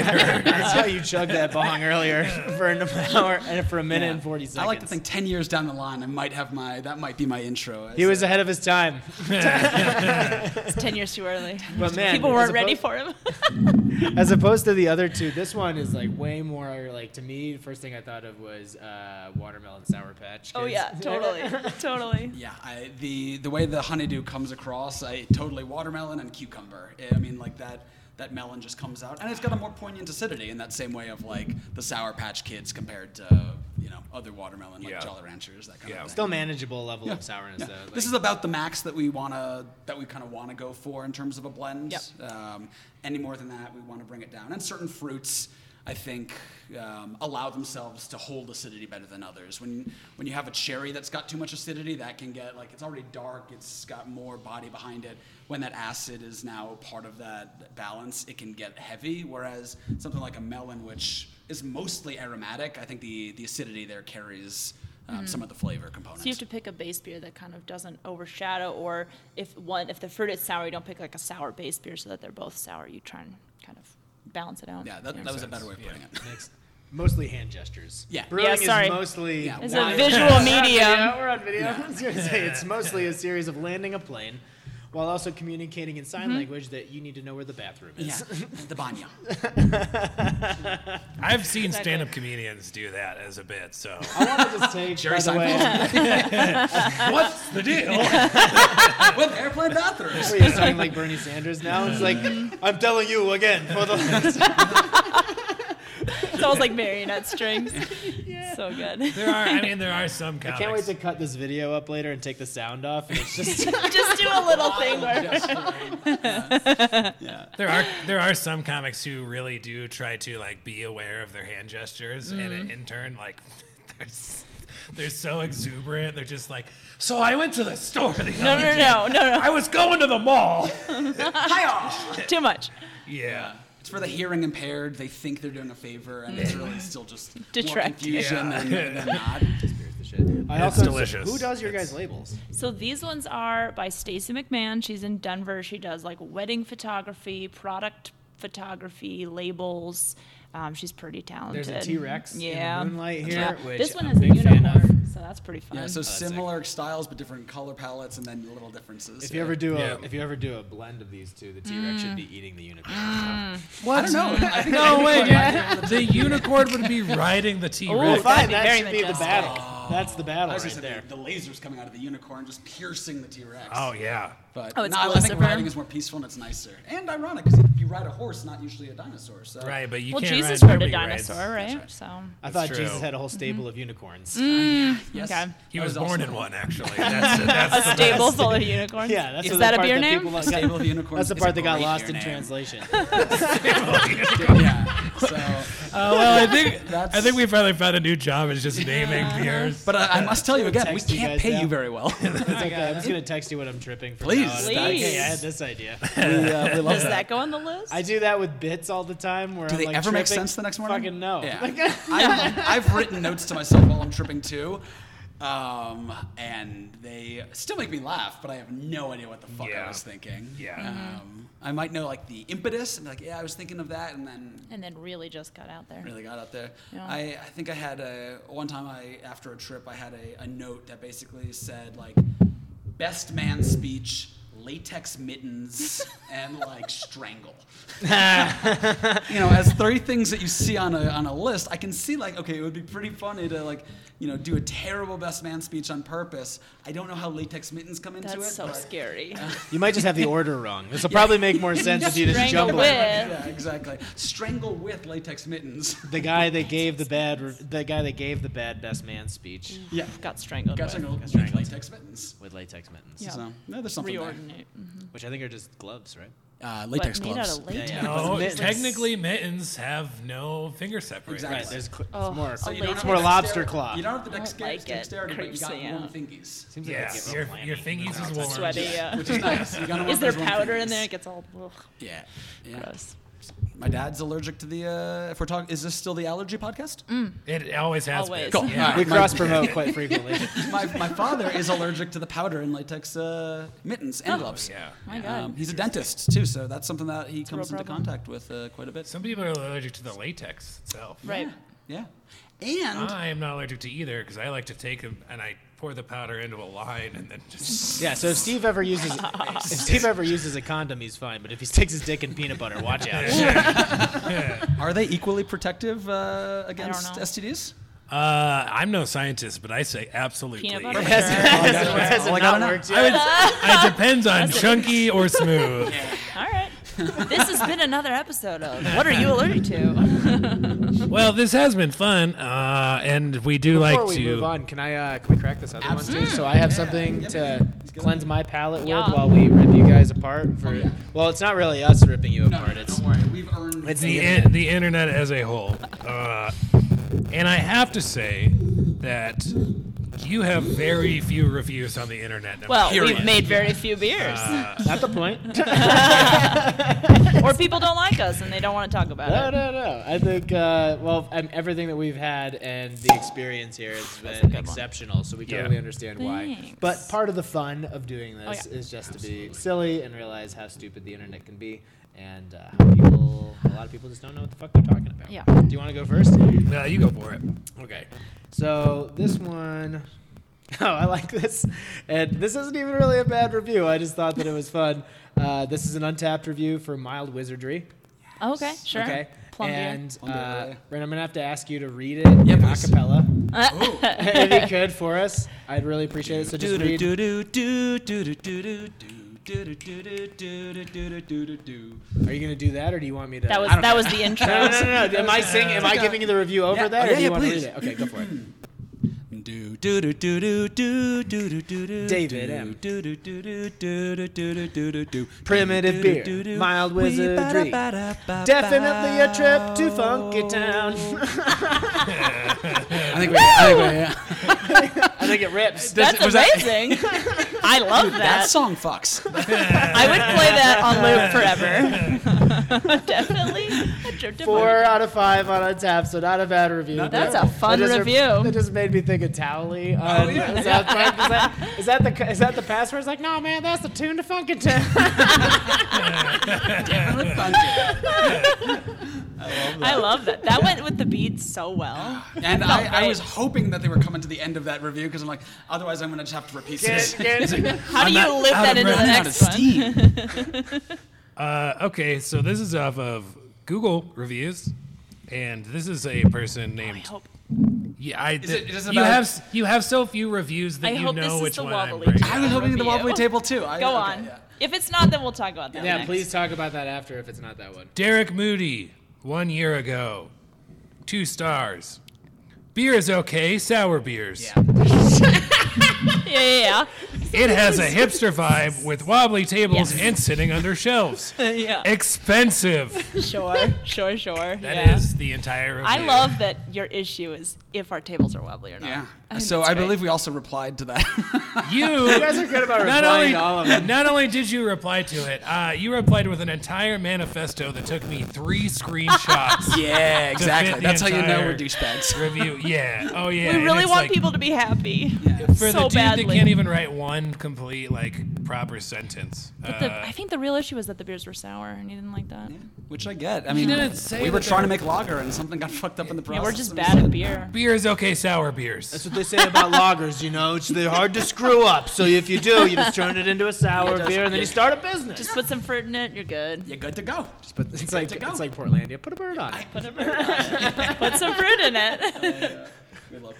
S1: I saw you chug chug that bong earlier for an hour and for a minute and forty seconds.
S3: I like to think ten years down the line, I might have my that might be my intro. as
S1: he was
S3: a-
S1: ahead of his time,
S5: It's 10 years too early.
S1: but man,
S5: People
S1: as
S5: weren't
S1: oppo-
S5: ready for him.
S1: As opposed to the other two, this one is like way more like to me. the First thing I thought of was uh, watermelon sour patch.
S5: oh,
S1: Kids.
S5: yeah, totally. Totally.
S3: yeah, I, the the way the honeydew comes across, I totally watermelon and cucumber. Eh, I mean, like that that melon just comes out, and it's got a more poignant acidity in that same way of like the Sour Patch Kids compared to you know other watermelon like
S4: Yeah.
S3: Jolly Ranchers that kind
S4: Yeah.
S3: of thing.
S1: Still manageable level
S3: Yeah,
S1: of sourness
S3: yeah.
S1: though.
S3: this
S1: like-
S3: is about the max that we wanna that we kind of wanna go for in terms of a blend.
S5: Yep.
S3: Um, any more than that, we want to bring it down. And certain fruits, I think, um, allow themselves to hold acidity better than others. When when you have a cherry that's got too much acidity, that can get like it's already dark. It's got more body behind it. When that acid is now part of that balance, it can get heavy. Whereas something like a melon, which is mostly aromatic, I think the the acidity there carries. Um, Some of the flavor components.
S5: So you have to pick a base beer that kind of doesn't overshadow, or if one, if the fruit is sour, you don't pick like a sour base beer so that they're both sour. You try and kind of balance it out.
S3: Yeah, that, that was a better way of putting it.
S1: Next. Mostly hand gestures.
S3: Yeah.
S1: Brewing
S5: Yeah, sorry.
S1: is mostly.
S3: Yeah,
S5: It's
S3: Why-
S5: a visual medium.
S1: Yeah, we're on video. I was going to say it's mostly a series of landing a plane while also communicating in
S5: Mm-hmm.
S1: sign language that you need to know where the bathroom is.
S3: Yeah, the banya.
S4: I've seen stand-up comedians do that as a bit. So
S1: I want to just say,
S3: Jerry
S1: by the way,
S4: what's the deal?
S3: With airplane bathrooms.
S1: we are sounding like Bernie Sanders now. It's like,
S5: Mm-hmm.
S1: I'm telling you again for the last
S5: It's always like marionette strings. So good.
S4: There are. I mean, there are some comics.
S1: Can't wait to cut this video up later and take the sound off. And it's just
S5: Just do a little thing where
S4: There are there are some comics who really do try to like be aware of their hand gestures,
S5: Mm.
S4: and in turn, like they're, s- they're so exuberant. They're just like, so I went to the store. The
S5: no,
S4: other
S5: no,
S4: day.
S5: no, no,
S4: I was going to the mall.
S3: Hi-yah!
S5: no, too much.
S4: Yeah.
S3: It's for the hearing impaired. They think they're doing a favor, and it's really still just more
S5: Detract.
S3: confusion
S4: Yeah.
S3: than, than not.
S1: I
S4: It's delicious.
S1: Who does your guys' labels?
S5: So these ones are by Stacey McMahon. She's in Denver. She does like wedding photography, product photography, labels. Um, she's pretty talented.
S1: There's a T Rex
S5: Yeah.
S1: in the moonlight here.
S5: Yeah.
S1: Which
S5: this one
S1: I'm
S5: has a
S1: big fan of.
S5: unicorn, so that's pretty fun.
S3: Yeah, so similar styles but different color palettes, and then little differences.
S1: If you ever do a
S4: Yeah.
S1: if you ever do a blend of these two, the T Rex should
S5: Mm.
S1: be eating the unicorn.
S3: I don't know. I think
S4: No way. The unicorn would be riding the T
S5: Ooh,
S4: Rex.
S5: that'd
S1: Fine,
S5: be
S1: that
S5: very
S1: should be the
S5: majestic.
S1: battle. That's the battle
S3: I was
S1: right
S3: just
S1: there.
S3: the, the lasers coming out of the unicorn, just piercing the T Rex.
S4: Oh yeah.
S3: but
S5: Oh, it's
S3: no, I think
S5: Lucifer.
S3: riding is more peaceful and it's nicer and ironic because you ride a horse, not usually a dinosaur. So
S4: Right, but you
S5: Well,
S4: can't
S5: Jesus
S4: ride
S5: rode a
S4: nobody rides.
S5: dinosaur, right? So
S1: I thought
S4: true.
S1: Jesus had a whole stable
S5: Mm-hmm.
S1: of unicorns.
S5: Mm.
S3: Yes.
S5: Okay.
S4: He
S3: I
S4: was,
S3: also-
S4: born in one, actually. That's, that's the
S5: stable full of unicorns.
S1: Yeah, that's
S5: is
S1: the
S5: that a
S1: part
S5: beer
S1: that
S5: name?
S1: people like-
S3: Stable of
S1: That's
S3: Unicorns
S1: the
S3: is
S1: part
S3: a
S1: that got
S3: great
S1: lost
S3: beer
S1: in
S3: name.
S1: translation. uh,
S3: Yeah. So
S4: Oh well, I think
S3: That's-
S4: I think we finally found a new job. It's just naming beers.
S3: But I, I must tell you again, we
S1: text you
S3: can't
S1: guys
S3: pay
S1: now.
S3: you very well.
S1: It's okay. I'm just gonna text you what I'm tripping for.
S3: Please, uh,
S1: Now. on.
S5: Oh Please.
S1: Hey, I had this idea.
S5: Does that go on the list?
S1: I do that with bits all the time. Where
S3: Do
S1: I'm
S3: they
S1: like,
S3: ever make
S1: tripping?
S3: sense the next morning?
S1: Fucking no.
S3: Yeah. I, I've written notes to myself while I'm tripping too. Um, and they still make me laugh, but I have no idea what the fuck
S4: Yeah.
S3: I was thinking.
S4: Yeah.
S3: Um, I might know like the impetus and be like, yeah, I was thinking of that, and then
S5: and then really just got out there.
S3: really got out there.
S5: Yeah.
S3: I, I think I had a one time I after a trip I had a, a note that basically said like best man speech, latex mittens, and like strangle. you know, as three things that you see on a on a list, I can see like okay, it would be pretty funny to like you know do a terrible best man speech on purpose. I don't know how latex mittens come into
S5: That's
S3: it.
S5: so
S3: but-
S5: scary.
S1: You might just have the order wrong. This will probably make more sense if you just
S5: Strangle
S1: jumble.
S5: with.
S1: it.
S3: Yeah, exactly. Strangle with latex mittens.
S1: The guy that gave the bad, re- the guy that gave the bad best man speech
S3: yeah.
S5: got strangled.
S3: Got
S5: with.
S3: strangled with latex mittens.
S1: with latex mittens,
S5: Yeah.
S3: So no, there's something there.
S5: Reordinate.
S1: which I think are just gloves, right?
S3: Uh,
S5: But
S3: latex
S5: made
S3: gloves.
S5: out of latex.
S1: yeah. Oh,
S4: No,
S1: Mittens.
S4: Oh, technically mittens have no finger separators.
S3: Exactly.
S1: Right. There's cl- it's
S5: Oh,
S1: more.
S5: so
S3: You don't
S5: It's
S3: have
S1: more
S3: the
S1: lobster
S3: dexterity-
S1: claw.
S3: You don't have the
S5: don't
S3: dexterity,
S5: like it.
S3: dexterity but you
S5: Creeps
S3: got
S5: me
S3: warm
S5: out.
S3: fingies.
S1: Seems like
S4: Yeah,
S1: I give
S4: your,
S1: up on
S4: your
S1: it.
S4: fingies is warm.
S5: Sweaty. Yeah.
S3: Which is nice. You gotta
S5: Is
S3: love
S5: there
S3: those warm
S5: powder in
S3: fingies.
S5: there? It gets all ugh,
S3: Yeah. yeah.
S5: gross.
S3: My dad's allergic to the. Uh, if we're talking, is this still the allergy podcast?
S4: It always has
S5: Always.
S4: been.
S5: Cool.
S3: All right.
S1: We
S3: My-
S1: cross promote quite frequently.
S3: my, my father is allergic to the powder in latex uh, mittens and gloves.
S4: Yeah.
S5: My God.
S3: Um, he's a dentist too, so that's something that he comes
S5: real
S3: into
S5: problem.
S3: contact with uh, quite a bit.
S4: Some people are allergic to the latex itself.
S5: right.
S3: Yeah, and
S4: I am not allergic to either because I like to take them and I pour the powder into a line and then just.
S1: Yeah, so if Steve ever uses if Steve ever uses a condom, he's fine. But if he sticks his dick in peanut butter, watch out.
S3: are they equally protective uh, against
S5: know.
S3: STDs?
S4: Uh, I'm no scientist, but I say absolutely.
S5: Peanut butter.
S1: Has,
S5: sure.
S4: Oh,
S1: has,
S3: that's
S1: has
S3: all I
S1: it
S3: gotta
S1: not
S3: know.
S1: worked
S4: I
S1: yet?
S4: would, it depends on chunky or smooth.
S5: All right. This has been another episode of What Are You Allergic to?
S4: Well, this has been fun, uh, and we do
S1: Before
S4: like
S1: we
S4: to.
S1: move on, can I uh, can we crack this other one too? So I have something to cleanse my palate
S5: Yeah. Oh,
S1: with while we rip you guys apart. For well, it's not really us ripping you apart. It's
S3: worry, we've earned.
S1: it's
S4: the
S1: the
S4: in, the internet as a whole. Uh, and I have to say that you have very few reviews on the internet. now.
S5: Well,
S3: Period.
S5: we've made very few beers.
S1: not the point.
S5: or people don't like us and they don't want to talk about
S1: No,
S5: it.
S1: no, no. I think uh, well, um, everything that we've had and the experience here has been exceptional. So we
S4: Yeah.
S1: totally understand why.
S5: Thanks.
S1: But part of the fun of doing
S5: Oh,
S1: this
S5: yeah.
S1: is just to be silly and realize how stupid the internet can be, and uh, how people, a lot of people just don't know what the fuck they're talking about.
S5: Yeah.
S1: Do you want to go first?
S4: Uh, you go for it.
S1: Okay. So this one oh I like this. And this isn't even really a bad review. I just thought that it was fun. Uh, this is an untapped review for Mild Wizardry.
S5: Okay, sure.
S1: Okay.
S5: Plum beer.
S1: and
S3: Plum beer,
S1: uh,
S3: yeah.
S1: Brent, I'm gonna have to ask you to read it in a
S3: please. Oh.
S1: cappella. if you could for us, I'd really appreciate it. So just read.
S3: That
S1: Are you gonna do that, or do you want me to?
S5: That was
S3: I don't
S5: that
S3: care.
S5: was the intro.
S1: no, no, no, no. Am I singing? Am I giving you the review over
S3: Yeah.
S1: that, or
S3: Oh, yeah,
S1: do you
S3: yeah,
S1: want
S3: please.
S1: to read it? Okay, go for it. David
S3: David
S1: M.
S3: M.
S1: Primitive beer, mild wizardry. Definitely a trip to Funky Town.
S3: I think we. I think we yeah.
S1: I think it rips.
S5: That's amazing. I love
S3: That
S5: that.
S3: song fucks.
S5: I would play that on loop forever. Definitely. a trip to
S1: Four
S5: Bali.
S1: out of five on tap, so not a bad review.
S5: That's
S1: But
S5: a fun
S1: that just-
S5: review.
S1: That just made me think of Towley.
S3: Oh,
S1: On South Park. Is, that, is that the is that the pass where it's like, no man, that's the tune to Funkin' Town.
S5: I love that. That went with the beat so well.
S3: And
S5: That felt
S3: I, I
S5: great.
S3: was hoping that they were coming to the end of that review because I'm like, otherwise I'm gonna just have to repeat this.
S5: How do you lift
S4: out
S5: that
S4: of
S5: into the
S4: breath.
S3: Out of
S5: next one?
S3: steam.
S4: Uh, okay, so this is off of Google reviews, and this is a person
S5: I
S4: named.
S5: hope.
S4: yeah, I,
S3: Is it- is this
S4: you
S3: about-
S4: have s- you have so few reviews that
S5: I
S4: you
S5: hope
S4: know
S5: this
S4: which
S5: is the
S4: one I'm
S5: wobbly.
S4: bringing.
S3: I was hoping the
S5: Review.
S3: wobbly table too. I,
S5: Go
S3: okay,
S5: on.
S3: yeah.
S5: If it's not, then we'll talk about that.
S1: yeah,
S5: next.
S1: please talk about that after if it's not that one.
S4: Derek Moody, one year ago, two stars. Beer is okay, sour beers.
S5: Yeah, yeah,
S4: It has a hipster vibe with wobbly tables
S5: Yes.
S4: and sitting under shelves.
S5: yeah. yeah.
S4: Expensive.
S5: Sure, sure, sure.
S4: That is
S5: yeah.
S4: the entire review.
S5: I love that your issue is if our tables are wobbly or not.
S3: Yeah.
S5: think
S3: so
S5: that's
S3: I
S5: great.
S3: believe we also replied to that.
S4: you.
S1: You guys are good about
S4: Not
S1: replying
S4: only,
S1: to all of them.
S4: not only did you reply to it, uh, you replied with an entire manifesto that took me three screenshots.
S3: yeah,
S4: the
S3: exactly. That's how you know
S4: entire-
S3: we're douchebags.
S4: Review, yeah, oh yeah.
S5: We
S4: and
S5: really
S4: it's
S5: want
S4: like-
S5: people to be happy.
S4: for
S5: so
S4: the dude
S5: badly.
S4: that can't even write one complete like proper sentence. Uh,
S5: But the, I think the real issue was that the beers were sour and you didn't like that. Yeah,
S3: Which I get. I mean,
S4: didn't say
S3: we were
S4: that
S3: trying
S4: they
S3: to make lager and something got fucked up in the process.
S5: we're just
S3: I'm
S5: bad at beer.
S4: Beer is okay, sour beers.
S1: That's what they say about loggers, you know. It's, they're hard to screw up. So if you do, you just turn it into a sour beer, and then you start a business.
S5: Just put some fruit in it, you're good.
S3: You're good to go.
S1: But it's like
S3: to go.
S1: it's like Portlandia. Put a bird on it.
S5: Put, a fruit on it. put some fruit in it.
S3: We love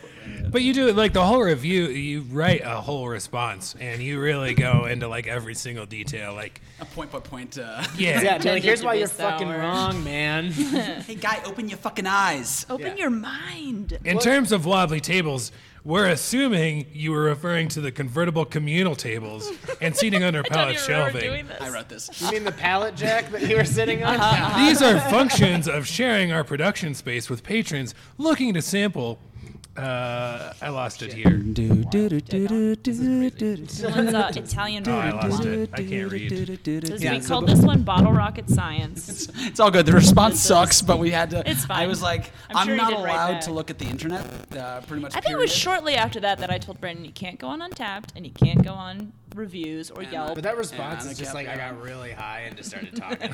S4: But you do like the whole review. You write a whole response, and you really go into like every single detail. Like,
S3: a point by point. Uh,
S1: Yeah,
S4: yeah,
S1: be like,
S5: Tended
S1: here's
S5: to
S1: why
S5: be
S1: you're fucking
S5: sour.
S1: wrong, man.
S3: hey, guy, open your fucking eyes.
S5: Open
S1: Yeah.
S5: your mind.
S4: In terms of wobbly tables, we're assuming you were referring to the convertible communal tables and seating under
S5: I don't
S4: pallet
S5: even remember
S4: Oh, shelving.
S5: doing this.
S3: I wrote this.
S1: You mean the pallet jack that you were sitting on?
S4: These are functions of sharing our production space with patrons looking to sample Uh, I lost it here.
S3: Do, do, do, do, do, do, do, do.
S5: Dylan's uh, Italian
S4: Oh, I
S5: rock
S4: lost
S5: one.
S4: it. I can't read.
S5: This-
S3: Yeah,
S5: we
S3: so
S5: called
S3: the-
S5: this one Bottle Rocket Science.
S3: It's all good. The response sucks, but we had to.
S5: It's
S3: I
S5: fine.
S3: was like,
S5: I'm
S3: I'm,
S5: sure you
S3: not
S5: did write
S3: allowed
S5: that.
S3: to look at the internet. Uh, pretty much.
S5: I think it was
S3: period.
S5: shortly after that that I told Brendan you can't go on Untapped and you can't go on reviews or Yelp.
S1: But that response
S3: Yeah,
S1: is just
S3: yeah,
S1: like I
S3: yeah.
S1: got really high and just started talking.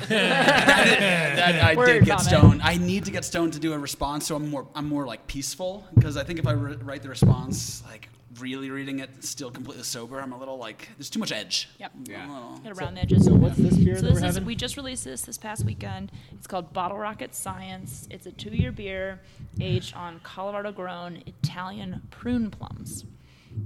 S3: that I
S5: Word
S3: did get
S5: vomit.
S3: stoned. I need to get stoned to do a response, so I'm more I'm more like peaceful because I think if I re- write the response like really reading it still completely sober, I'm a little like there's too much edge.
S5: Yep.
S3: I'm a little-
S5: Hit around the edges.
S1: so what's this beer
S5: So
S1: that
S5: this
S1: we're
S5: is
S1: having?
S5: we just released this this past weekend. It's called Bottle Rocket Science. It's a two-year beer aged on Colorado-grown Italian prune plums.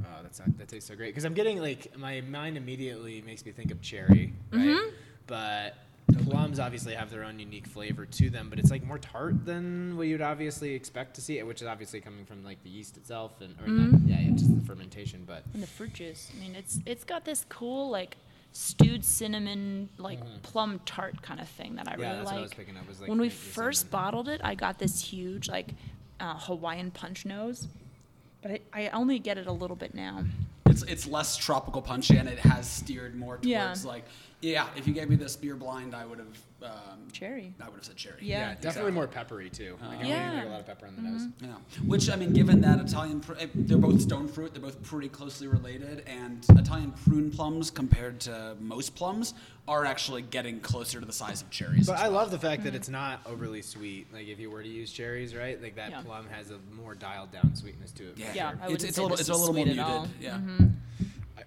S1: Oh, that's not, that tastes so great. Because I'm getting like my mind immediately makes me think of cherry, right? But plums obviously have their own unique flavor to them, but it's like more tart than what you'd obviously expect to see, which is obviously coming from like the yeast itself and or not, yeah, yeah, just the fermentation. But
S5: And the fruit juice. I mean, it's it's got this cool like stewed cinnamon like plum tart kind of thing that I
S1: Mm-hmm. yeah,
S5: really
S1: that's
S5: like.
S1: what I was picking up. Was like
S5: when we
S1: the- the
S5: first
S1: cinnamon.
S5: bottled it, I got this huge like uh, Hawaiian punch nose, but I, I only get it a little bit now.
S3: It's it's less tropical punchy and it has steered more towards
S5: Yeah.
S3: like yeah. If you gave me this beer blind, I would have um,
S5: Cherry.
S3: I would have said cherry.
S5: Yeah.
S1: yeah, definitely more peppery too. Like,
S5: Yeah. Mm-hmm.
S1: yeah, a lot of pepper on the nose.
S3: Yeah, which I mean, given that Italian, pr- eh, they're both stone fruit, they're both pretty closely related, and Italian prune plums compared to most plums are actually getting closer to the size of cherries.
S1: But I love the fact
S5: Mm-hmm.
S1: that it's not overly sweet. Like if you were to use cherries, right? Like that
S5: Yeah.
S1: plum has a more dialed down sweetness to it. for
S5: Yeah, I
S3: it's,
S5: wouldn't
S3: it's
S5: say
S3: a little,
S5: this
S3: it's a
S5: is
S3: little more
S5: sweet
S3: muted.
S5: at all. Mm-hmm.
S3: Yeah,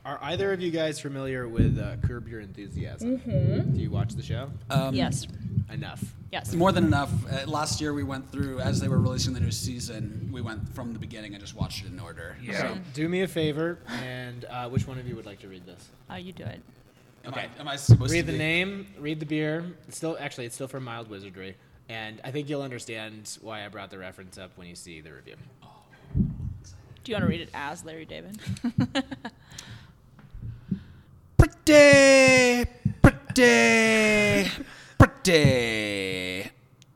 S1: Are either of you guys familiar with uh, Curb Your Enthusiasm?
S5: Mm-hmm.
S1: Do you watch the show?
S3: um,
S5: yes,
S1: Enough.
S5: yes.
S3: more than enough. Uh, last year we went through as they were releasing the new season. We went from the beginning and just watched it in order.
S4: Yeah.
S3: So,
S1: Do me a favor, and uh, which one of you would like to read this?
S5: Oh, you do it.
S3: am,
S1: Okay.
S3: I, am I supposed
S1: Read
S3: to
S1: the
S3: be-
S1: name, read the beer. It's still, actually, it's still from Mild Wizardry, and I think you'll understand why I brought the reference up when you see the review.
S5: Do you want to read it as Larry David?
S3: pretty, pretty, pretty.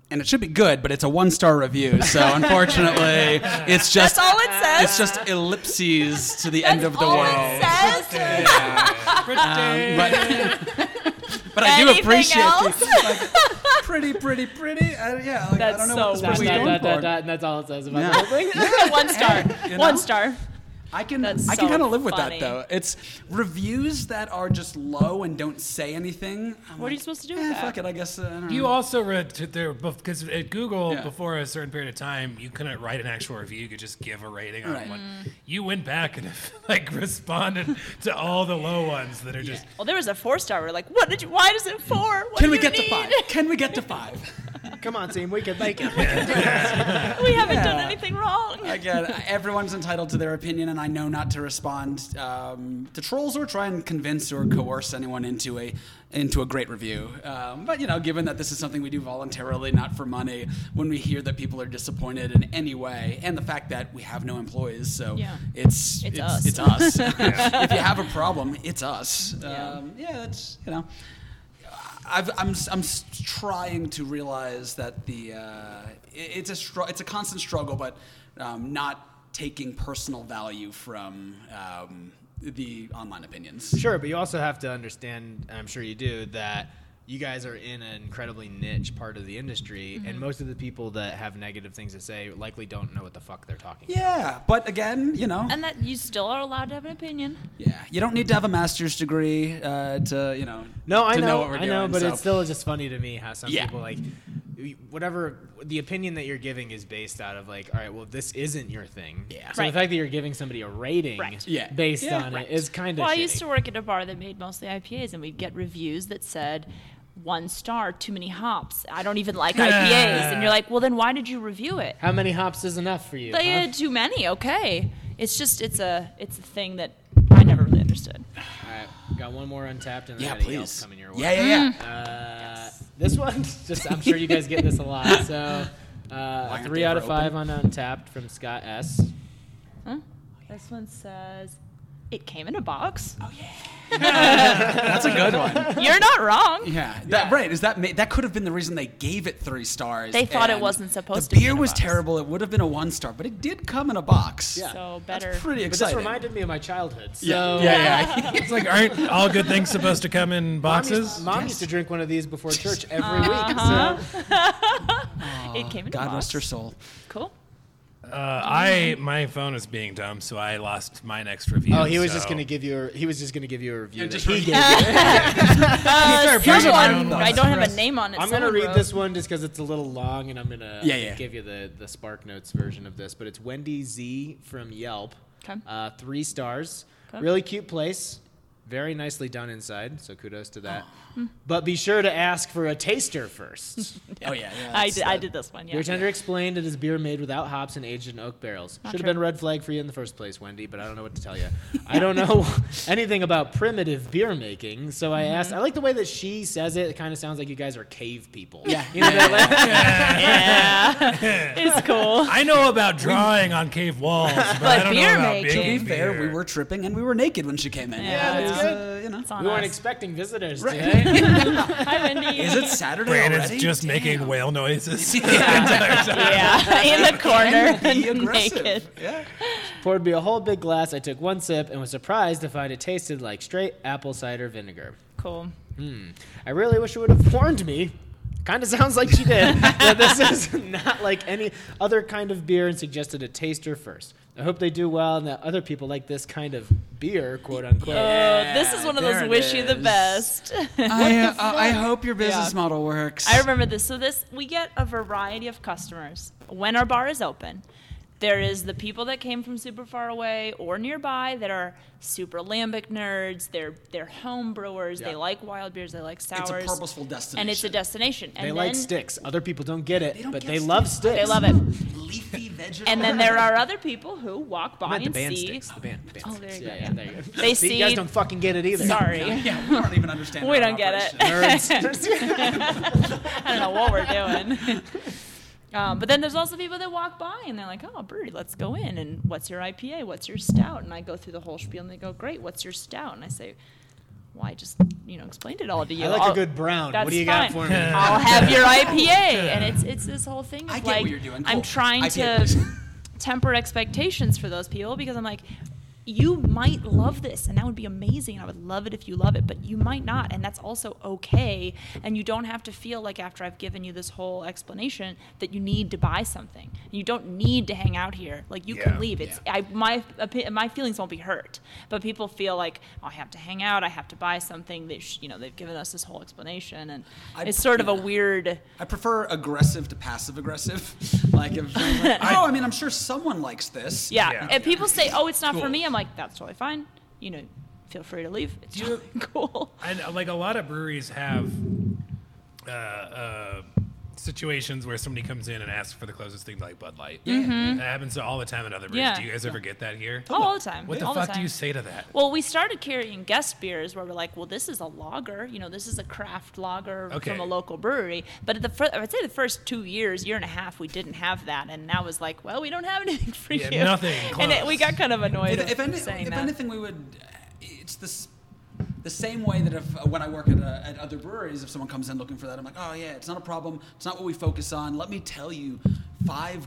S3: And it should be good, but it's a one star review. So unfortunately, it's just
S5: That's all it says.
S3: it's just ellipses to the end of the
S5: all
S3: world.
S5: It says.
S3: Um, but but I do
S5: Anything
S3: appreciate
S5: else?
S3: the like, pretty, pretty, pretty. Uh, yeah, like, I
S5: That's
S3: don't know
S5: so
S3: what this
S5: weird.
S1: Dot, dot, dot,
S5: going
S3: person's going
S1: dot,
S3: for.
S1: dot, and that's all it says about
S3: Yeah.
S1: the whole thing.
S5: One star.
S3: you know?
S5: One star.
S3: I can
S5: That's
S3: I can
S5: so
S3: kind of live with
S5: funny.
S3: that though. It's reviews that are just low and don't say anything. I'm
S5: What are you
S3: like,
S5: supposed to do
S3: eh,
S5: with that?
S3: Fuck it, I guess. Uh, I don't
S4: You
S3: know.
S4: also read to there because at Google
S3: Yeah.
S4: before a certain period of time, you couldn't write an actual review. You could just give a rating on
S3: Right. Mm.
S4: one. You went back and like responded to all the low ones that are just.
S5: Well, there was a four star. We're like, what did you? Why is it four? What
S3: Can
S5: do
S3: we
S5: you
S3: get to
S5: need?
S3: five? Can we get to five?
S1: Come on, team, we can make it.
S5: We haven't done
S3: Yeah.
S5: anything wrong.
S3: Again, everyone's entitled to their opinion, and I know not to respond um, to trolls or try and convince or coerce anyone into a into a great review. Um, but you know, given that this is something we do voluntarily, not for money, when we hear that people are disappointed in any way, and the fact that we have no employees, so
S5: Yeah.
S3: it's
S5: It's
S3: it's
S5: us.
S3: It's us. if you have a problem, it's us. Um, yeah, it's you know. I've, I'm, s- I'm s- trying to realize that the uh, i- it's a str- it's a constant struggle, but um, not taking personal value from um, the online opinions.
S1: Sure, but you also have to understand, and I'm sure you do, that you guys are in an incredibly niche part of the industry, and most of the people that have negative things to say likely don't know what the fuck they're talking about.
S3: Yeah, but again, you know,
S5: And that you still are allowed to have an opinion.
S3: yeah, you don't need to have a master's degree uh, to you know.
S1: No, I
S3: to
S1: know,
S3: know, what we're
S1: I
S3: doing.
S1: know, but
S3: so.
S1: it's still just funny to me how some
S3: Yeah.
S1: people like whatever the opinion that you're giving is based out of like, all right, well, this isn't your thing.
S3: Yeah.
S1: So
S5: Right.
S1: the fact that you're giving somebody a rating
S5: Right.
S3: Yeah.
S1: based
S3: Yeah.
S1: on
S3: Right.
S1: it is kind of.
S5: Well, I used to work at a bar that made mostly IPAs, and we'd get reviews that said one star, too many hops. I don't even like IPAs, and you're like, well, then why did you review it?
S1: How many hops is enough for you?
S5: They
S1: huh?
S5: had too many. Okay, it's just it's a it's a thing that I never really understood.
S1: All right, got one more untapped, and then
S3: yeah,
S1: I got a Yelp
S3: please.
S1: coming your way.
S3: Yeah, yeah, yeah.
S1: Uh, This one, just I'm sure you guys get this a lot. So, uh,
S3: aren't
S1: three
S3: they
S1: out of
S3: ever
S1: five on Untapped from Scott S.
S5: This one says, It came in a box.
S3: That's a good one.
S5: You're not wrong.
S3: Yeah, that, right. Is that ma- that could have been the reason they gave it three stars?
S5: They thought it
S3: and
S5: wasn't supposed
S3: the
S5: to be
S3: beer
S5: in a
S3: was
S5: box.
S3: terrible. It would have been a one star, but it did come in a box.
S1: Yeah.
S5: So
S3: That's
S5: better.
S3: pretty
S1: But
S3: exciting.
S1: this reminded me of my childhood. So
S3: yeah, yeah, yeah.
S4: It's like, aren't all good things supposed to come in
S1: Mom used,
S4: boxes?
S1: Mom used to drink one of these before church every week.
S5: It came in a
S3: God
S5: box.
S3: rest her soul.
S5: Cool.
S4: Uh, I my phone is being dumb, so I lost my next review.
S1: Oh, he was just
S4: so-
S1: gonna give you. A, he was just gonna give you a review.
S3: And
S1: that
S3: just
S1: he
S3: read-
S1: gave.
S5: Uh,
S4: bring it
S5: someone,
S4: down.
S5: I don't have a name on it.
S1: I'm gonna
S5: someone
S1: read
S5: wrote-
S1: this one just because it's a little long, and I'm gonna
S3: Yeah, yeah.
S1: give you the the Spark Notes version of this. But it's Wendy Z from Yelp.
S5: 'Kay.
S1: Uh, three stars.
S5: 'Kay.
S1: Really cute place. Very nicely done inside. So kudos to that.
S5: Hmm.
S1: But be sure to ask for a taster first.
S3: Oh yeah, yeah.
S5: I
S3: that's-
S5: did, I did this one. Yeah.
S1: Your tender explained it is beer made without hops and aged in oak barrels.
S5: Not
S1: Should have
S5: true.
S1: been red flag for you in the first place, Wendy, but I don't know what to tell you. I don't know anything about primitive beer making, so
S5: Mm-hmm.
S1: I asked. I like the way that she says it. It kind of sounds like you guys are cave people.
S3: Yeah.
S1: You know, that-
S5: yeah. it's cool.
S4: I know about drawing on cave walls, but, I
S5: But
S4: don't
S5: beer
S4: know about
S5: making.
S4: making.
S3: To be fair, we were tripping and we were naked when she came in.
S5: Yeah,
S3: It
S5: that's
S3: was, uh, you know.
S5: It's on
S1: we weren't
S5: us.
S1: expecting visitors today.
S5: Hi, Wendy.
S3: Is it Saturday
S4: Brandon's
S3: already?
S4: just
S3: Damn.
S4: making whale noises.
S5: Yeah, in the corner,
S3: Can be aggressive.
S5: naked.
S3: Yeah.
S1: Poured me a whole big glass. I took one sip and was surprised to find it tasted like straight apple cider vinegar.
S5: Cool.
S1: I really wish you would have warned me. Kind of sounds like she did. that this is not like any other kind of beer and suggested a taster first. I hope they do well and that other people like this kind of beer, quote unquote.
S5: Oh, this is one of
S3: there
S5: those
S3: it
S5: wish you the
S3: is.
S5: best.
S3: I, uh, I hope your business
S5: Yeah.
S3: model works.
S5: I remember this. So this, we get a variety of customers when our bar is open. There is the people that came from super far away or nearby that are super lambic nerds. They're they're home brewers. They
S1: Yeah.
S5: like wild beers. They like sours.
S3: It's a purposeful destination.
S5: and it's a destination. And
S1: they
S5: then
S1: like sticks. Other people don't get it,
S3: don't
S1: but
S3: get
S1: they love
S3: sticks.
S1: sticks.
S5: They love it.
S3: Leafy vegetable.
S5: And then there are other people who walk by
S1: I meant the
S5: and
S1: band
S5: see.
S1: sticks. The band. The band
S5: Oh,
S1: sticks.
S5: there
S1: yeah,
S5: you go,
S1: yeah,
S5: yeah.
S1: there you go.
S5: They
S1: See, you guys
S5: see-
S1: don't fucking get it either.
S5: Sorry,
S3: Yeah, we don't even understand.
S5: we
S3: our
S5: don't get
S3: operation.
S5: it.
S1: Nerds.
S5: I don't know what we're doing. Um, but then there's also people that walk by and they're like, "Oh, brewery, let's go in." And what's your IPA? What's your stout? And I go through the whole spiel and they go, "Great, what's your stout?" And I say, "Well, I just you know explained it all to you."
S1: I like
S5: I'll-
S1: a good brown.
S5: That's
S1: What do you got
S5: fine.
S1: for me?
S5: I'll have your IPA, and it's it's this whole thing. Of
S3: I get
S5: like,
S3: what you're doing.
S5: I'm
S3: Cool.
S5: trying
S3: IPA, please.
S5: to temper expectations for those people because I'm like, you might love this, and that would be amazing. and I would love it if you love it, but you might not, and that's also okay. And you don't have to feel like after I've given you this whole explanation that you need to buy something. You don't need to hang out here. Like you
S4: Yeah.
S5: can leave. It's I, my opi- my feelings won't be hurt, but people feel like oh, I have to hang out. I have to buy something. They sh- you know they've given us this whole explanation, and
S3: I-
S5: it's sort of a
S3: yeah.
S5: weird.
S3: I prefer aggressive to passive aggressive. Like, if, like, oh, I mean, I'm sure someone likes this.
S5: Yeah.
S4: Yeah.
S5: If people say, "Oh, it's not for
S4: Cool.
S5: me," I'm like, "That's totally fine. You know, feel free to leave. It's totally cool."
S4: and like a lot of breweries have uh, uh, situations where somebody comes in and asks for the closest thing to like Bud Light. That happens all the time at other breweries.
S5: Mm-hmm. Yeah.
S4: Do you guys ever get that here?
S5: Oh, all the time.
S4: What the
S5: all
S4: fuck do
S5: the time.
S4: you say to that?
S5: Well, we started carrying guest beers where we're like, well, this is a lager. You know, this is a craft lager
S4: Okay.
S5: from a local brewery. But at the fir- I'd say the first two years, year and a half, we didn't have that, and that was like, well, we don't have anything for
S4: Yeah,
S5: you.
S4: nothing
S5: And it, we
S4: close.
S5: got kind of annoyed
S3: If, if,
S5: at
S3: any,
S5: saying
S3: if
S5: that.
S3: anything, we would. It's this. The same way that if when I work at, uh at other breweries, if someone comes in looking for that, I'm like, oh yeah, it's not a problem. It's not what we focus on. Let me tell you, five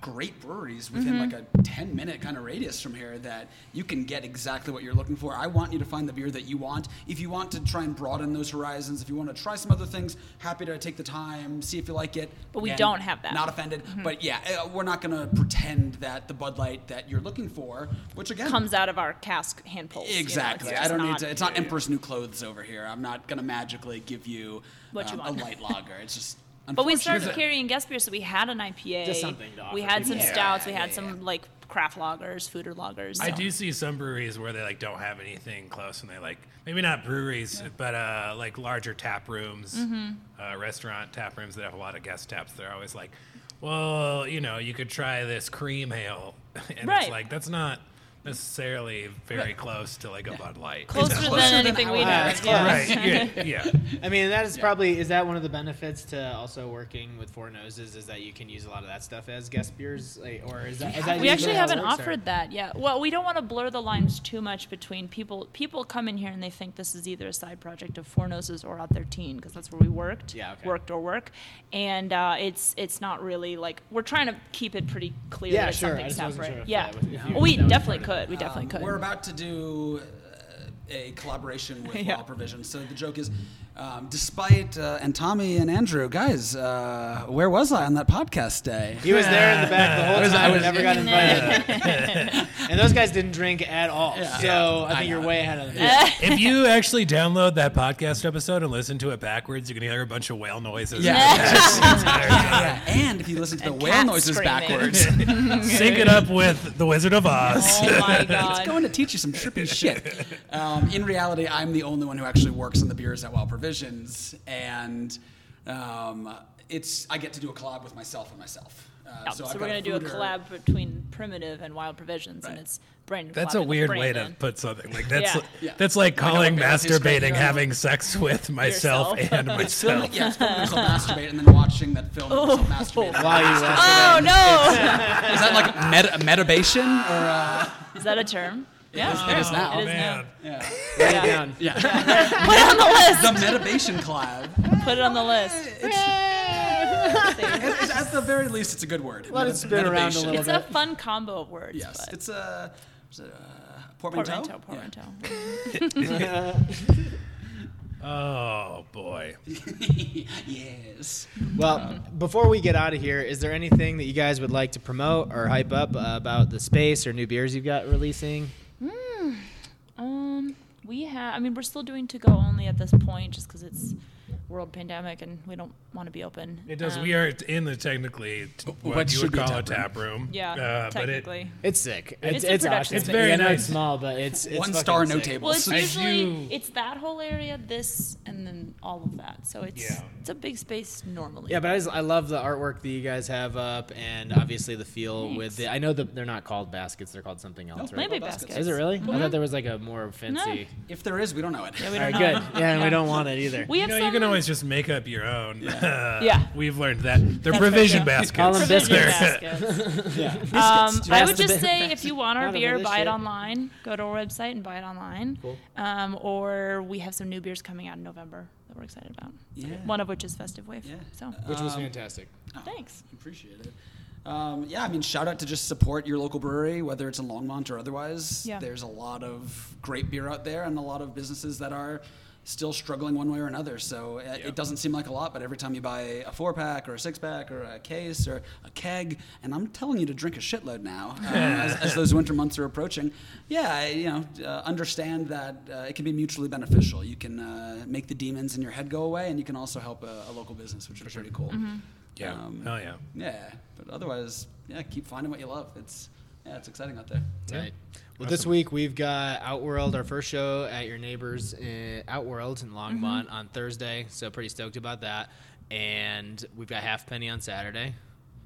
S3: great breweries within
S5: Mm-hmm.
S3: like a 10 minute kind of radius from here that you can get exactly what you're looking for. I want you to find the beer that you want. If you want to try and broaden those horizons, if you want to try some other things, happy to take the time, see if you like it.
S5: But we don't have that.
S3: Not offended,
S5: Mm-hmm.
S3: but yeah, uh, we're not going to pretend that the Bud Light that you're looking for, which again
S5: comes out of our cask hand pulls. you know, it's
S3: Exactly. I
S5: just
S3: don't need
S5: not-
S3: to. It's not Emperor's New Clothes over here. I'm not gonna magically give you
S5: What you
S3: um,
S5: want.
S3: a light lager. It's just.
S5: But we
S3: unfortunate.
S5: started carrying guest beers, so we had an IPA.
S1: Just something to
S5: we
S1: offer
S5: had some
S3: people. Yeah,
S5: stouts. We had
S3: yeah,
S5: some like craft lagers, fooder lagers.
S4: I
S5: so-
S4: do see some breweries where they like don't have anything close, and they like maybe not breweries, but uh, like larger tap rooms,
S5: Mm-hmm.
S4: uh, restaurant tap rooms that have a lot of guest taps. They're always like, well, you know, you could try this cream ale, and
S5: Right.
S4: it's like that's not. necessarily very close to like a Bud Light.
S5: Closer,
S3: closer
S5: than
S3: than
S5: anything we
S3: our-
S5: know.
S1: Yeah, it's
S3: Um,
S5: yeah.
S4: Right. Yeah. yeah.
S1: I mean, that is probably is that one of the benefits to also working with Four Noses is that you can use a lot of that stuff as guest beers, like, or is that, is that usually
S5: We actually
S1: how it
S5: haven't
S1: works, or-
S5: offered that yet. Well, we don't want to blur the lines too much between people. People come in here and they think this is either a side project of Four Noses or Out There Teen because that's where we worked,
S1: Yeah, okay.
S5: worked or work, and uh, it's it's not really like we're trying to keep it pretty clear.
S1: Yeah,
S5: that it's
S1: sure.
S5: something
S1: I just wasn't
S5: separate.
S1: sure if
S5: yeah,
S1: that was- if you- Um,
S5: we
S1: that was
S5: definitely
S1: part
S5: could. We definitely could.
S3: We're about to do uh, a collaboration with
S5: Yeah.
S3: Law Provision. So the joke is, um, despite uh, and Tommy and Andrew, guys, uh, where was I on that podcast day?
S1: He was there in the back the whole time. and never got invited. and those guys didn't drink at all. So I think you're way ahead of them.
S4: If you actually download that podcast episode and listen to it backwards, you can hear a bunch of whale noises.
S3: Yeah, and if you listen to the whale
S5: cats
S3: noises
S5: screaming.
S3: backwards,
S4: Sync it up with The Wizard of Oz.
S5: oh my god.
S3: it's going to teach you some trippy shit. Um, in reality, I'm the only one who actually works on the beers at Wild Provisions, and um, it's I get to do a collab with myself and myself. Uh,
S5: Yeah, so,
S3: I've
S5: we're
S3: got
S5: going to do a
S3: fooder-
S5: collab between Primitive and Wild Provisions, and
S3: Right.
S5: it's Brandon.
S4: That's
S5: collabing
S4: a
S5: with
S4: weird way to
S5: Brandon.
S4: put something. Like that's
S5: Yeah.
S3: Yeah.
S4: that's like
S3: Like, I
S4: calling
S3: don't think it's
S4: masturbating,
S3: great.
S4: having sex with myself
S5: Yourself.
S4: and
S3: It's filming,
S4: myself.
S3: yeah, it's filming yourself masturbate and then watching that film of yourself masturbate.
S1: While you left.
S5: Oh no!
S3: Is that like meta, metabation or uh,
S5: is that a term?
S3: is- it is now.
S5: It is
S4: Oh, Man,
S1: Write it down.
S5: now. Put it on the list.
S3: the metabation collab?
S5: Put it on the list.
S3: It's- at the very least, it's a good word.
S1: Let it spin around a
S3: Metabation.
S1: little
S5: It's
S1: bit.
S5: a fun combo of words.
S3: Yes,
S5: but
S3: it's a, it's a uh, portmanteau.
S5: portmanteau,
S3: Yeah.
S5: portmanteau.
S4: Oh boy.
S3: yes.
S1: Well, before we get out of here, is there anything that you guys would like to promote or hype up uh, about the space or new beers you've got releasing?
S5: Hmm. Um, we have. I mean, we're still doing to go only at this point, just because it's world pandemic and we don't want to be open.
S4: It does.
S5: Um,
S4: we are in the technically t- what,
S3: what
S4: you
S3: should
S4: would
S3: be
S4: call a
S3: tap room.
S4: tap room.
S5: Yeah,
S4: Uh, but it-
S5: technically.
S1: It's sick.
S5: It's in production
S1: awesome.
S5: It's
S4: very
S1: I know
S4: nice.
S1: It's small, but it's, it's
S3: One
S1: fucking
S3: star, no
S1: sick.
S3: table.
S5: well, it's
S4: I
S5: usually
S4: do-
S5: it's that whole area, this, and then all of that. So it's
S4: Yeah.
S5: it's a big space normally.
S1: Yeah, but I, just, I love the artwork that you guys have up, and obviously the feel with the. I know that they're not called baskets; they're called something else. right?
S5: Maybe baskets.
S1: Is it really? I thought there was like a more fancy.
S3: If there is, we don't know it.
S5: Yeah, we
S1: All right,
S5: don't
S1: good.
S5: know.
S1: Yeah, and we don't want it either.
S5: We
S4: You
S5: have
S4: know,
S5: some.
S4: you can always just make up your own. Yeah.
S5: Yeah.
S4: We've learned that. They're
S5: That's right,
S4: provision
S5: yeah.
S4: baskets.
S1: Call 'em
S4: They're-
S5: provision
S1: biscuits.
S5: baskets. Um,
S1: Biscuits.
S5: I
S1: Pass
S5: would
S1: the
S5: just
S1: bi-
S5: say if you want our
S1: Not
S5: beer,
S1: another
S5: buy
S1: shit.
S5: it online. Go to our website and buy it online. Um, or we have some new beers coming out in November that we're excited about.
S3: Yeah.
S5: One of which is Festive Wave.
S3: Yeah.
S5: So
S1: which was fantastic.
S5: thanks.
S3: Appreciate it. Um, yeah, I mean, shout out to just support your local brewery, whether it's in Longmont or otherwise.
S5: Yeah.
S3: There's a lot of great beer out there and a lot of businesses that are still struggling one way or another. So uh, it doesn't seem like a lot, but every time you buy a four pack or a six pack or a case or a keg, and I'm telling you to drink a shitload now uh, as, as those winter months are approaching, yeah, I, you know, uh, understand that uh, it can be mutually beneficial. You can uh, make the demons in your head go away, and you can also help a, a local business, which is pretty cool.
S5: Mm-hmm.
S4: Yeah.
S3: Um,
S4: oh yeah.
S3: Yeah, but otherwise, yeah, keep finding what you love. It's yeah, it's exciting out there.
S1: Right. Well, this week we've got Outworld, our first show at your neighbor's uh, Outworld in Longmont on Thursday. So pretty stoked about that. And we've got Halfpenny on Saturday.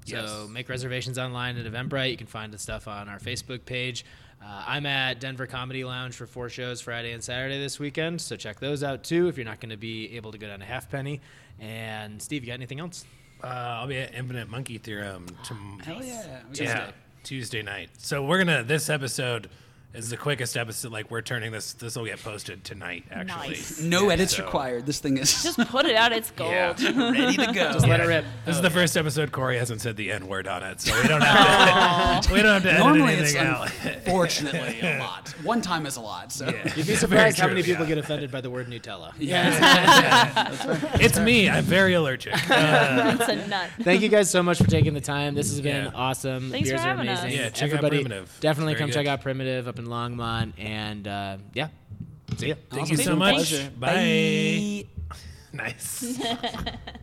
S1: So
S4: Yes.
S1: make reservations online at Eventbrite. You can find the stuff on our Facebook page. Uh, I'm at Denver Comedy Lounge for four shows Friday and Saturday this weekend. So check those out too if you're not going to be able to go down to Halfpenny. And Steve, you got anything else?
S4: Uh, I'll be at Infinite Monkey Theorem tom-
S3: Hell Oh, yeah, we got
S4: Yeah, Tuesday night. So we're gonna. This episode is the quickest episode. Like we're turning this. This will get posted tonight. Actually.
S5: Nice.
S3: No edits
S4: so-
S3: required. This thing is
S5: Just put it out. It's gold.
S4: Yeah.
S3: ready to go.
S1: Let it rip.
S4: This is the first episode Corey hasn't said the N word on it, so we don't have to. we don't have to edit
S3: Normally, it's
S4: anything out.
S3: unfortunately a lot. One time is a lot. So
S1: You'd be surprised how many people get offended by the word Nutella.
S4: It's me. I'm very allergic. Uh,
S5: It's a nut.
S1: Thank you guys so much for taking the time. This has been
S4: Yeah.
S1: awesome.
S5: Thanks
S1: Beers
S5: for
S1: are
S5: having us.
S1: amazing.
S4: Yeah, check out
S1: Everybody,
S4: Primitive.
S1: Definitely
S4: Very
S1: come
S4: good.
S1: check out Primitive up in Longmont. And uh, yeah, see ya.
S4: Thank you
S5: Awesome.
S4: so much.
S5: Pleasure.
S4: Bye. Nice.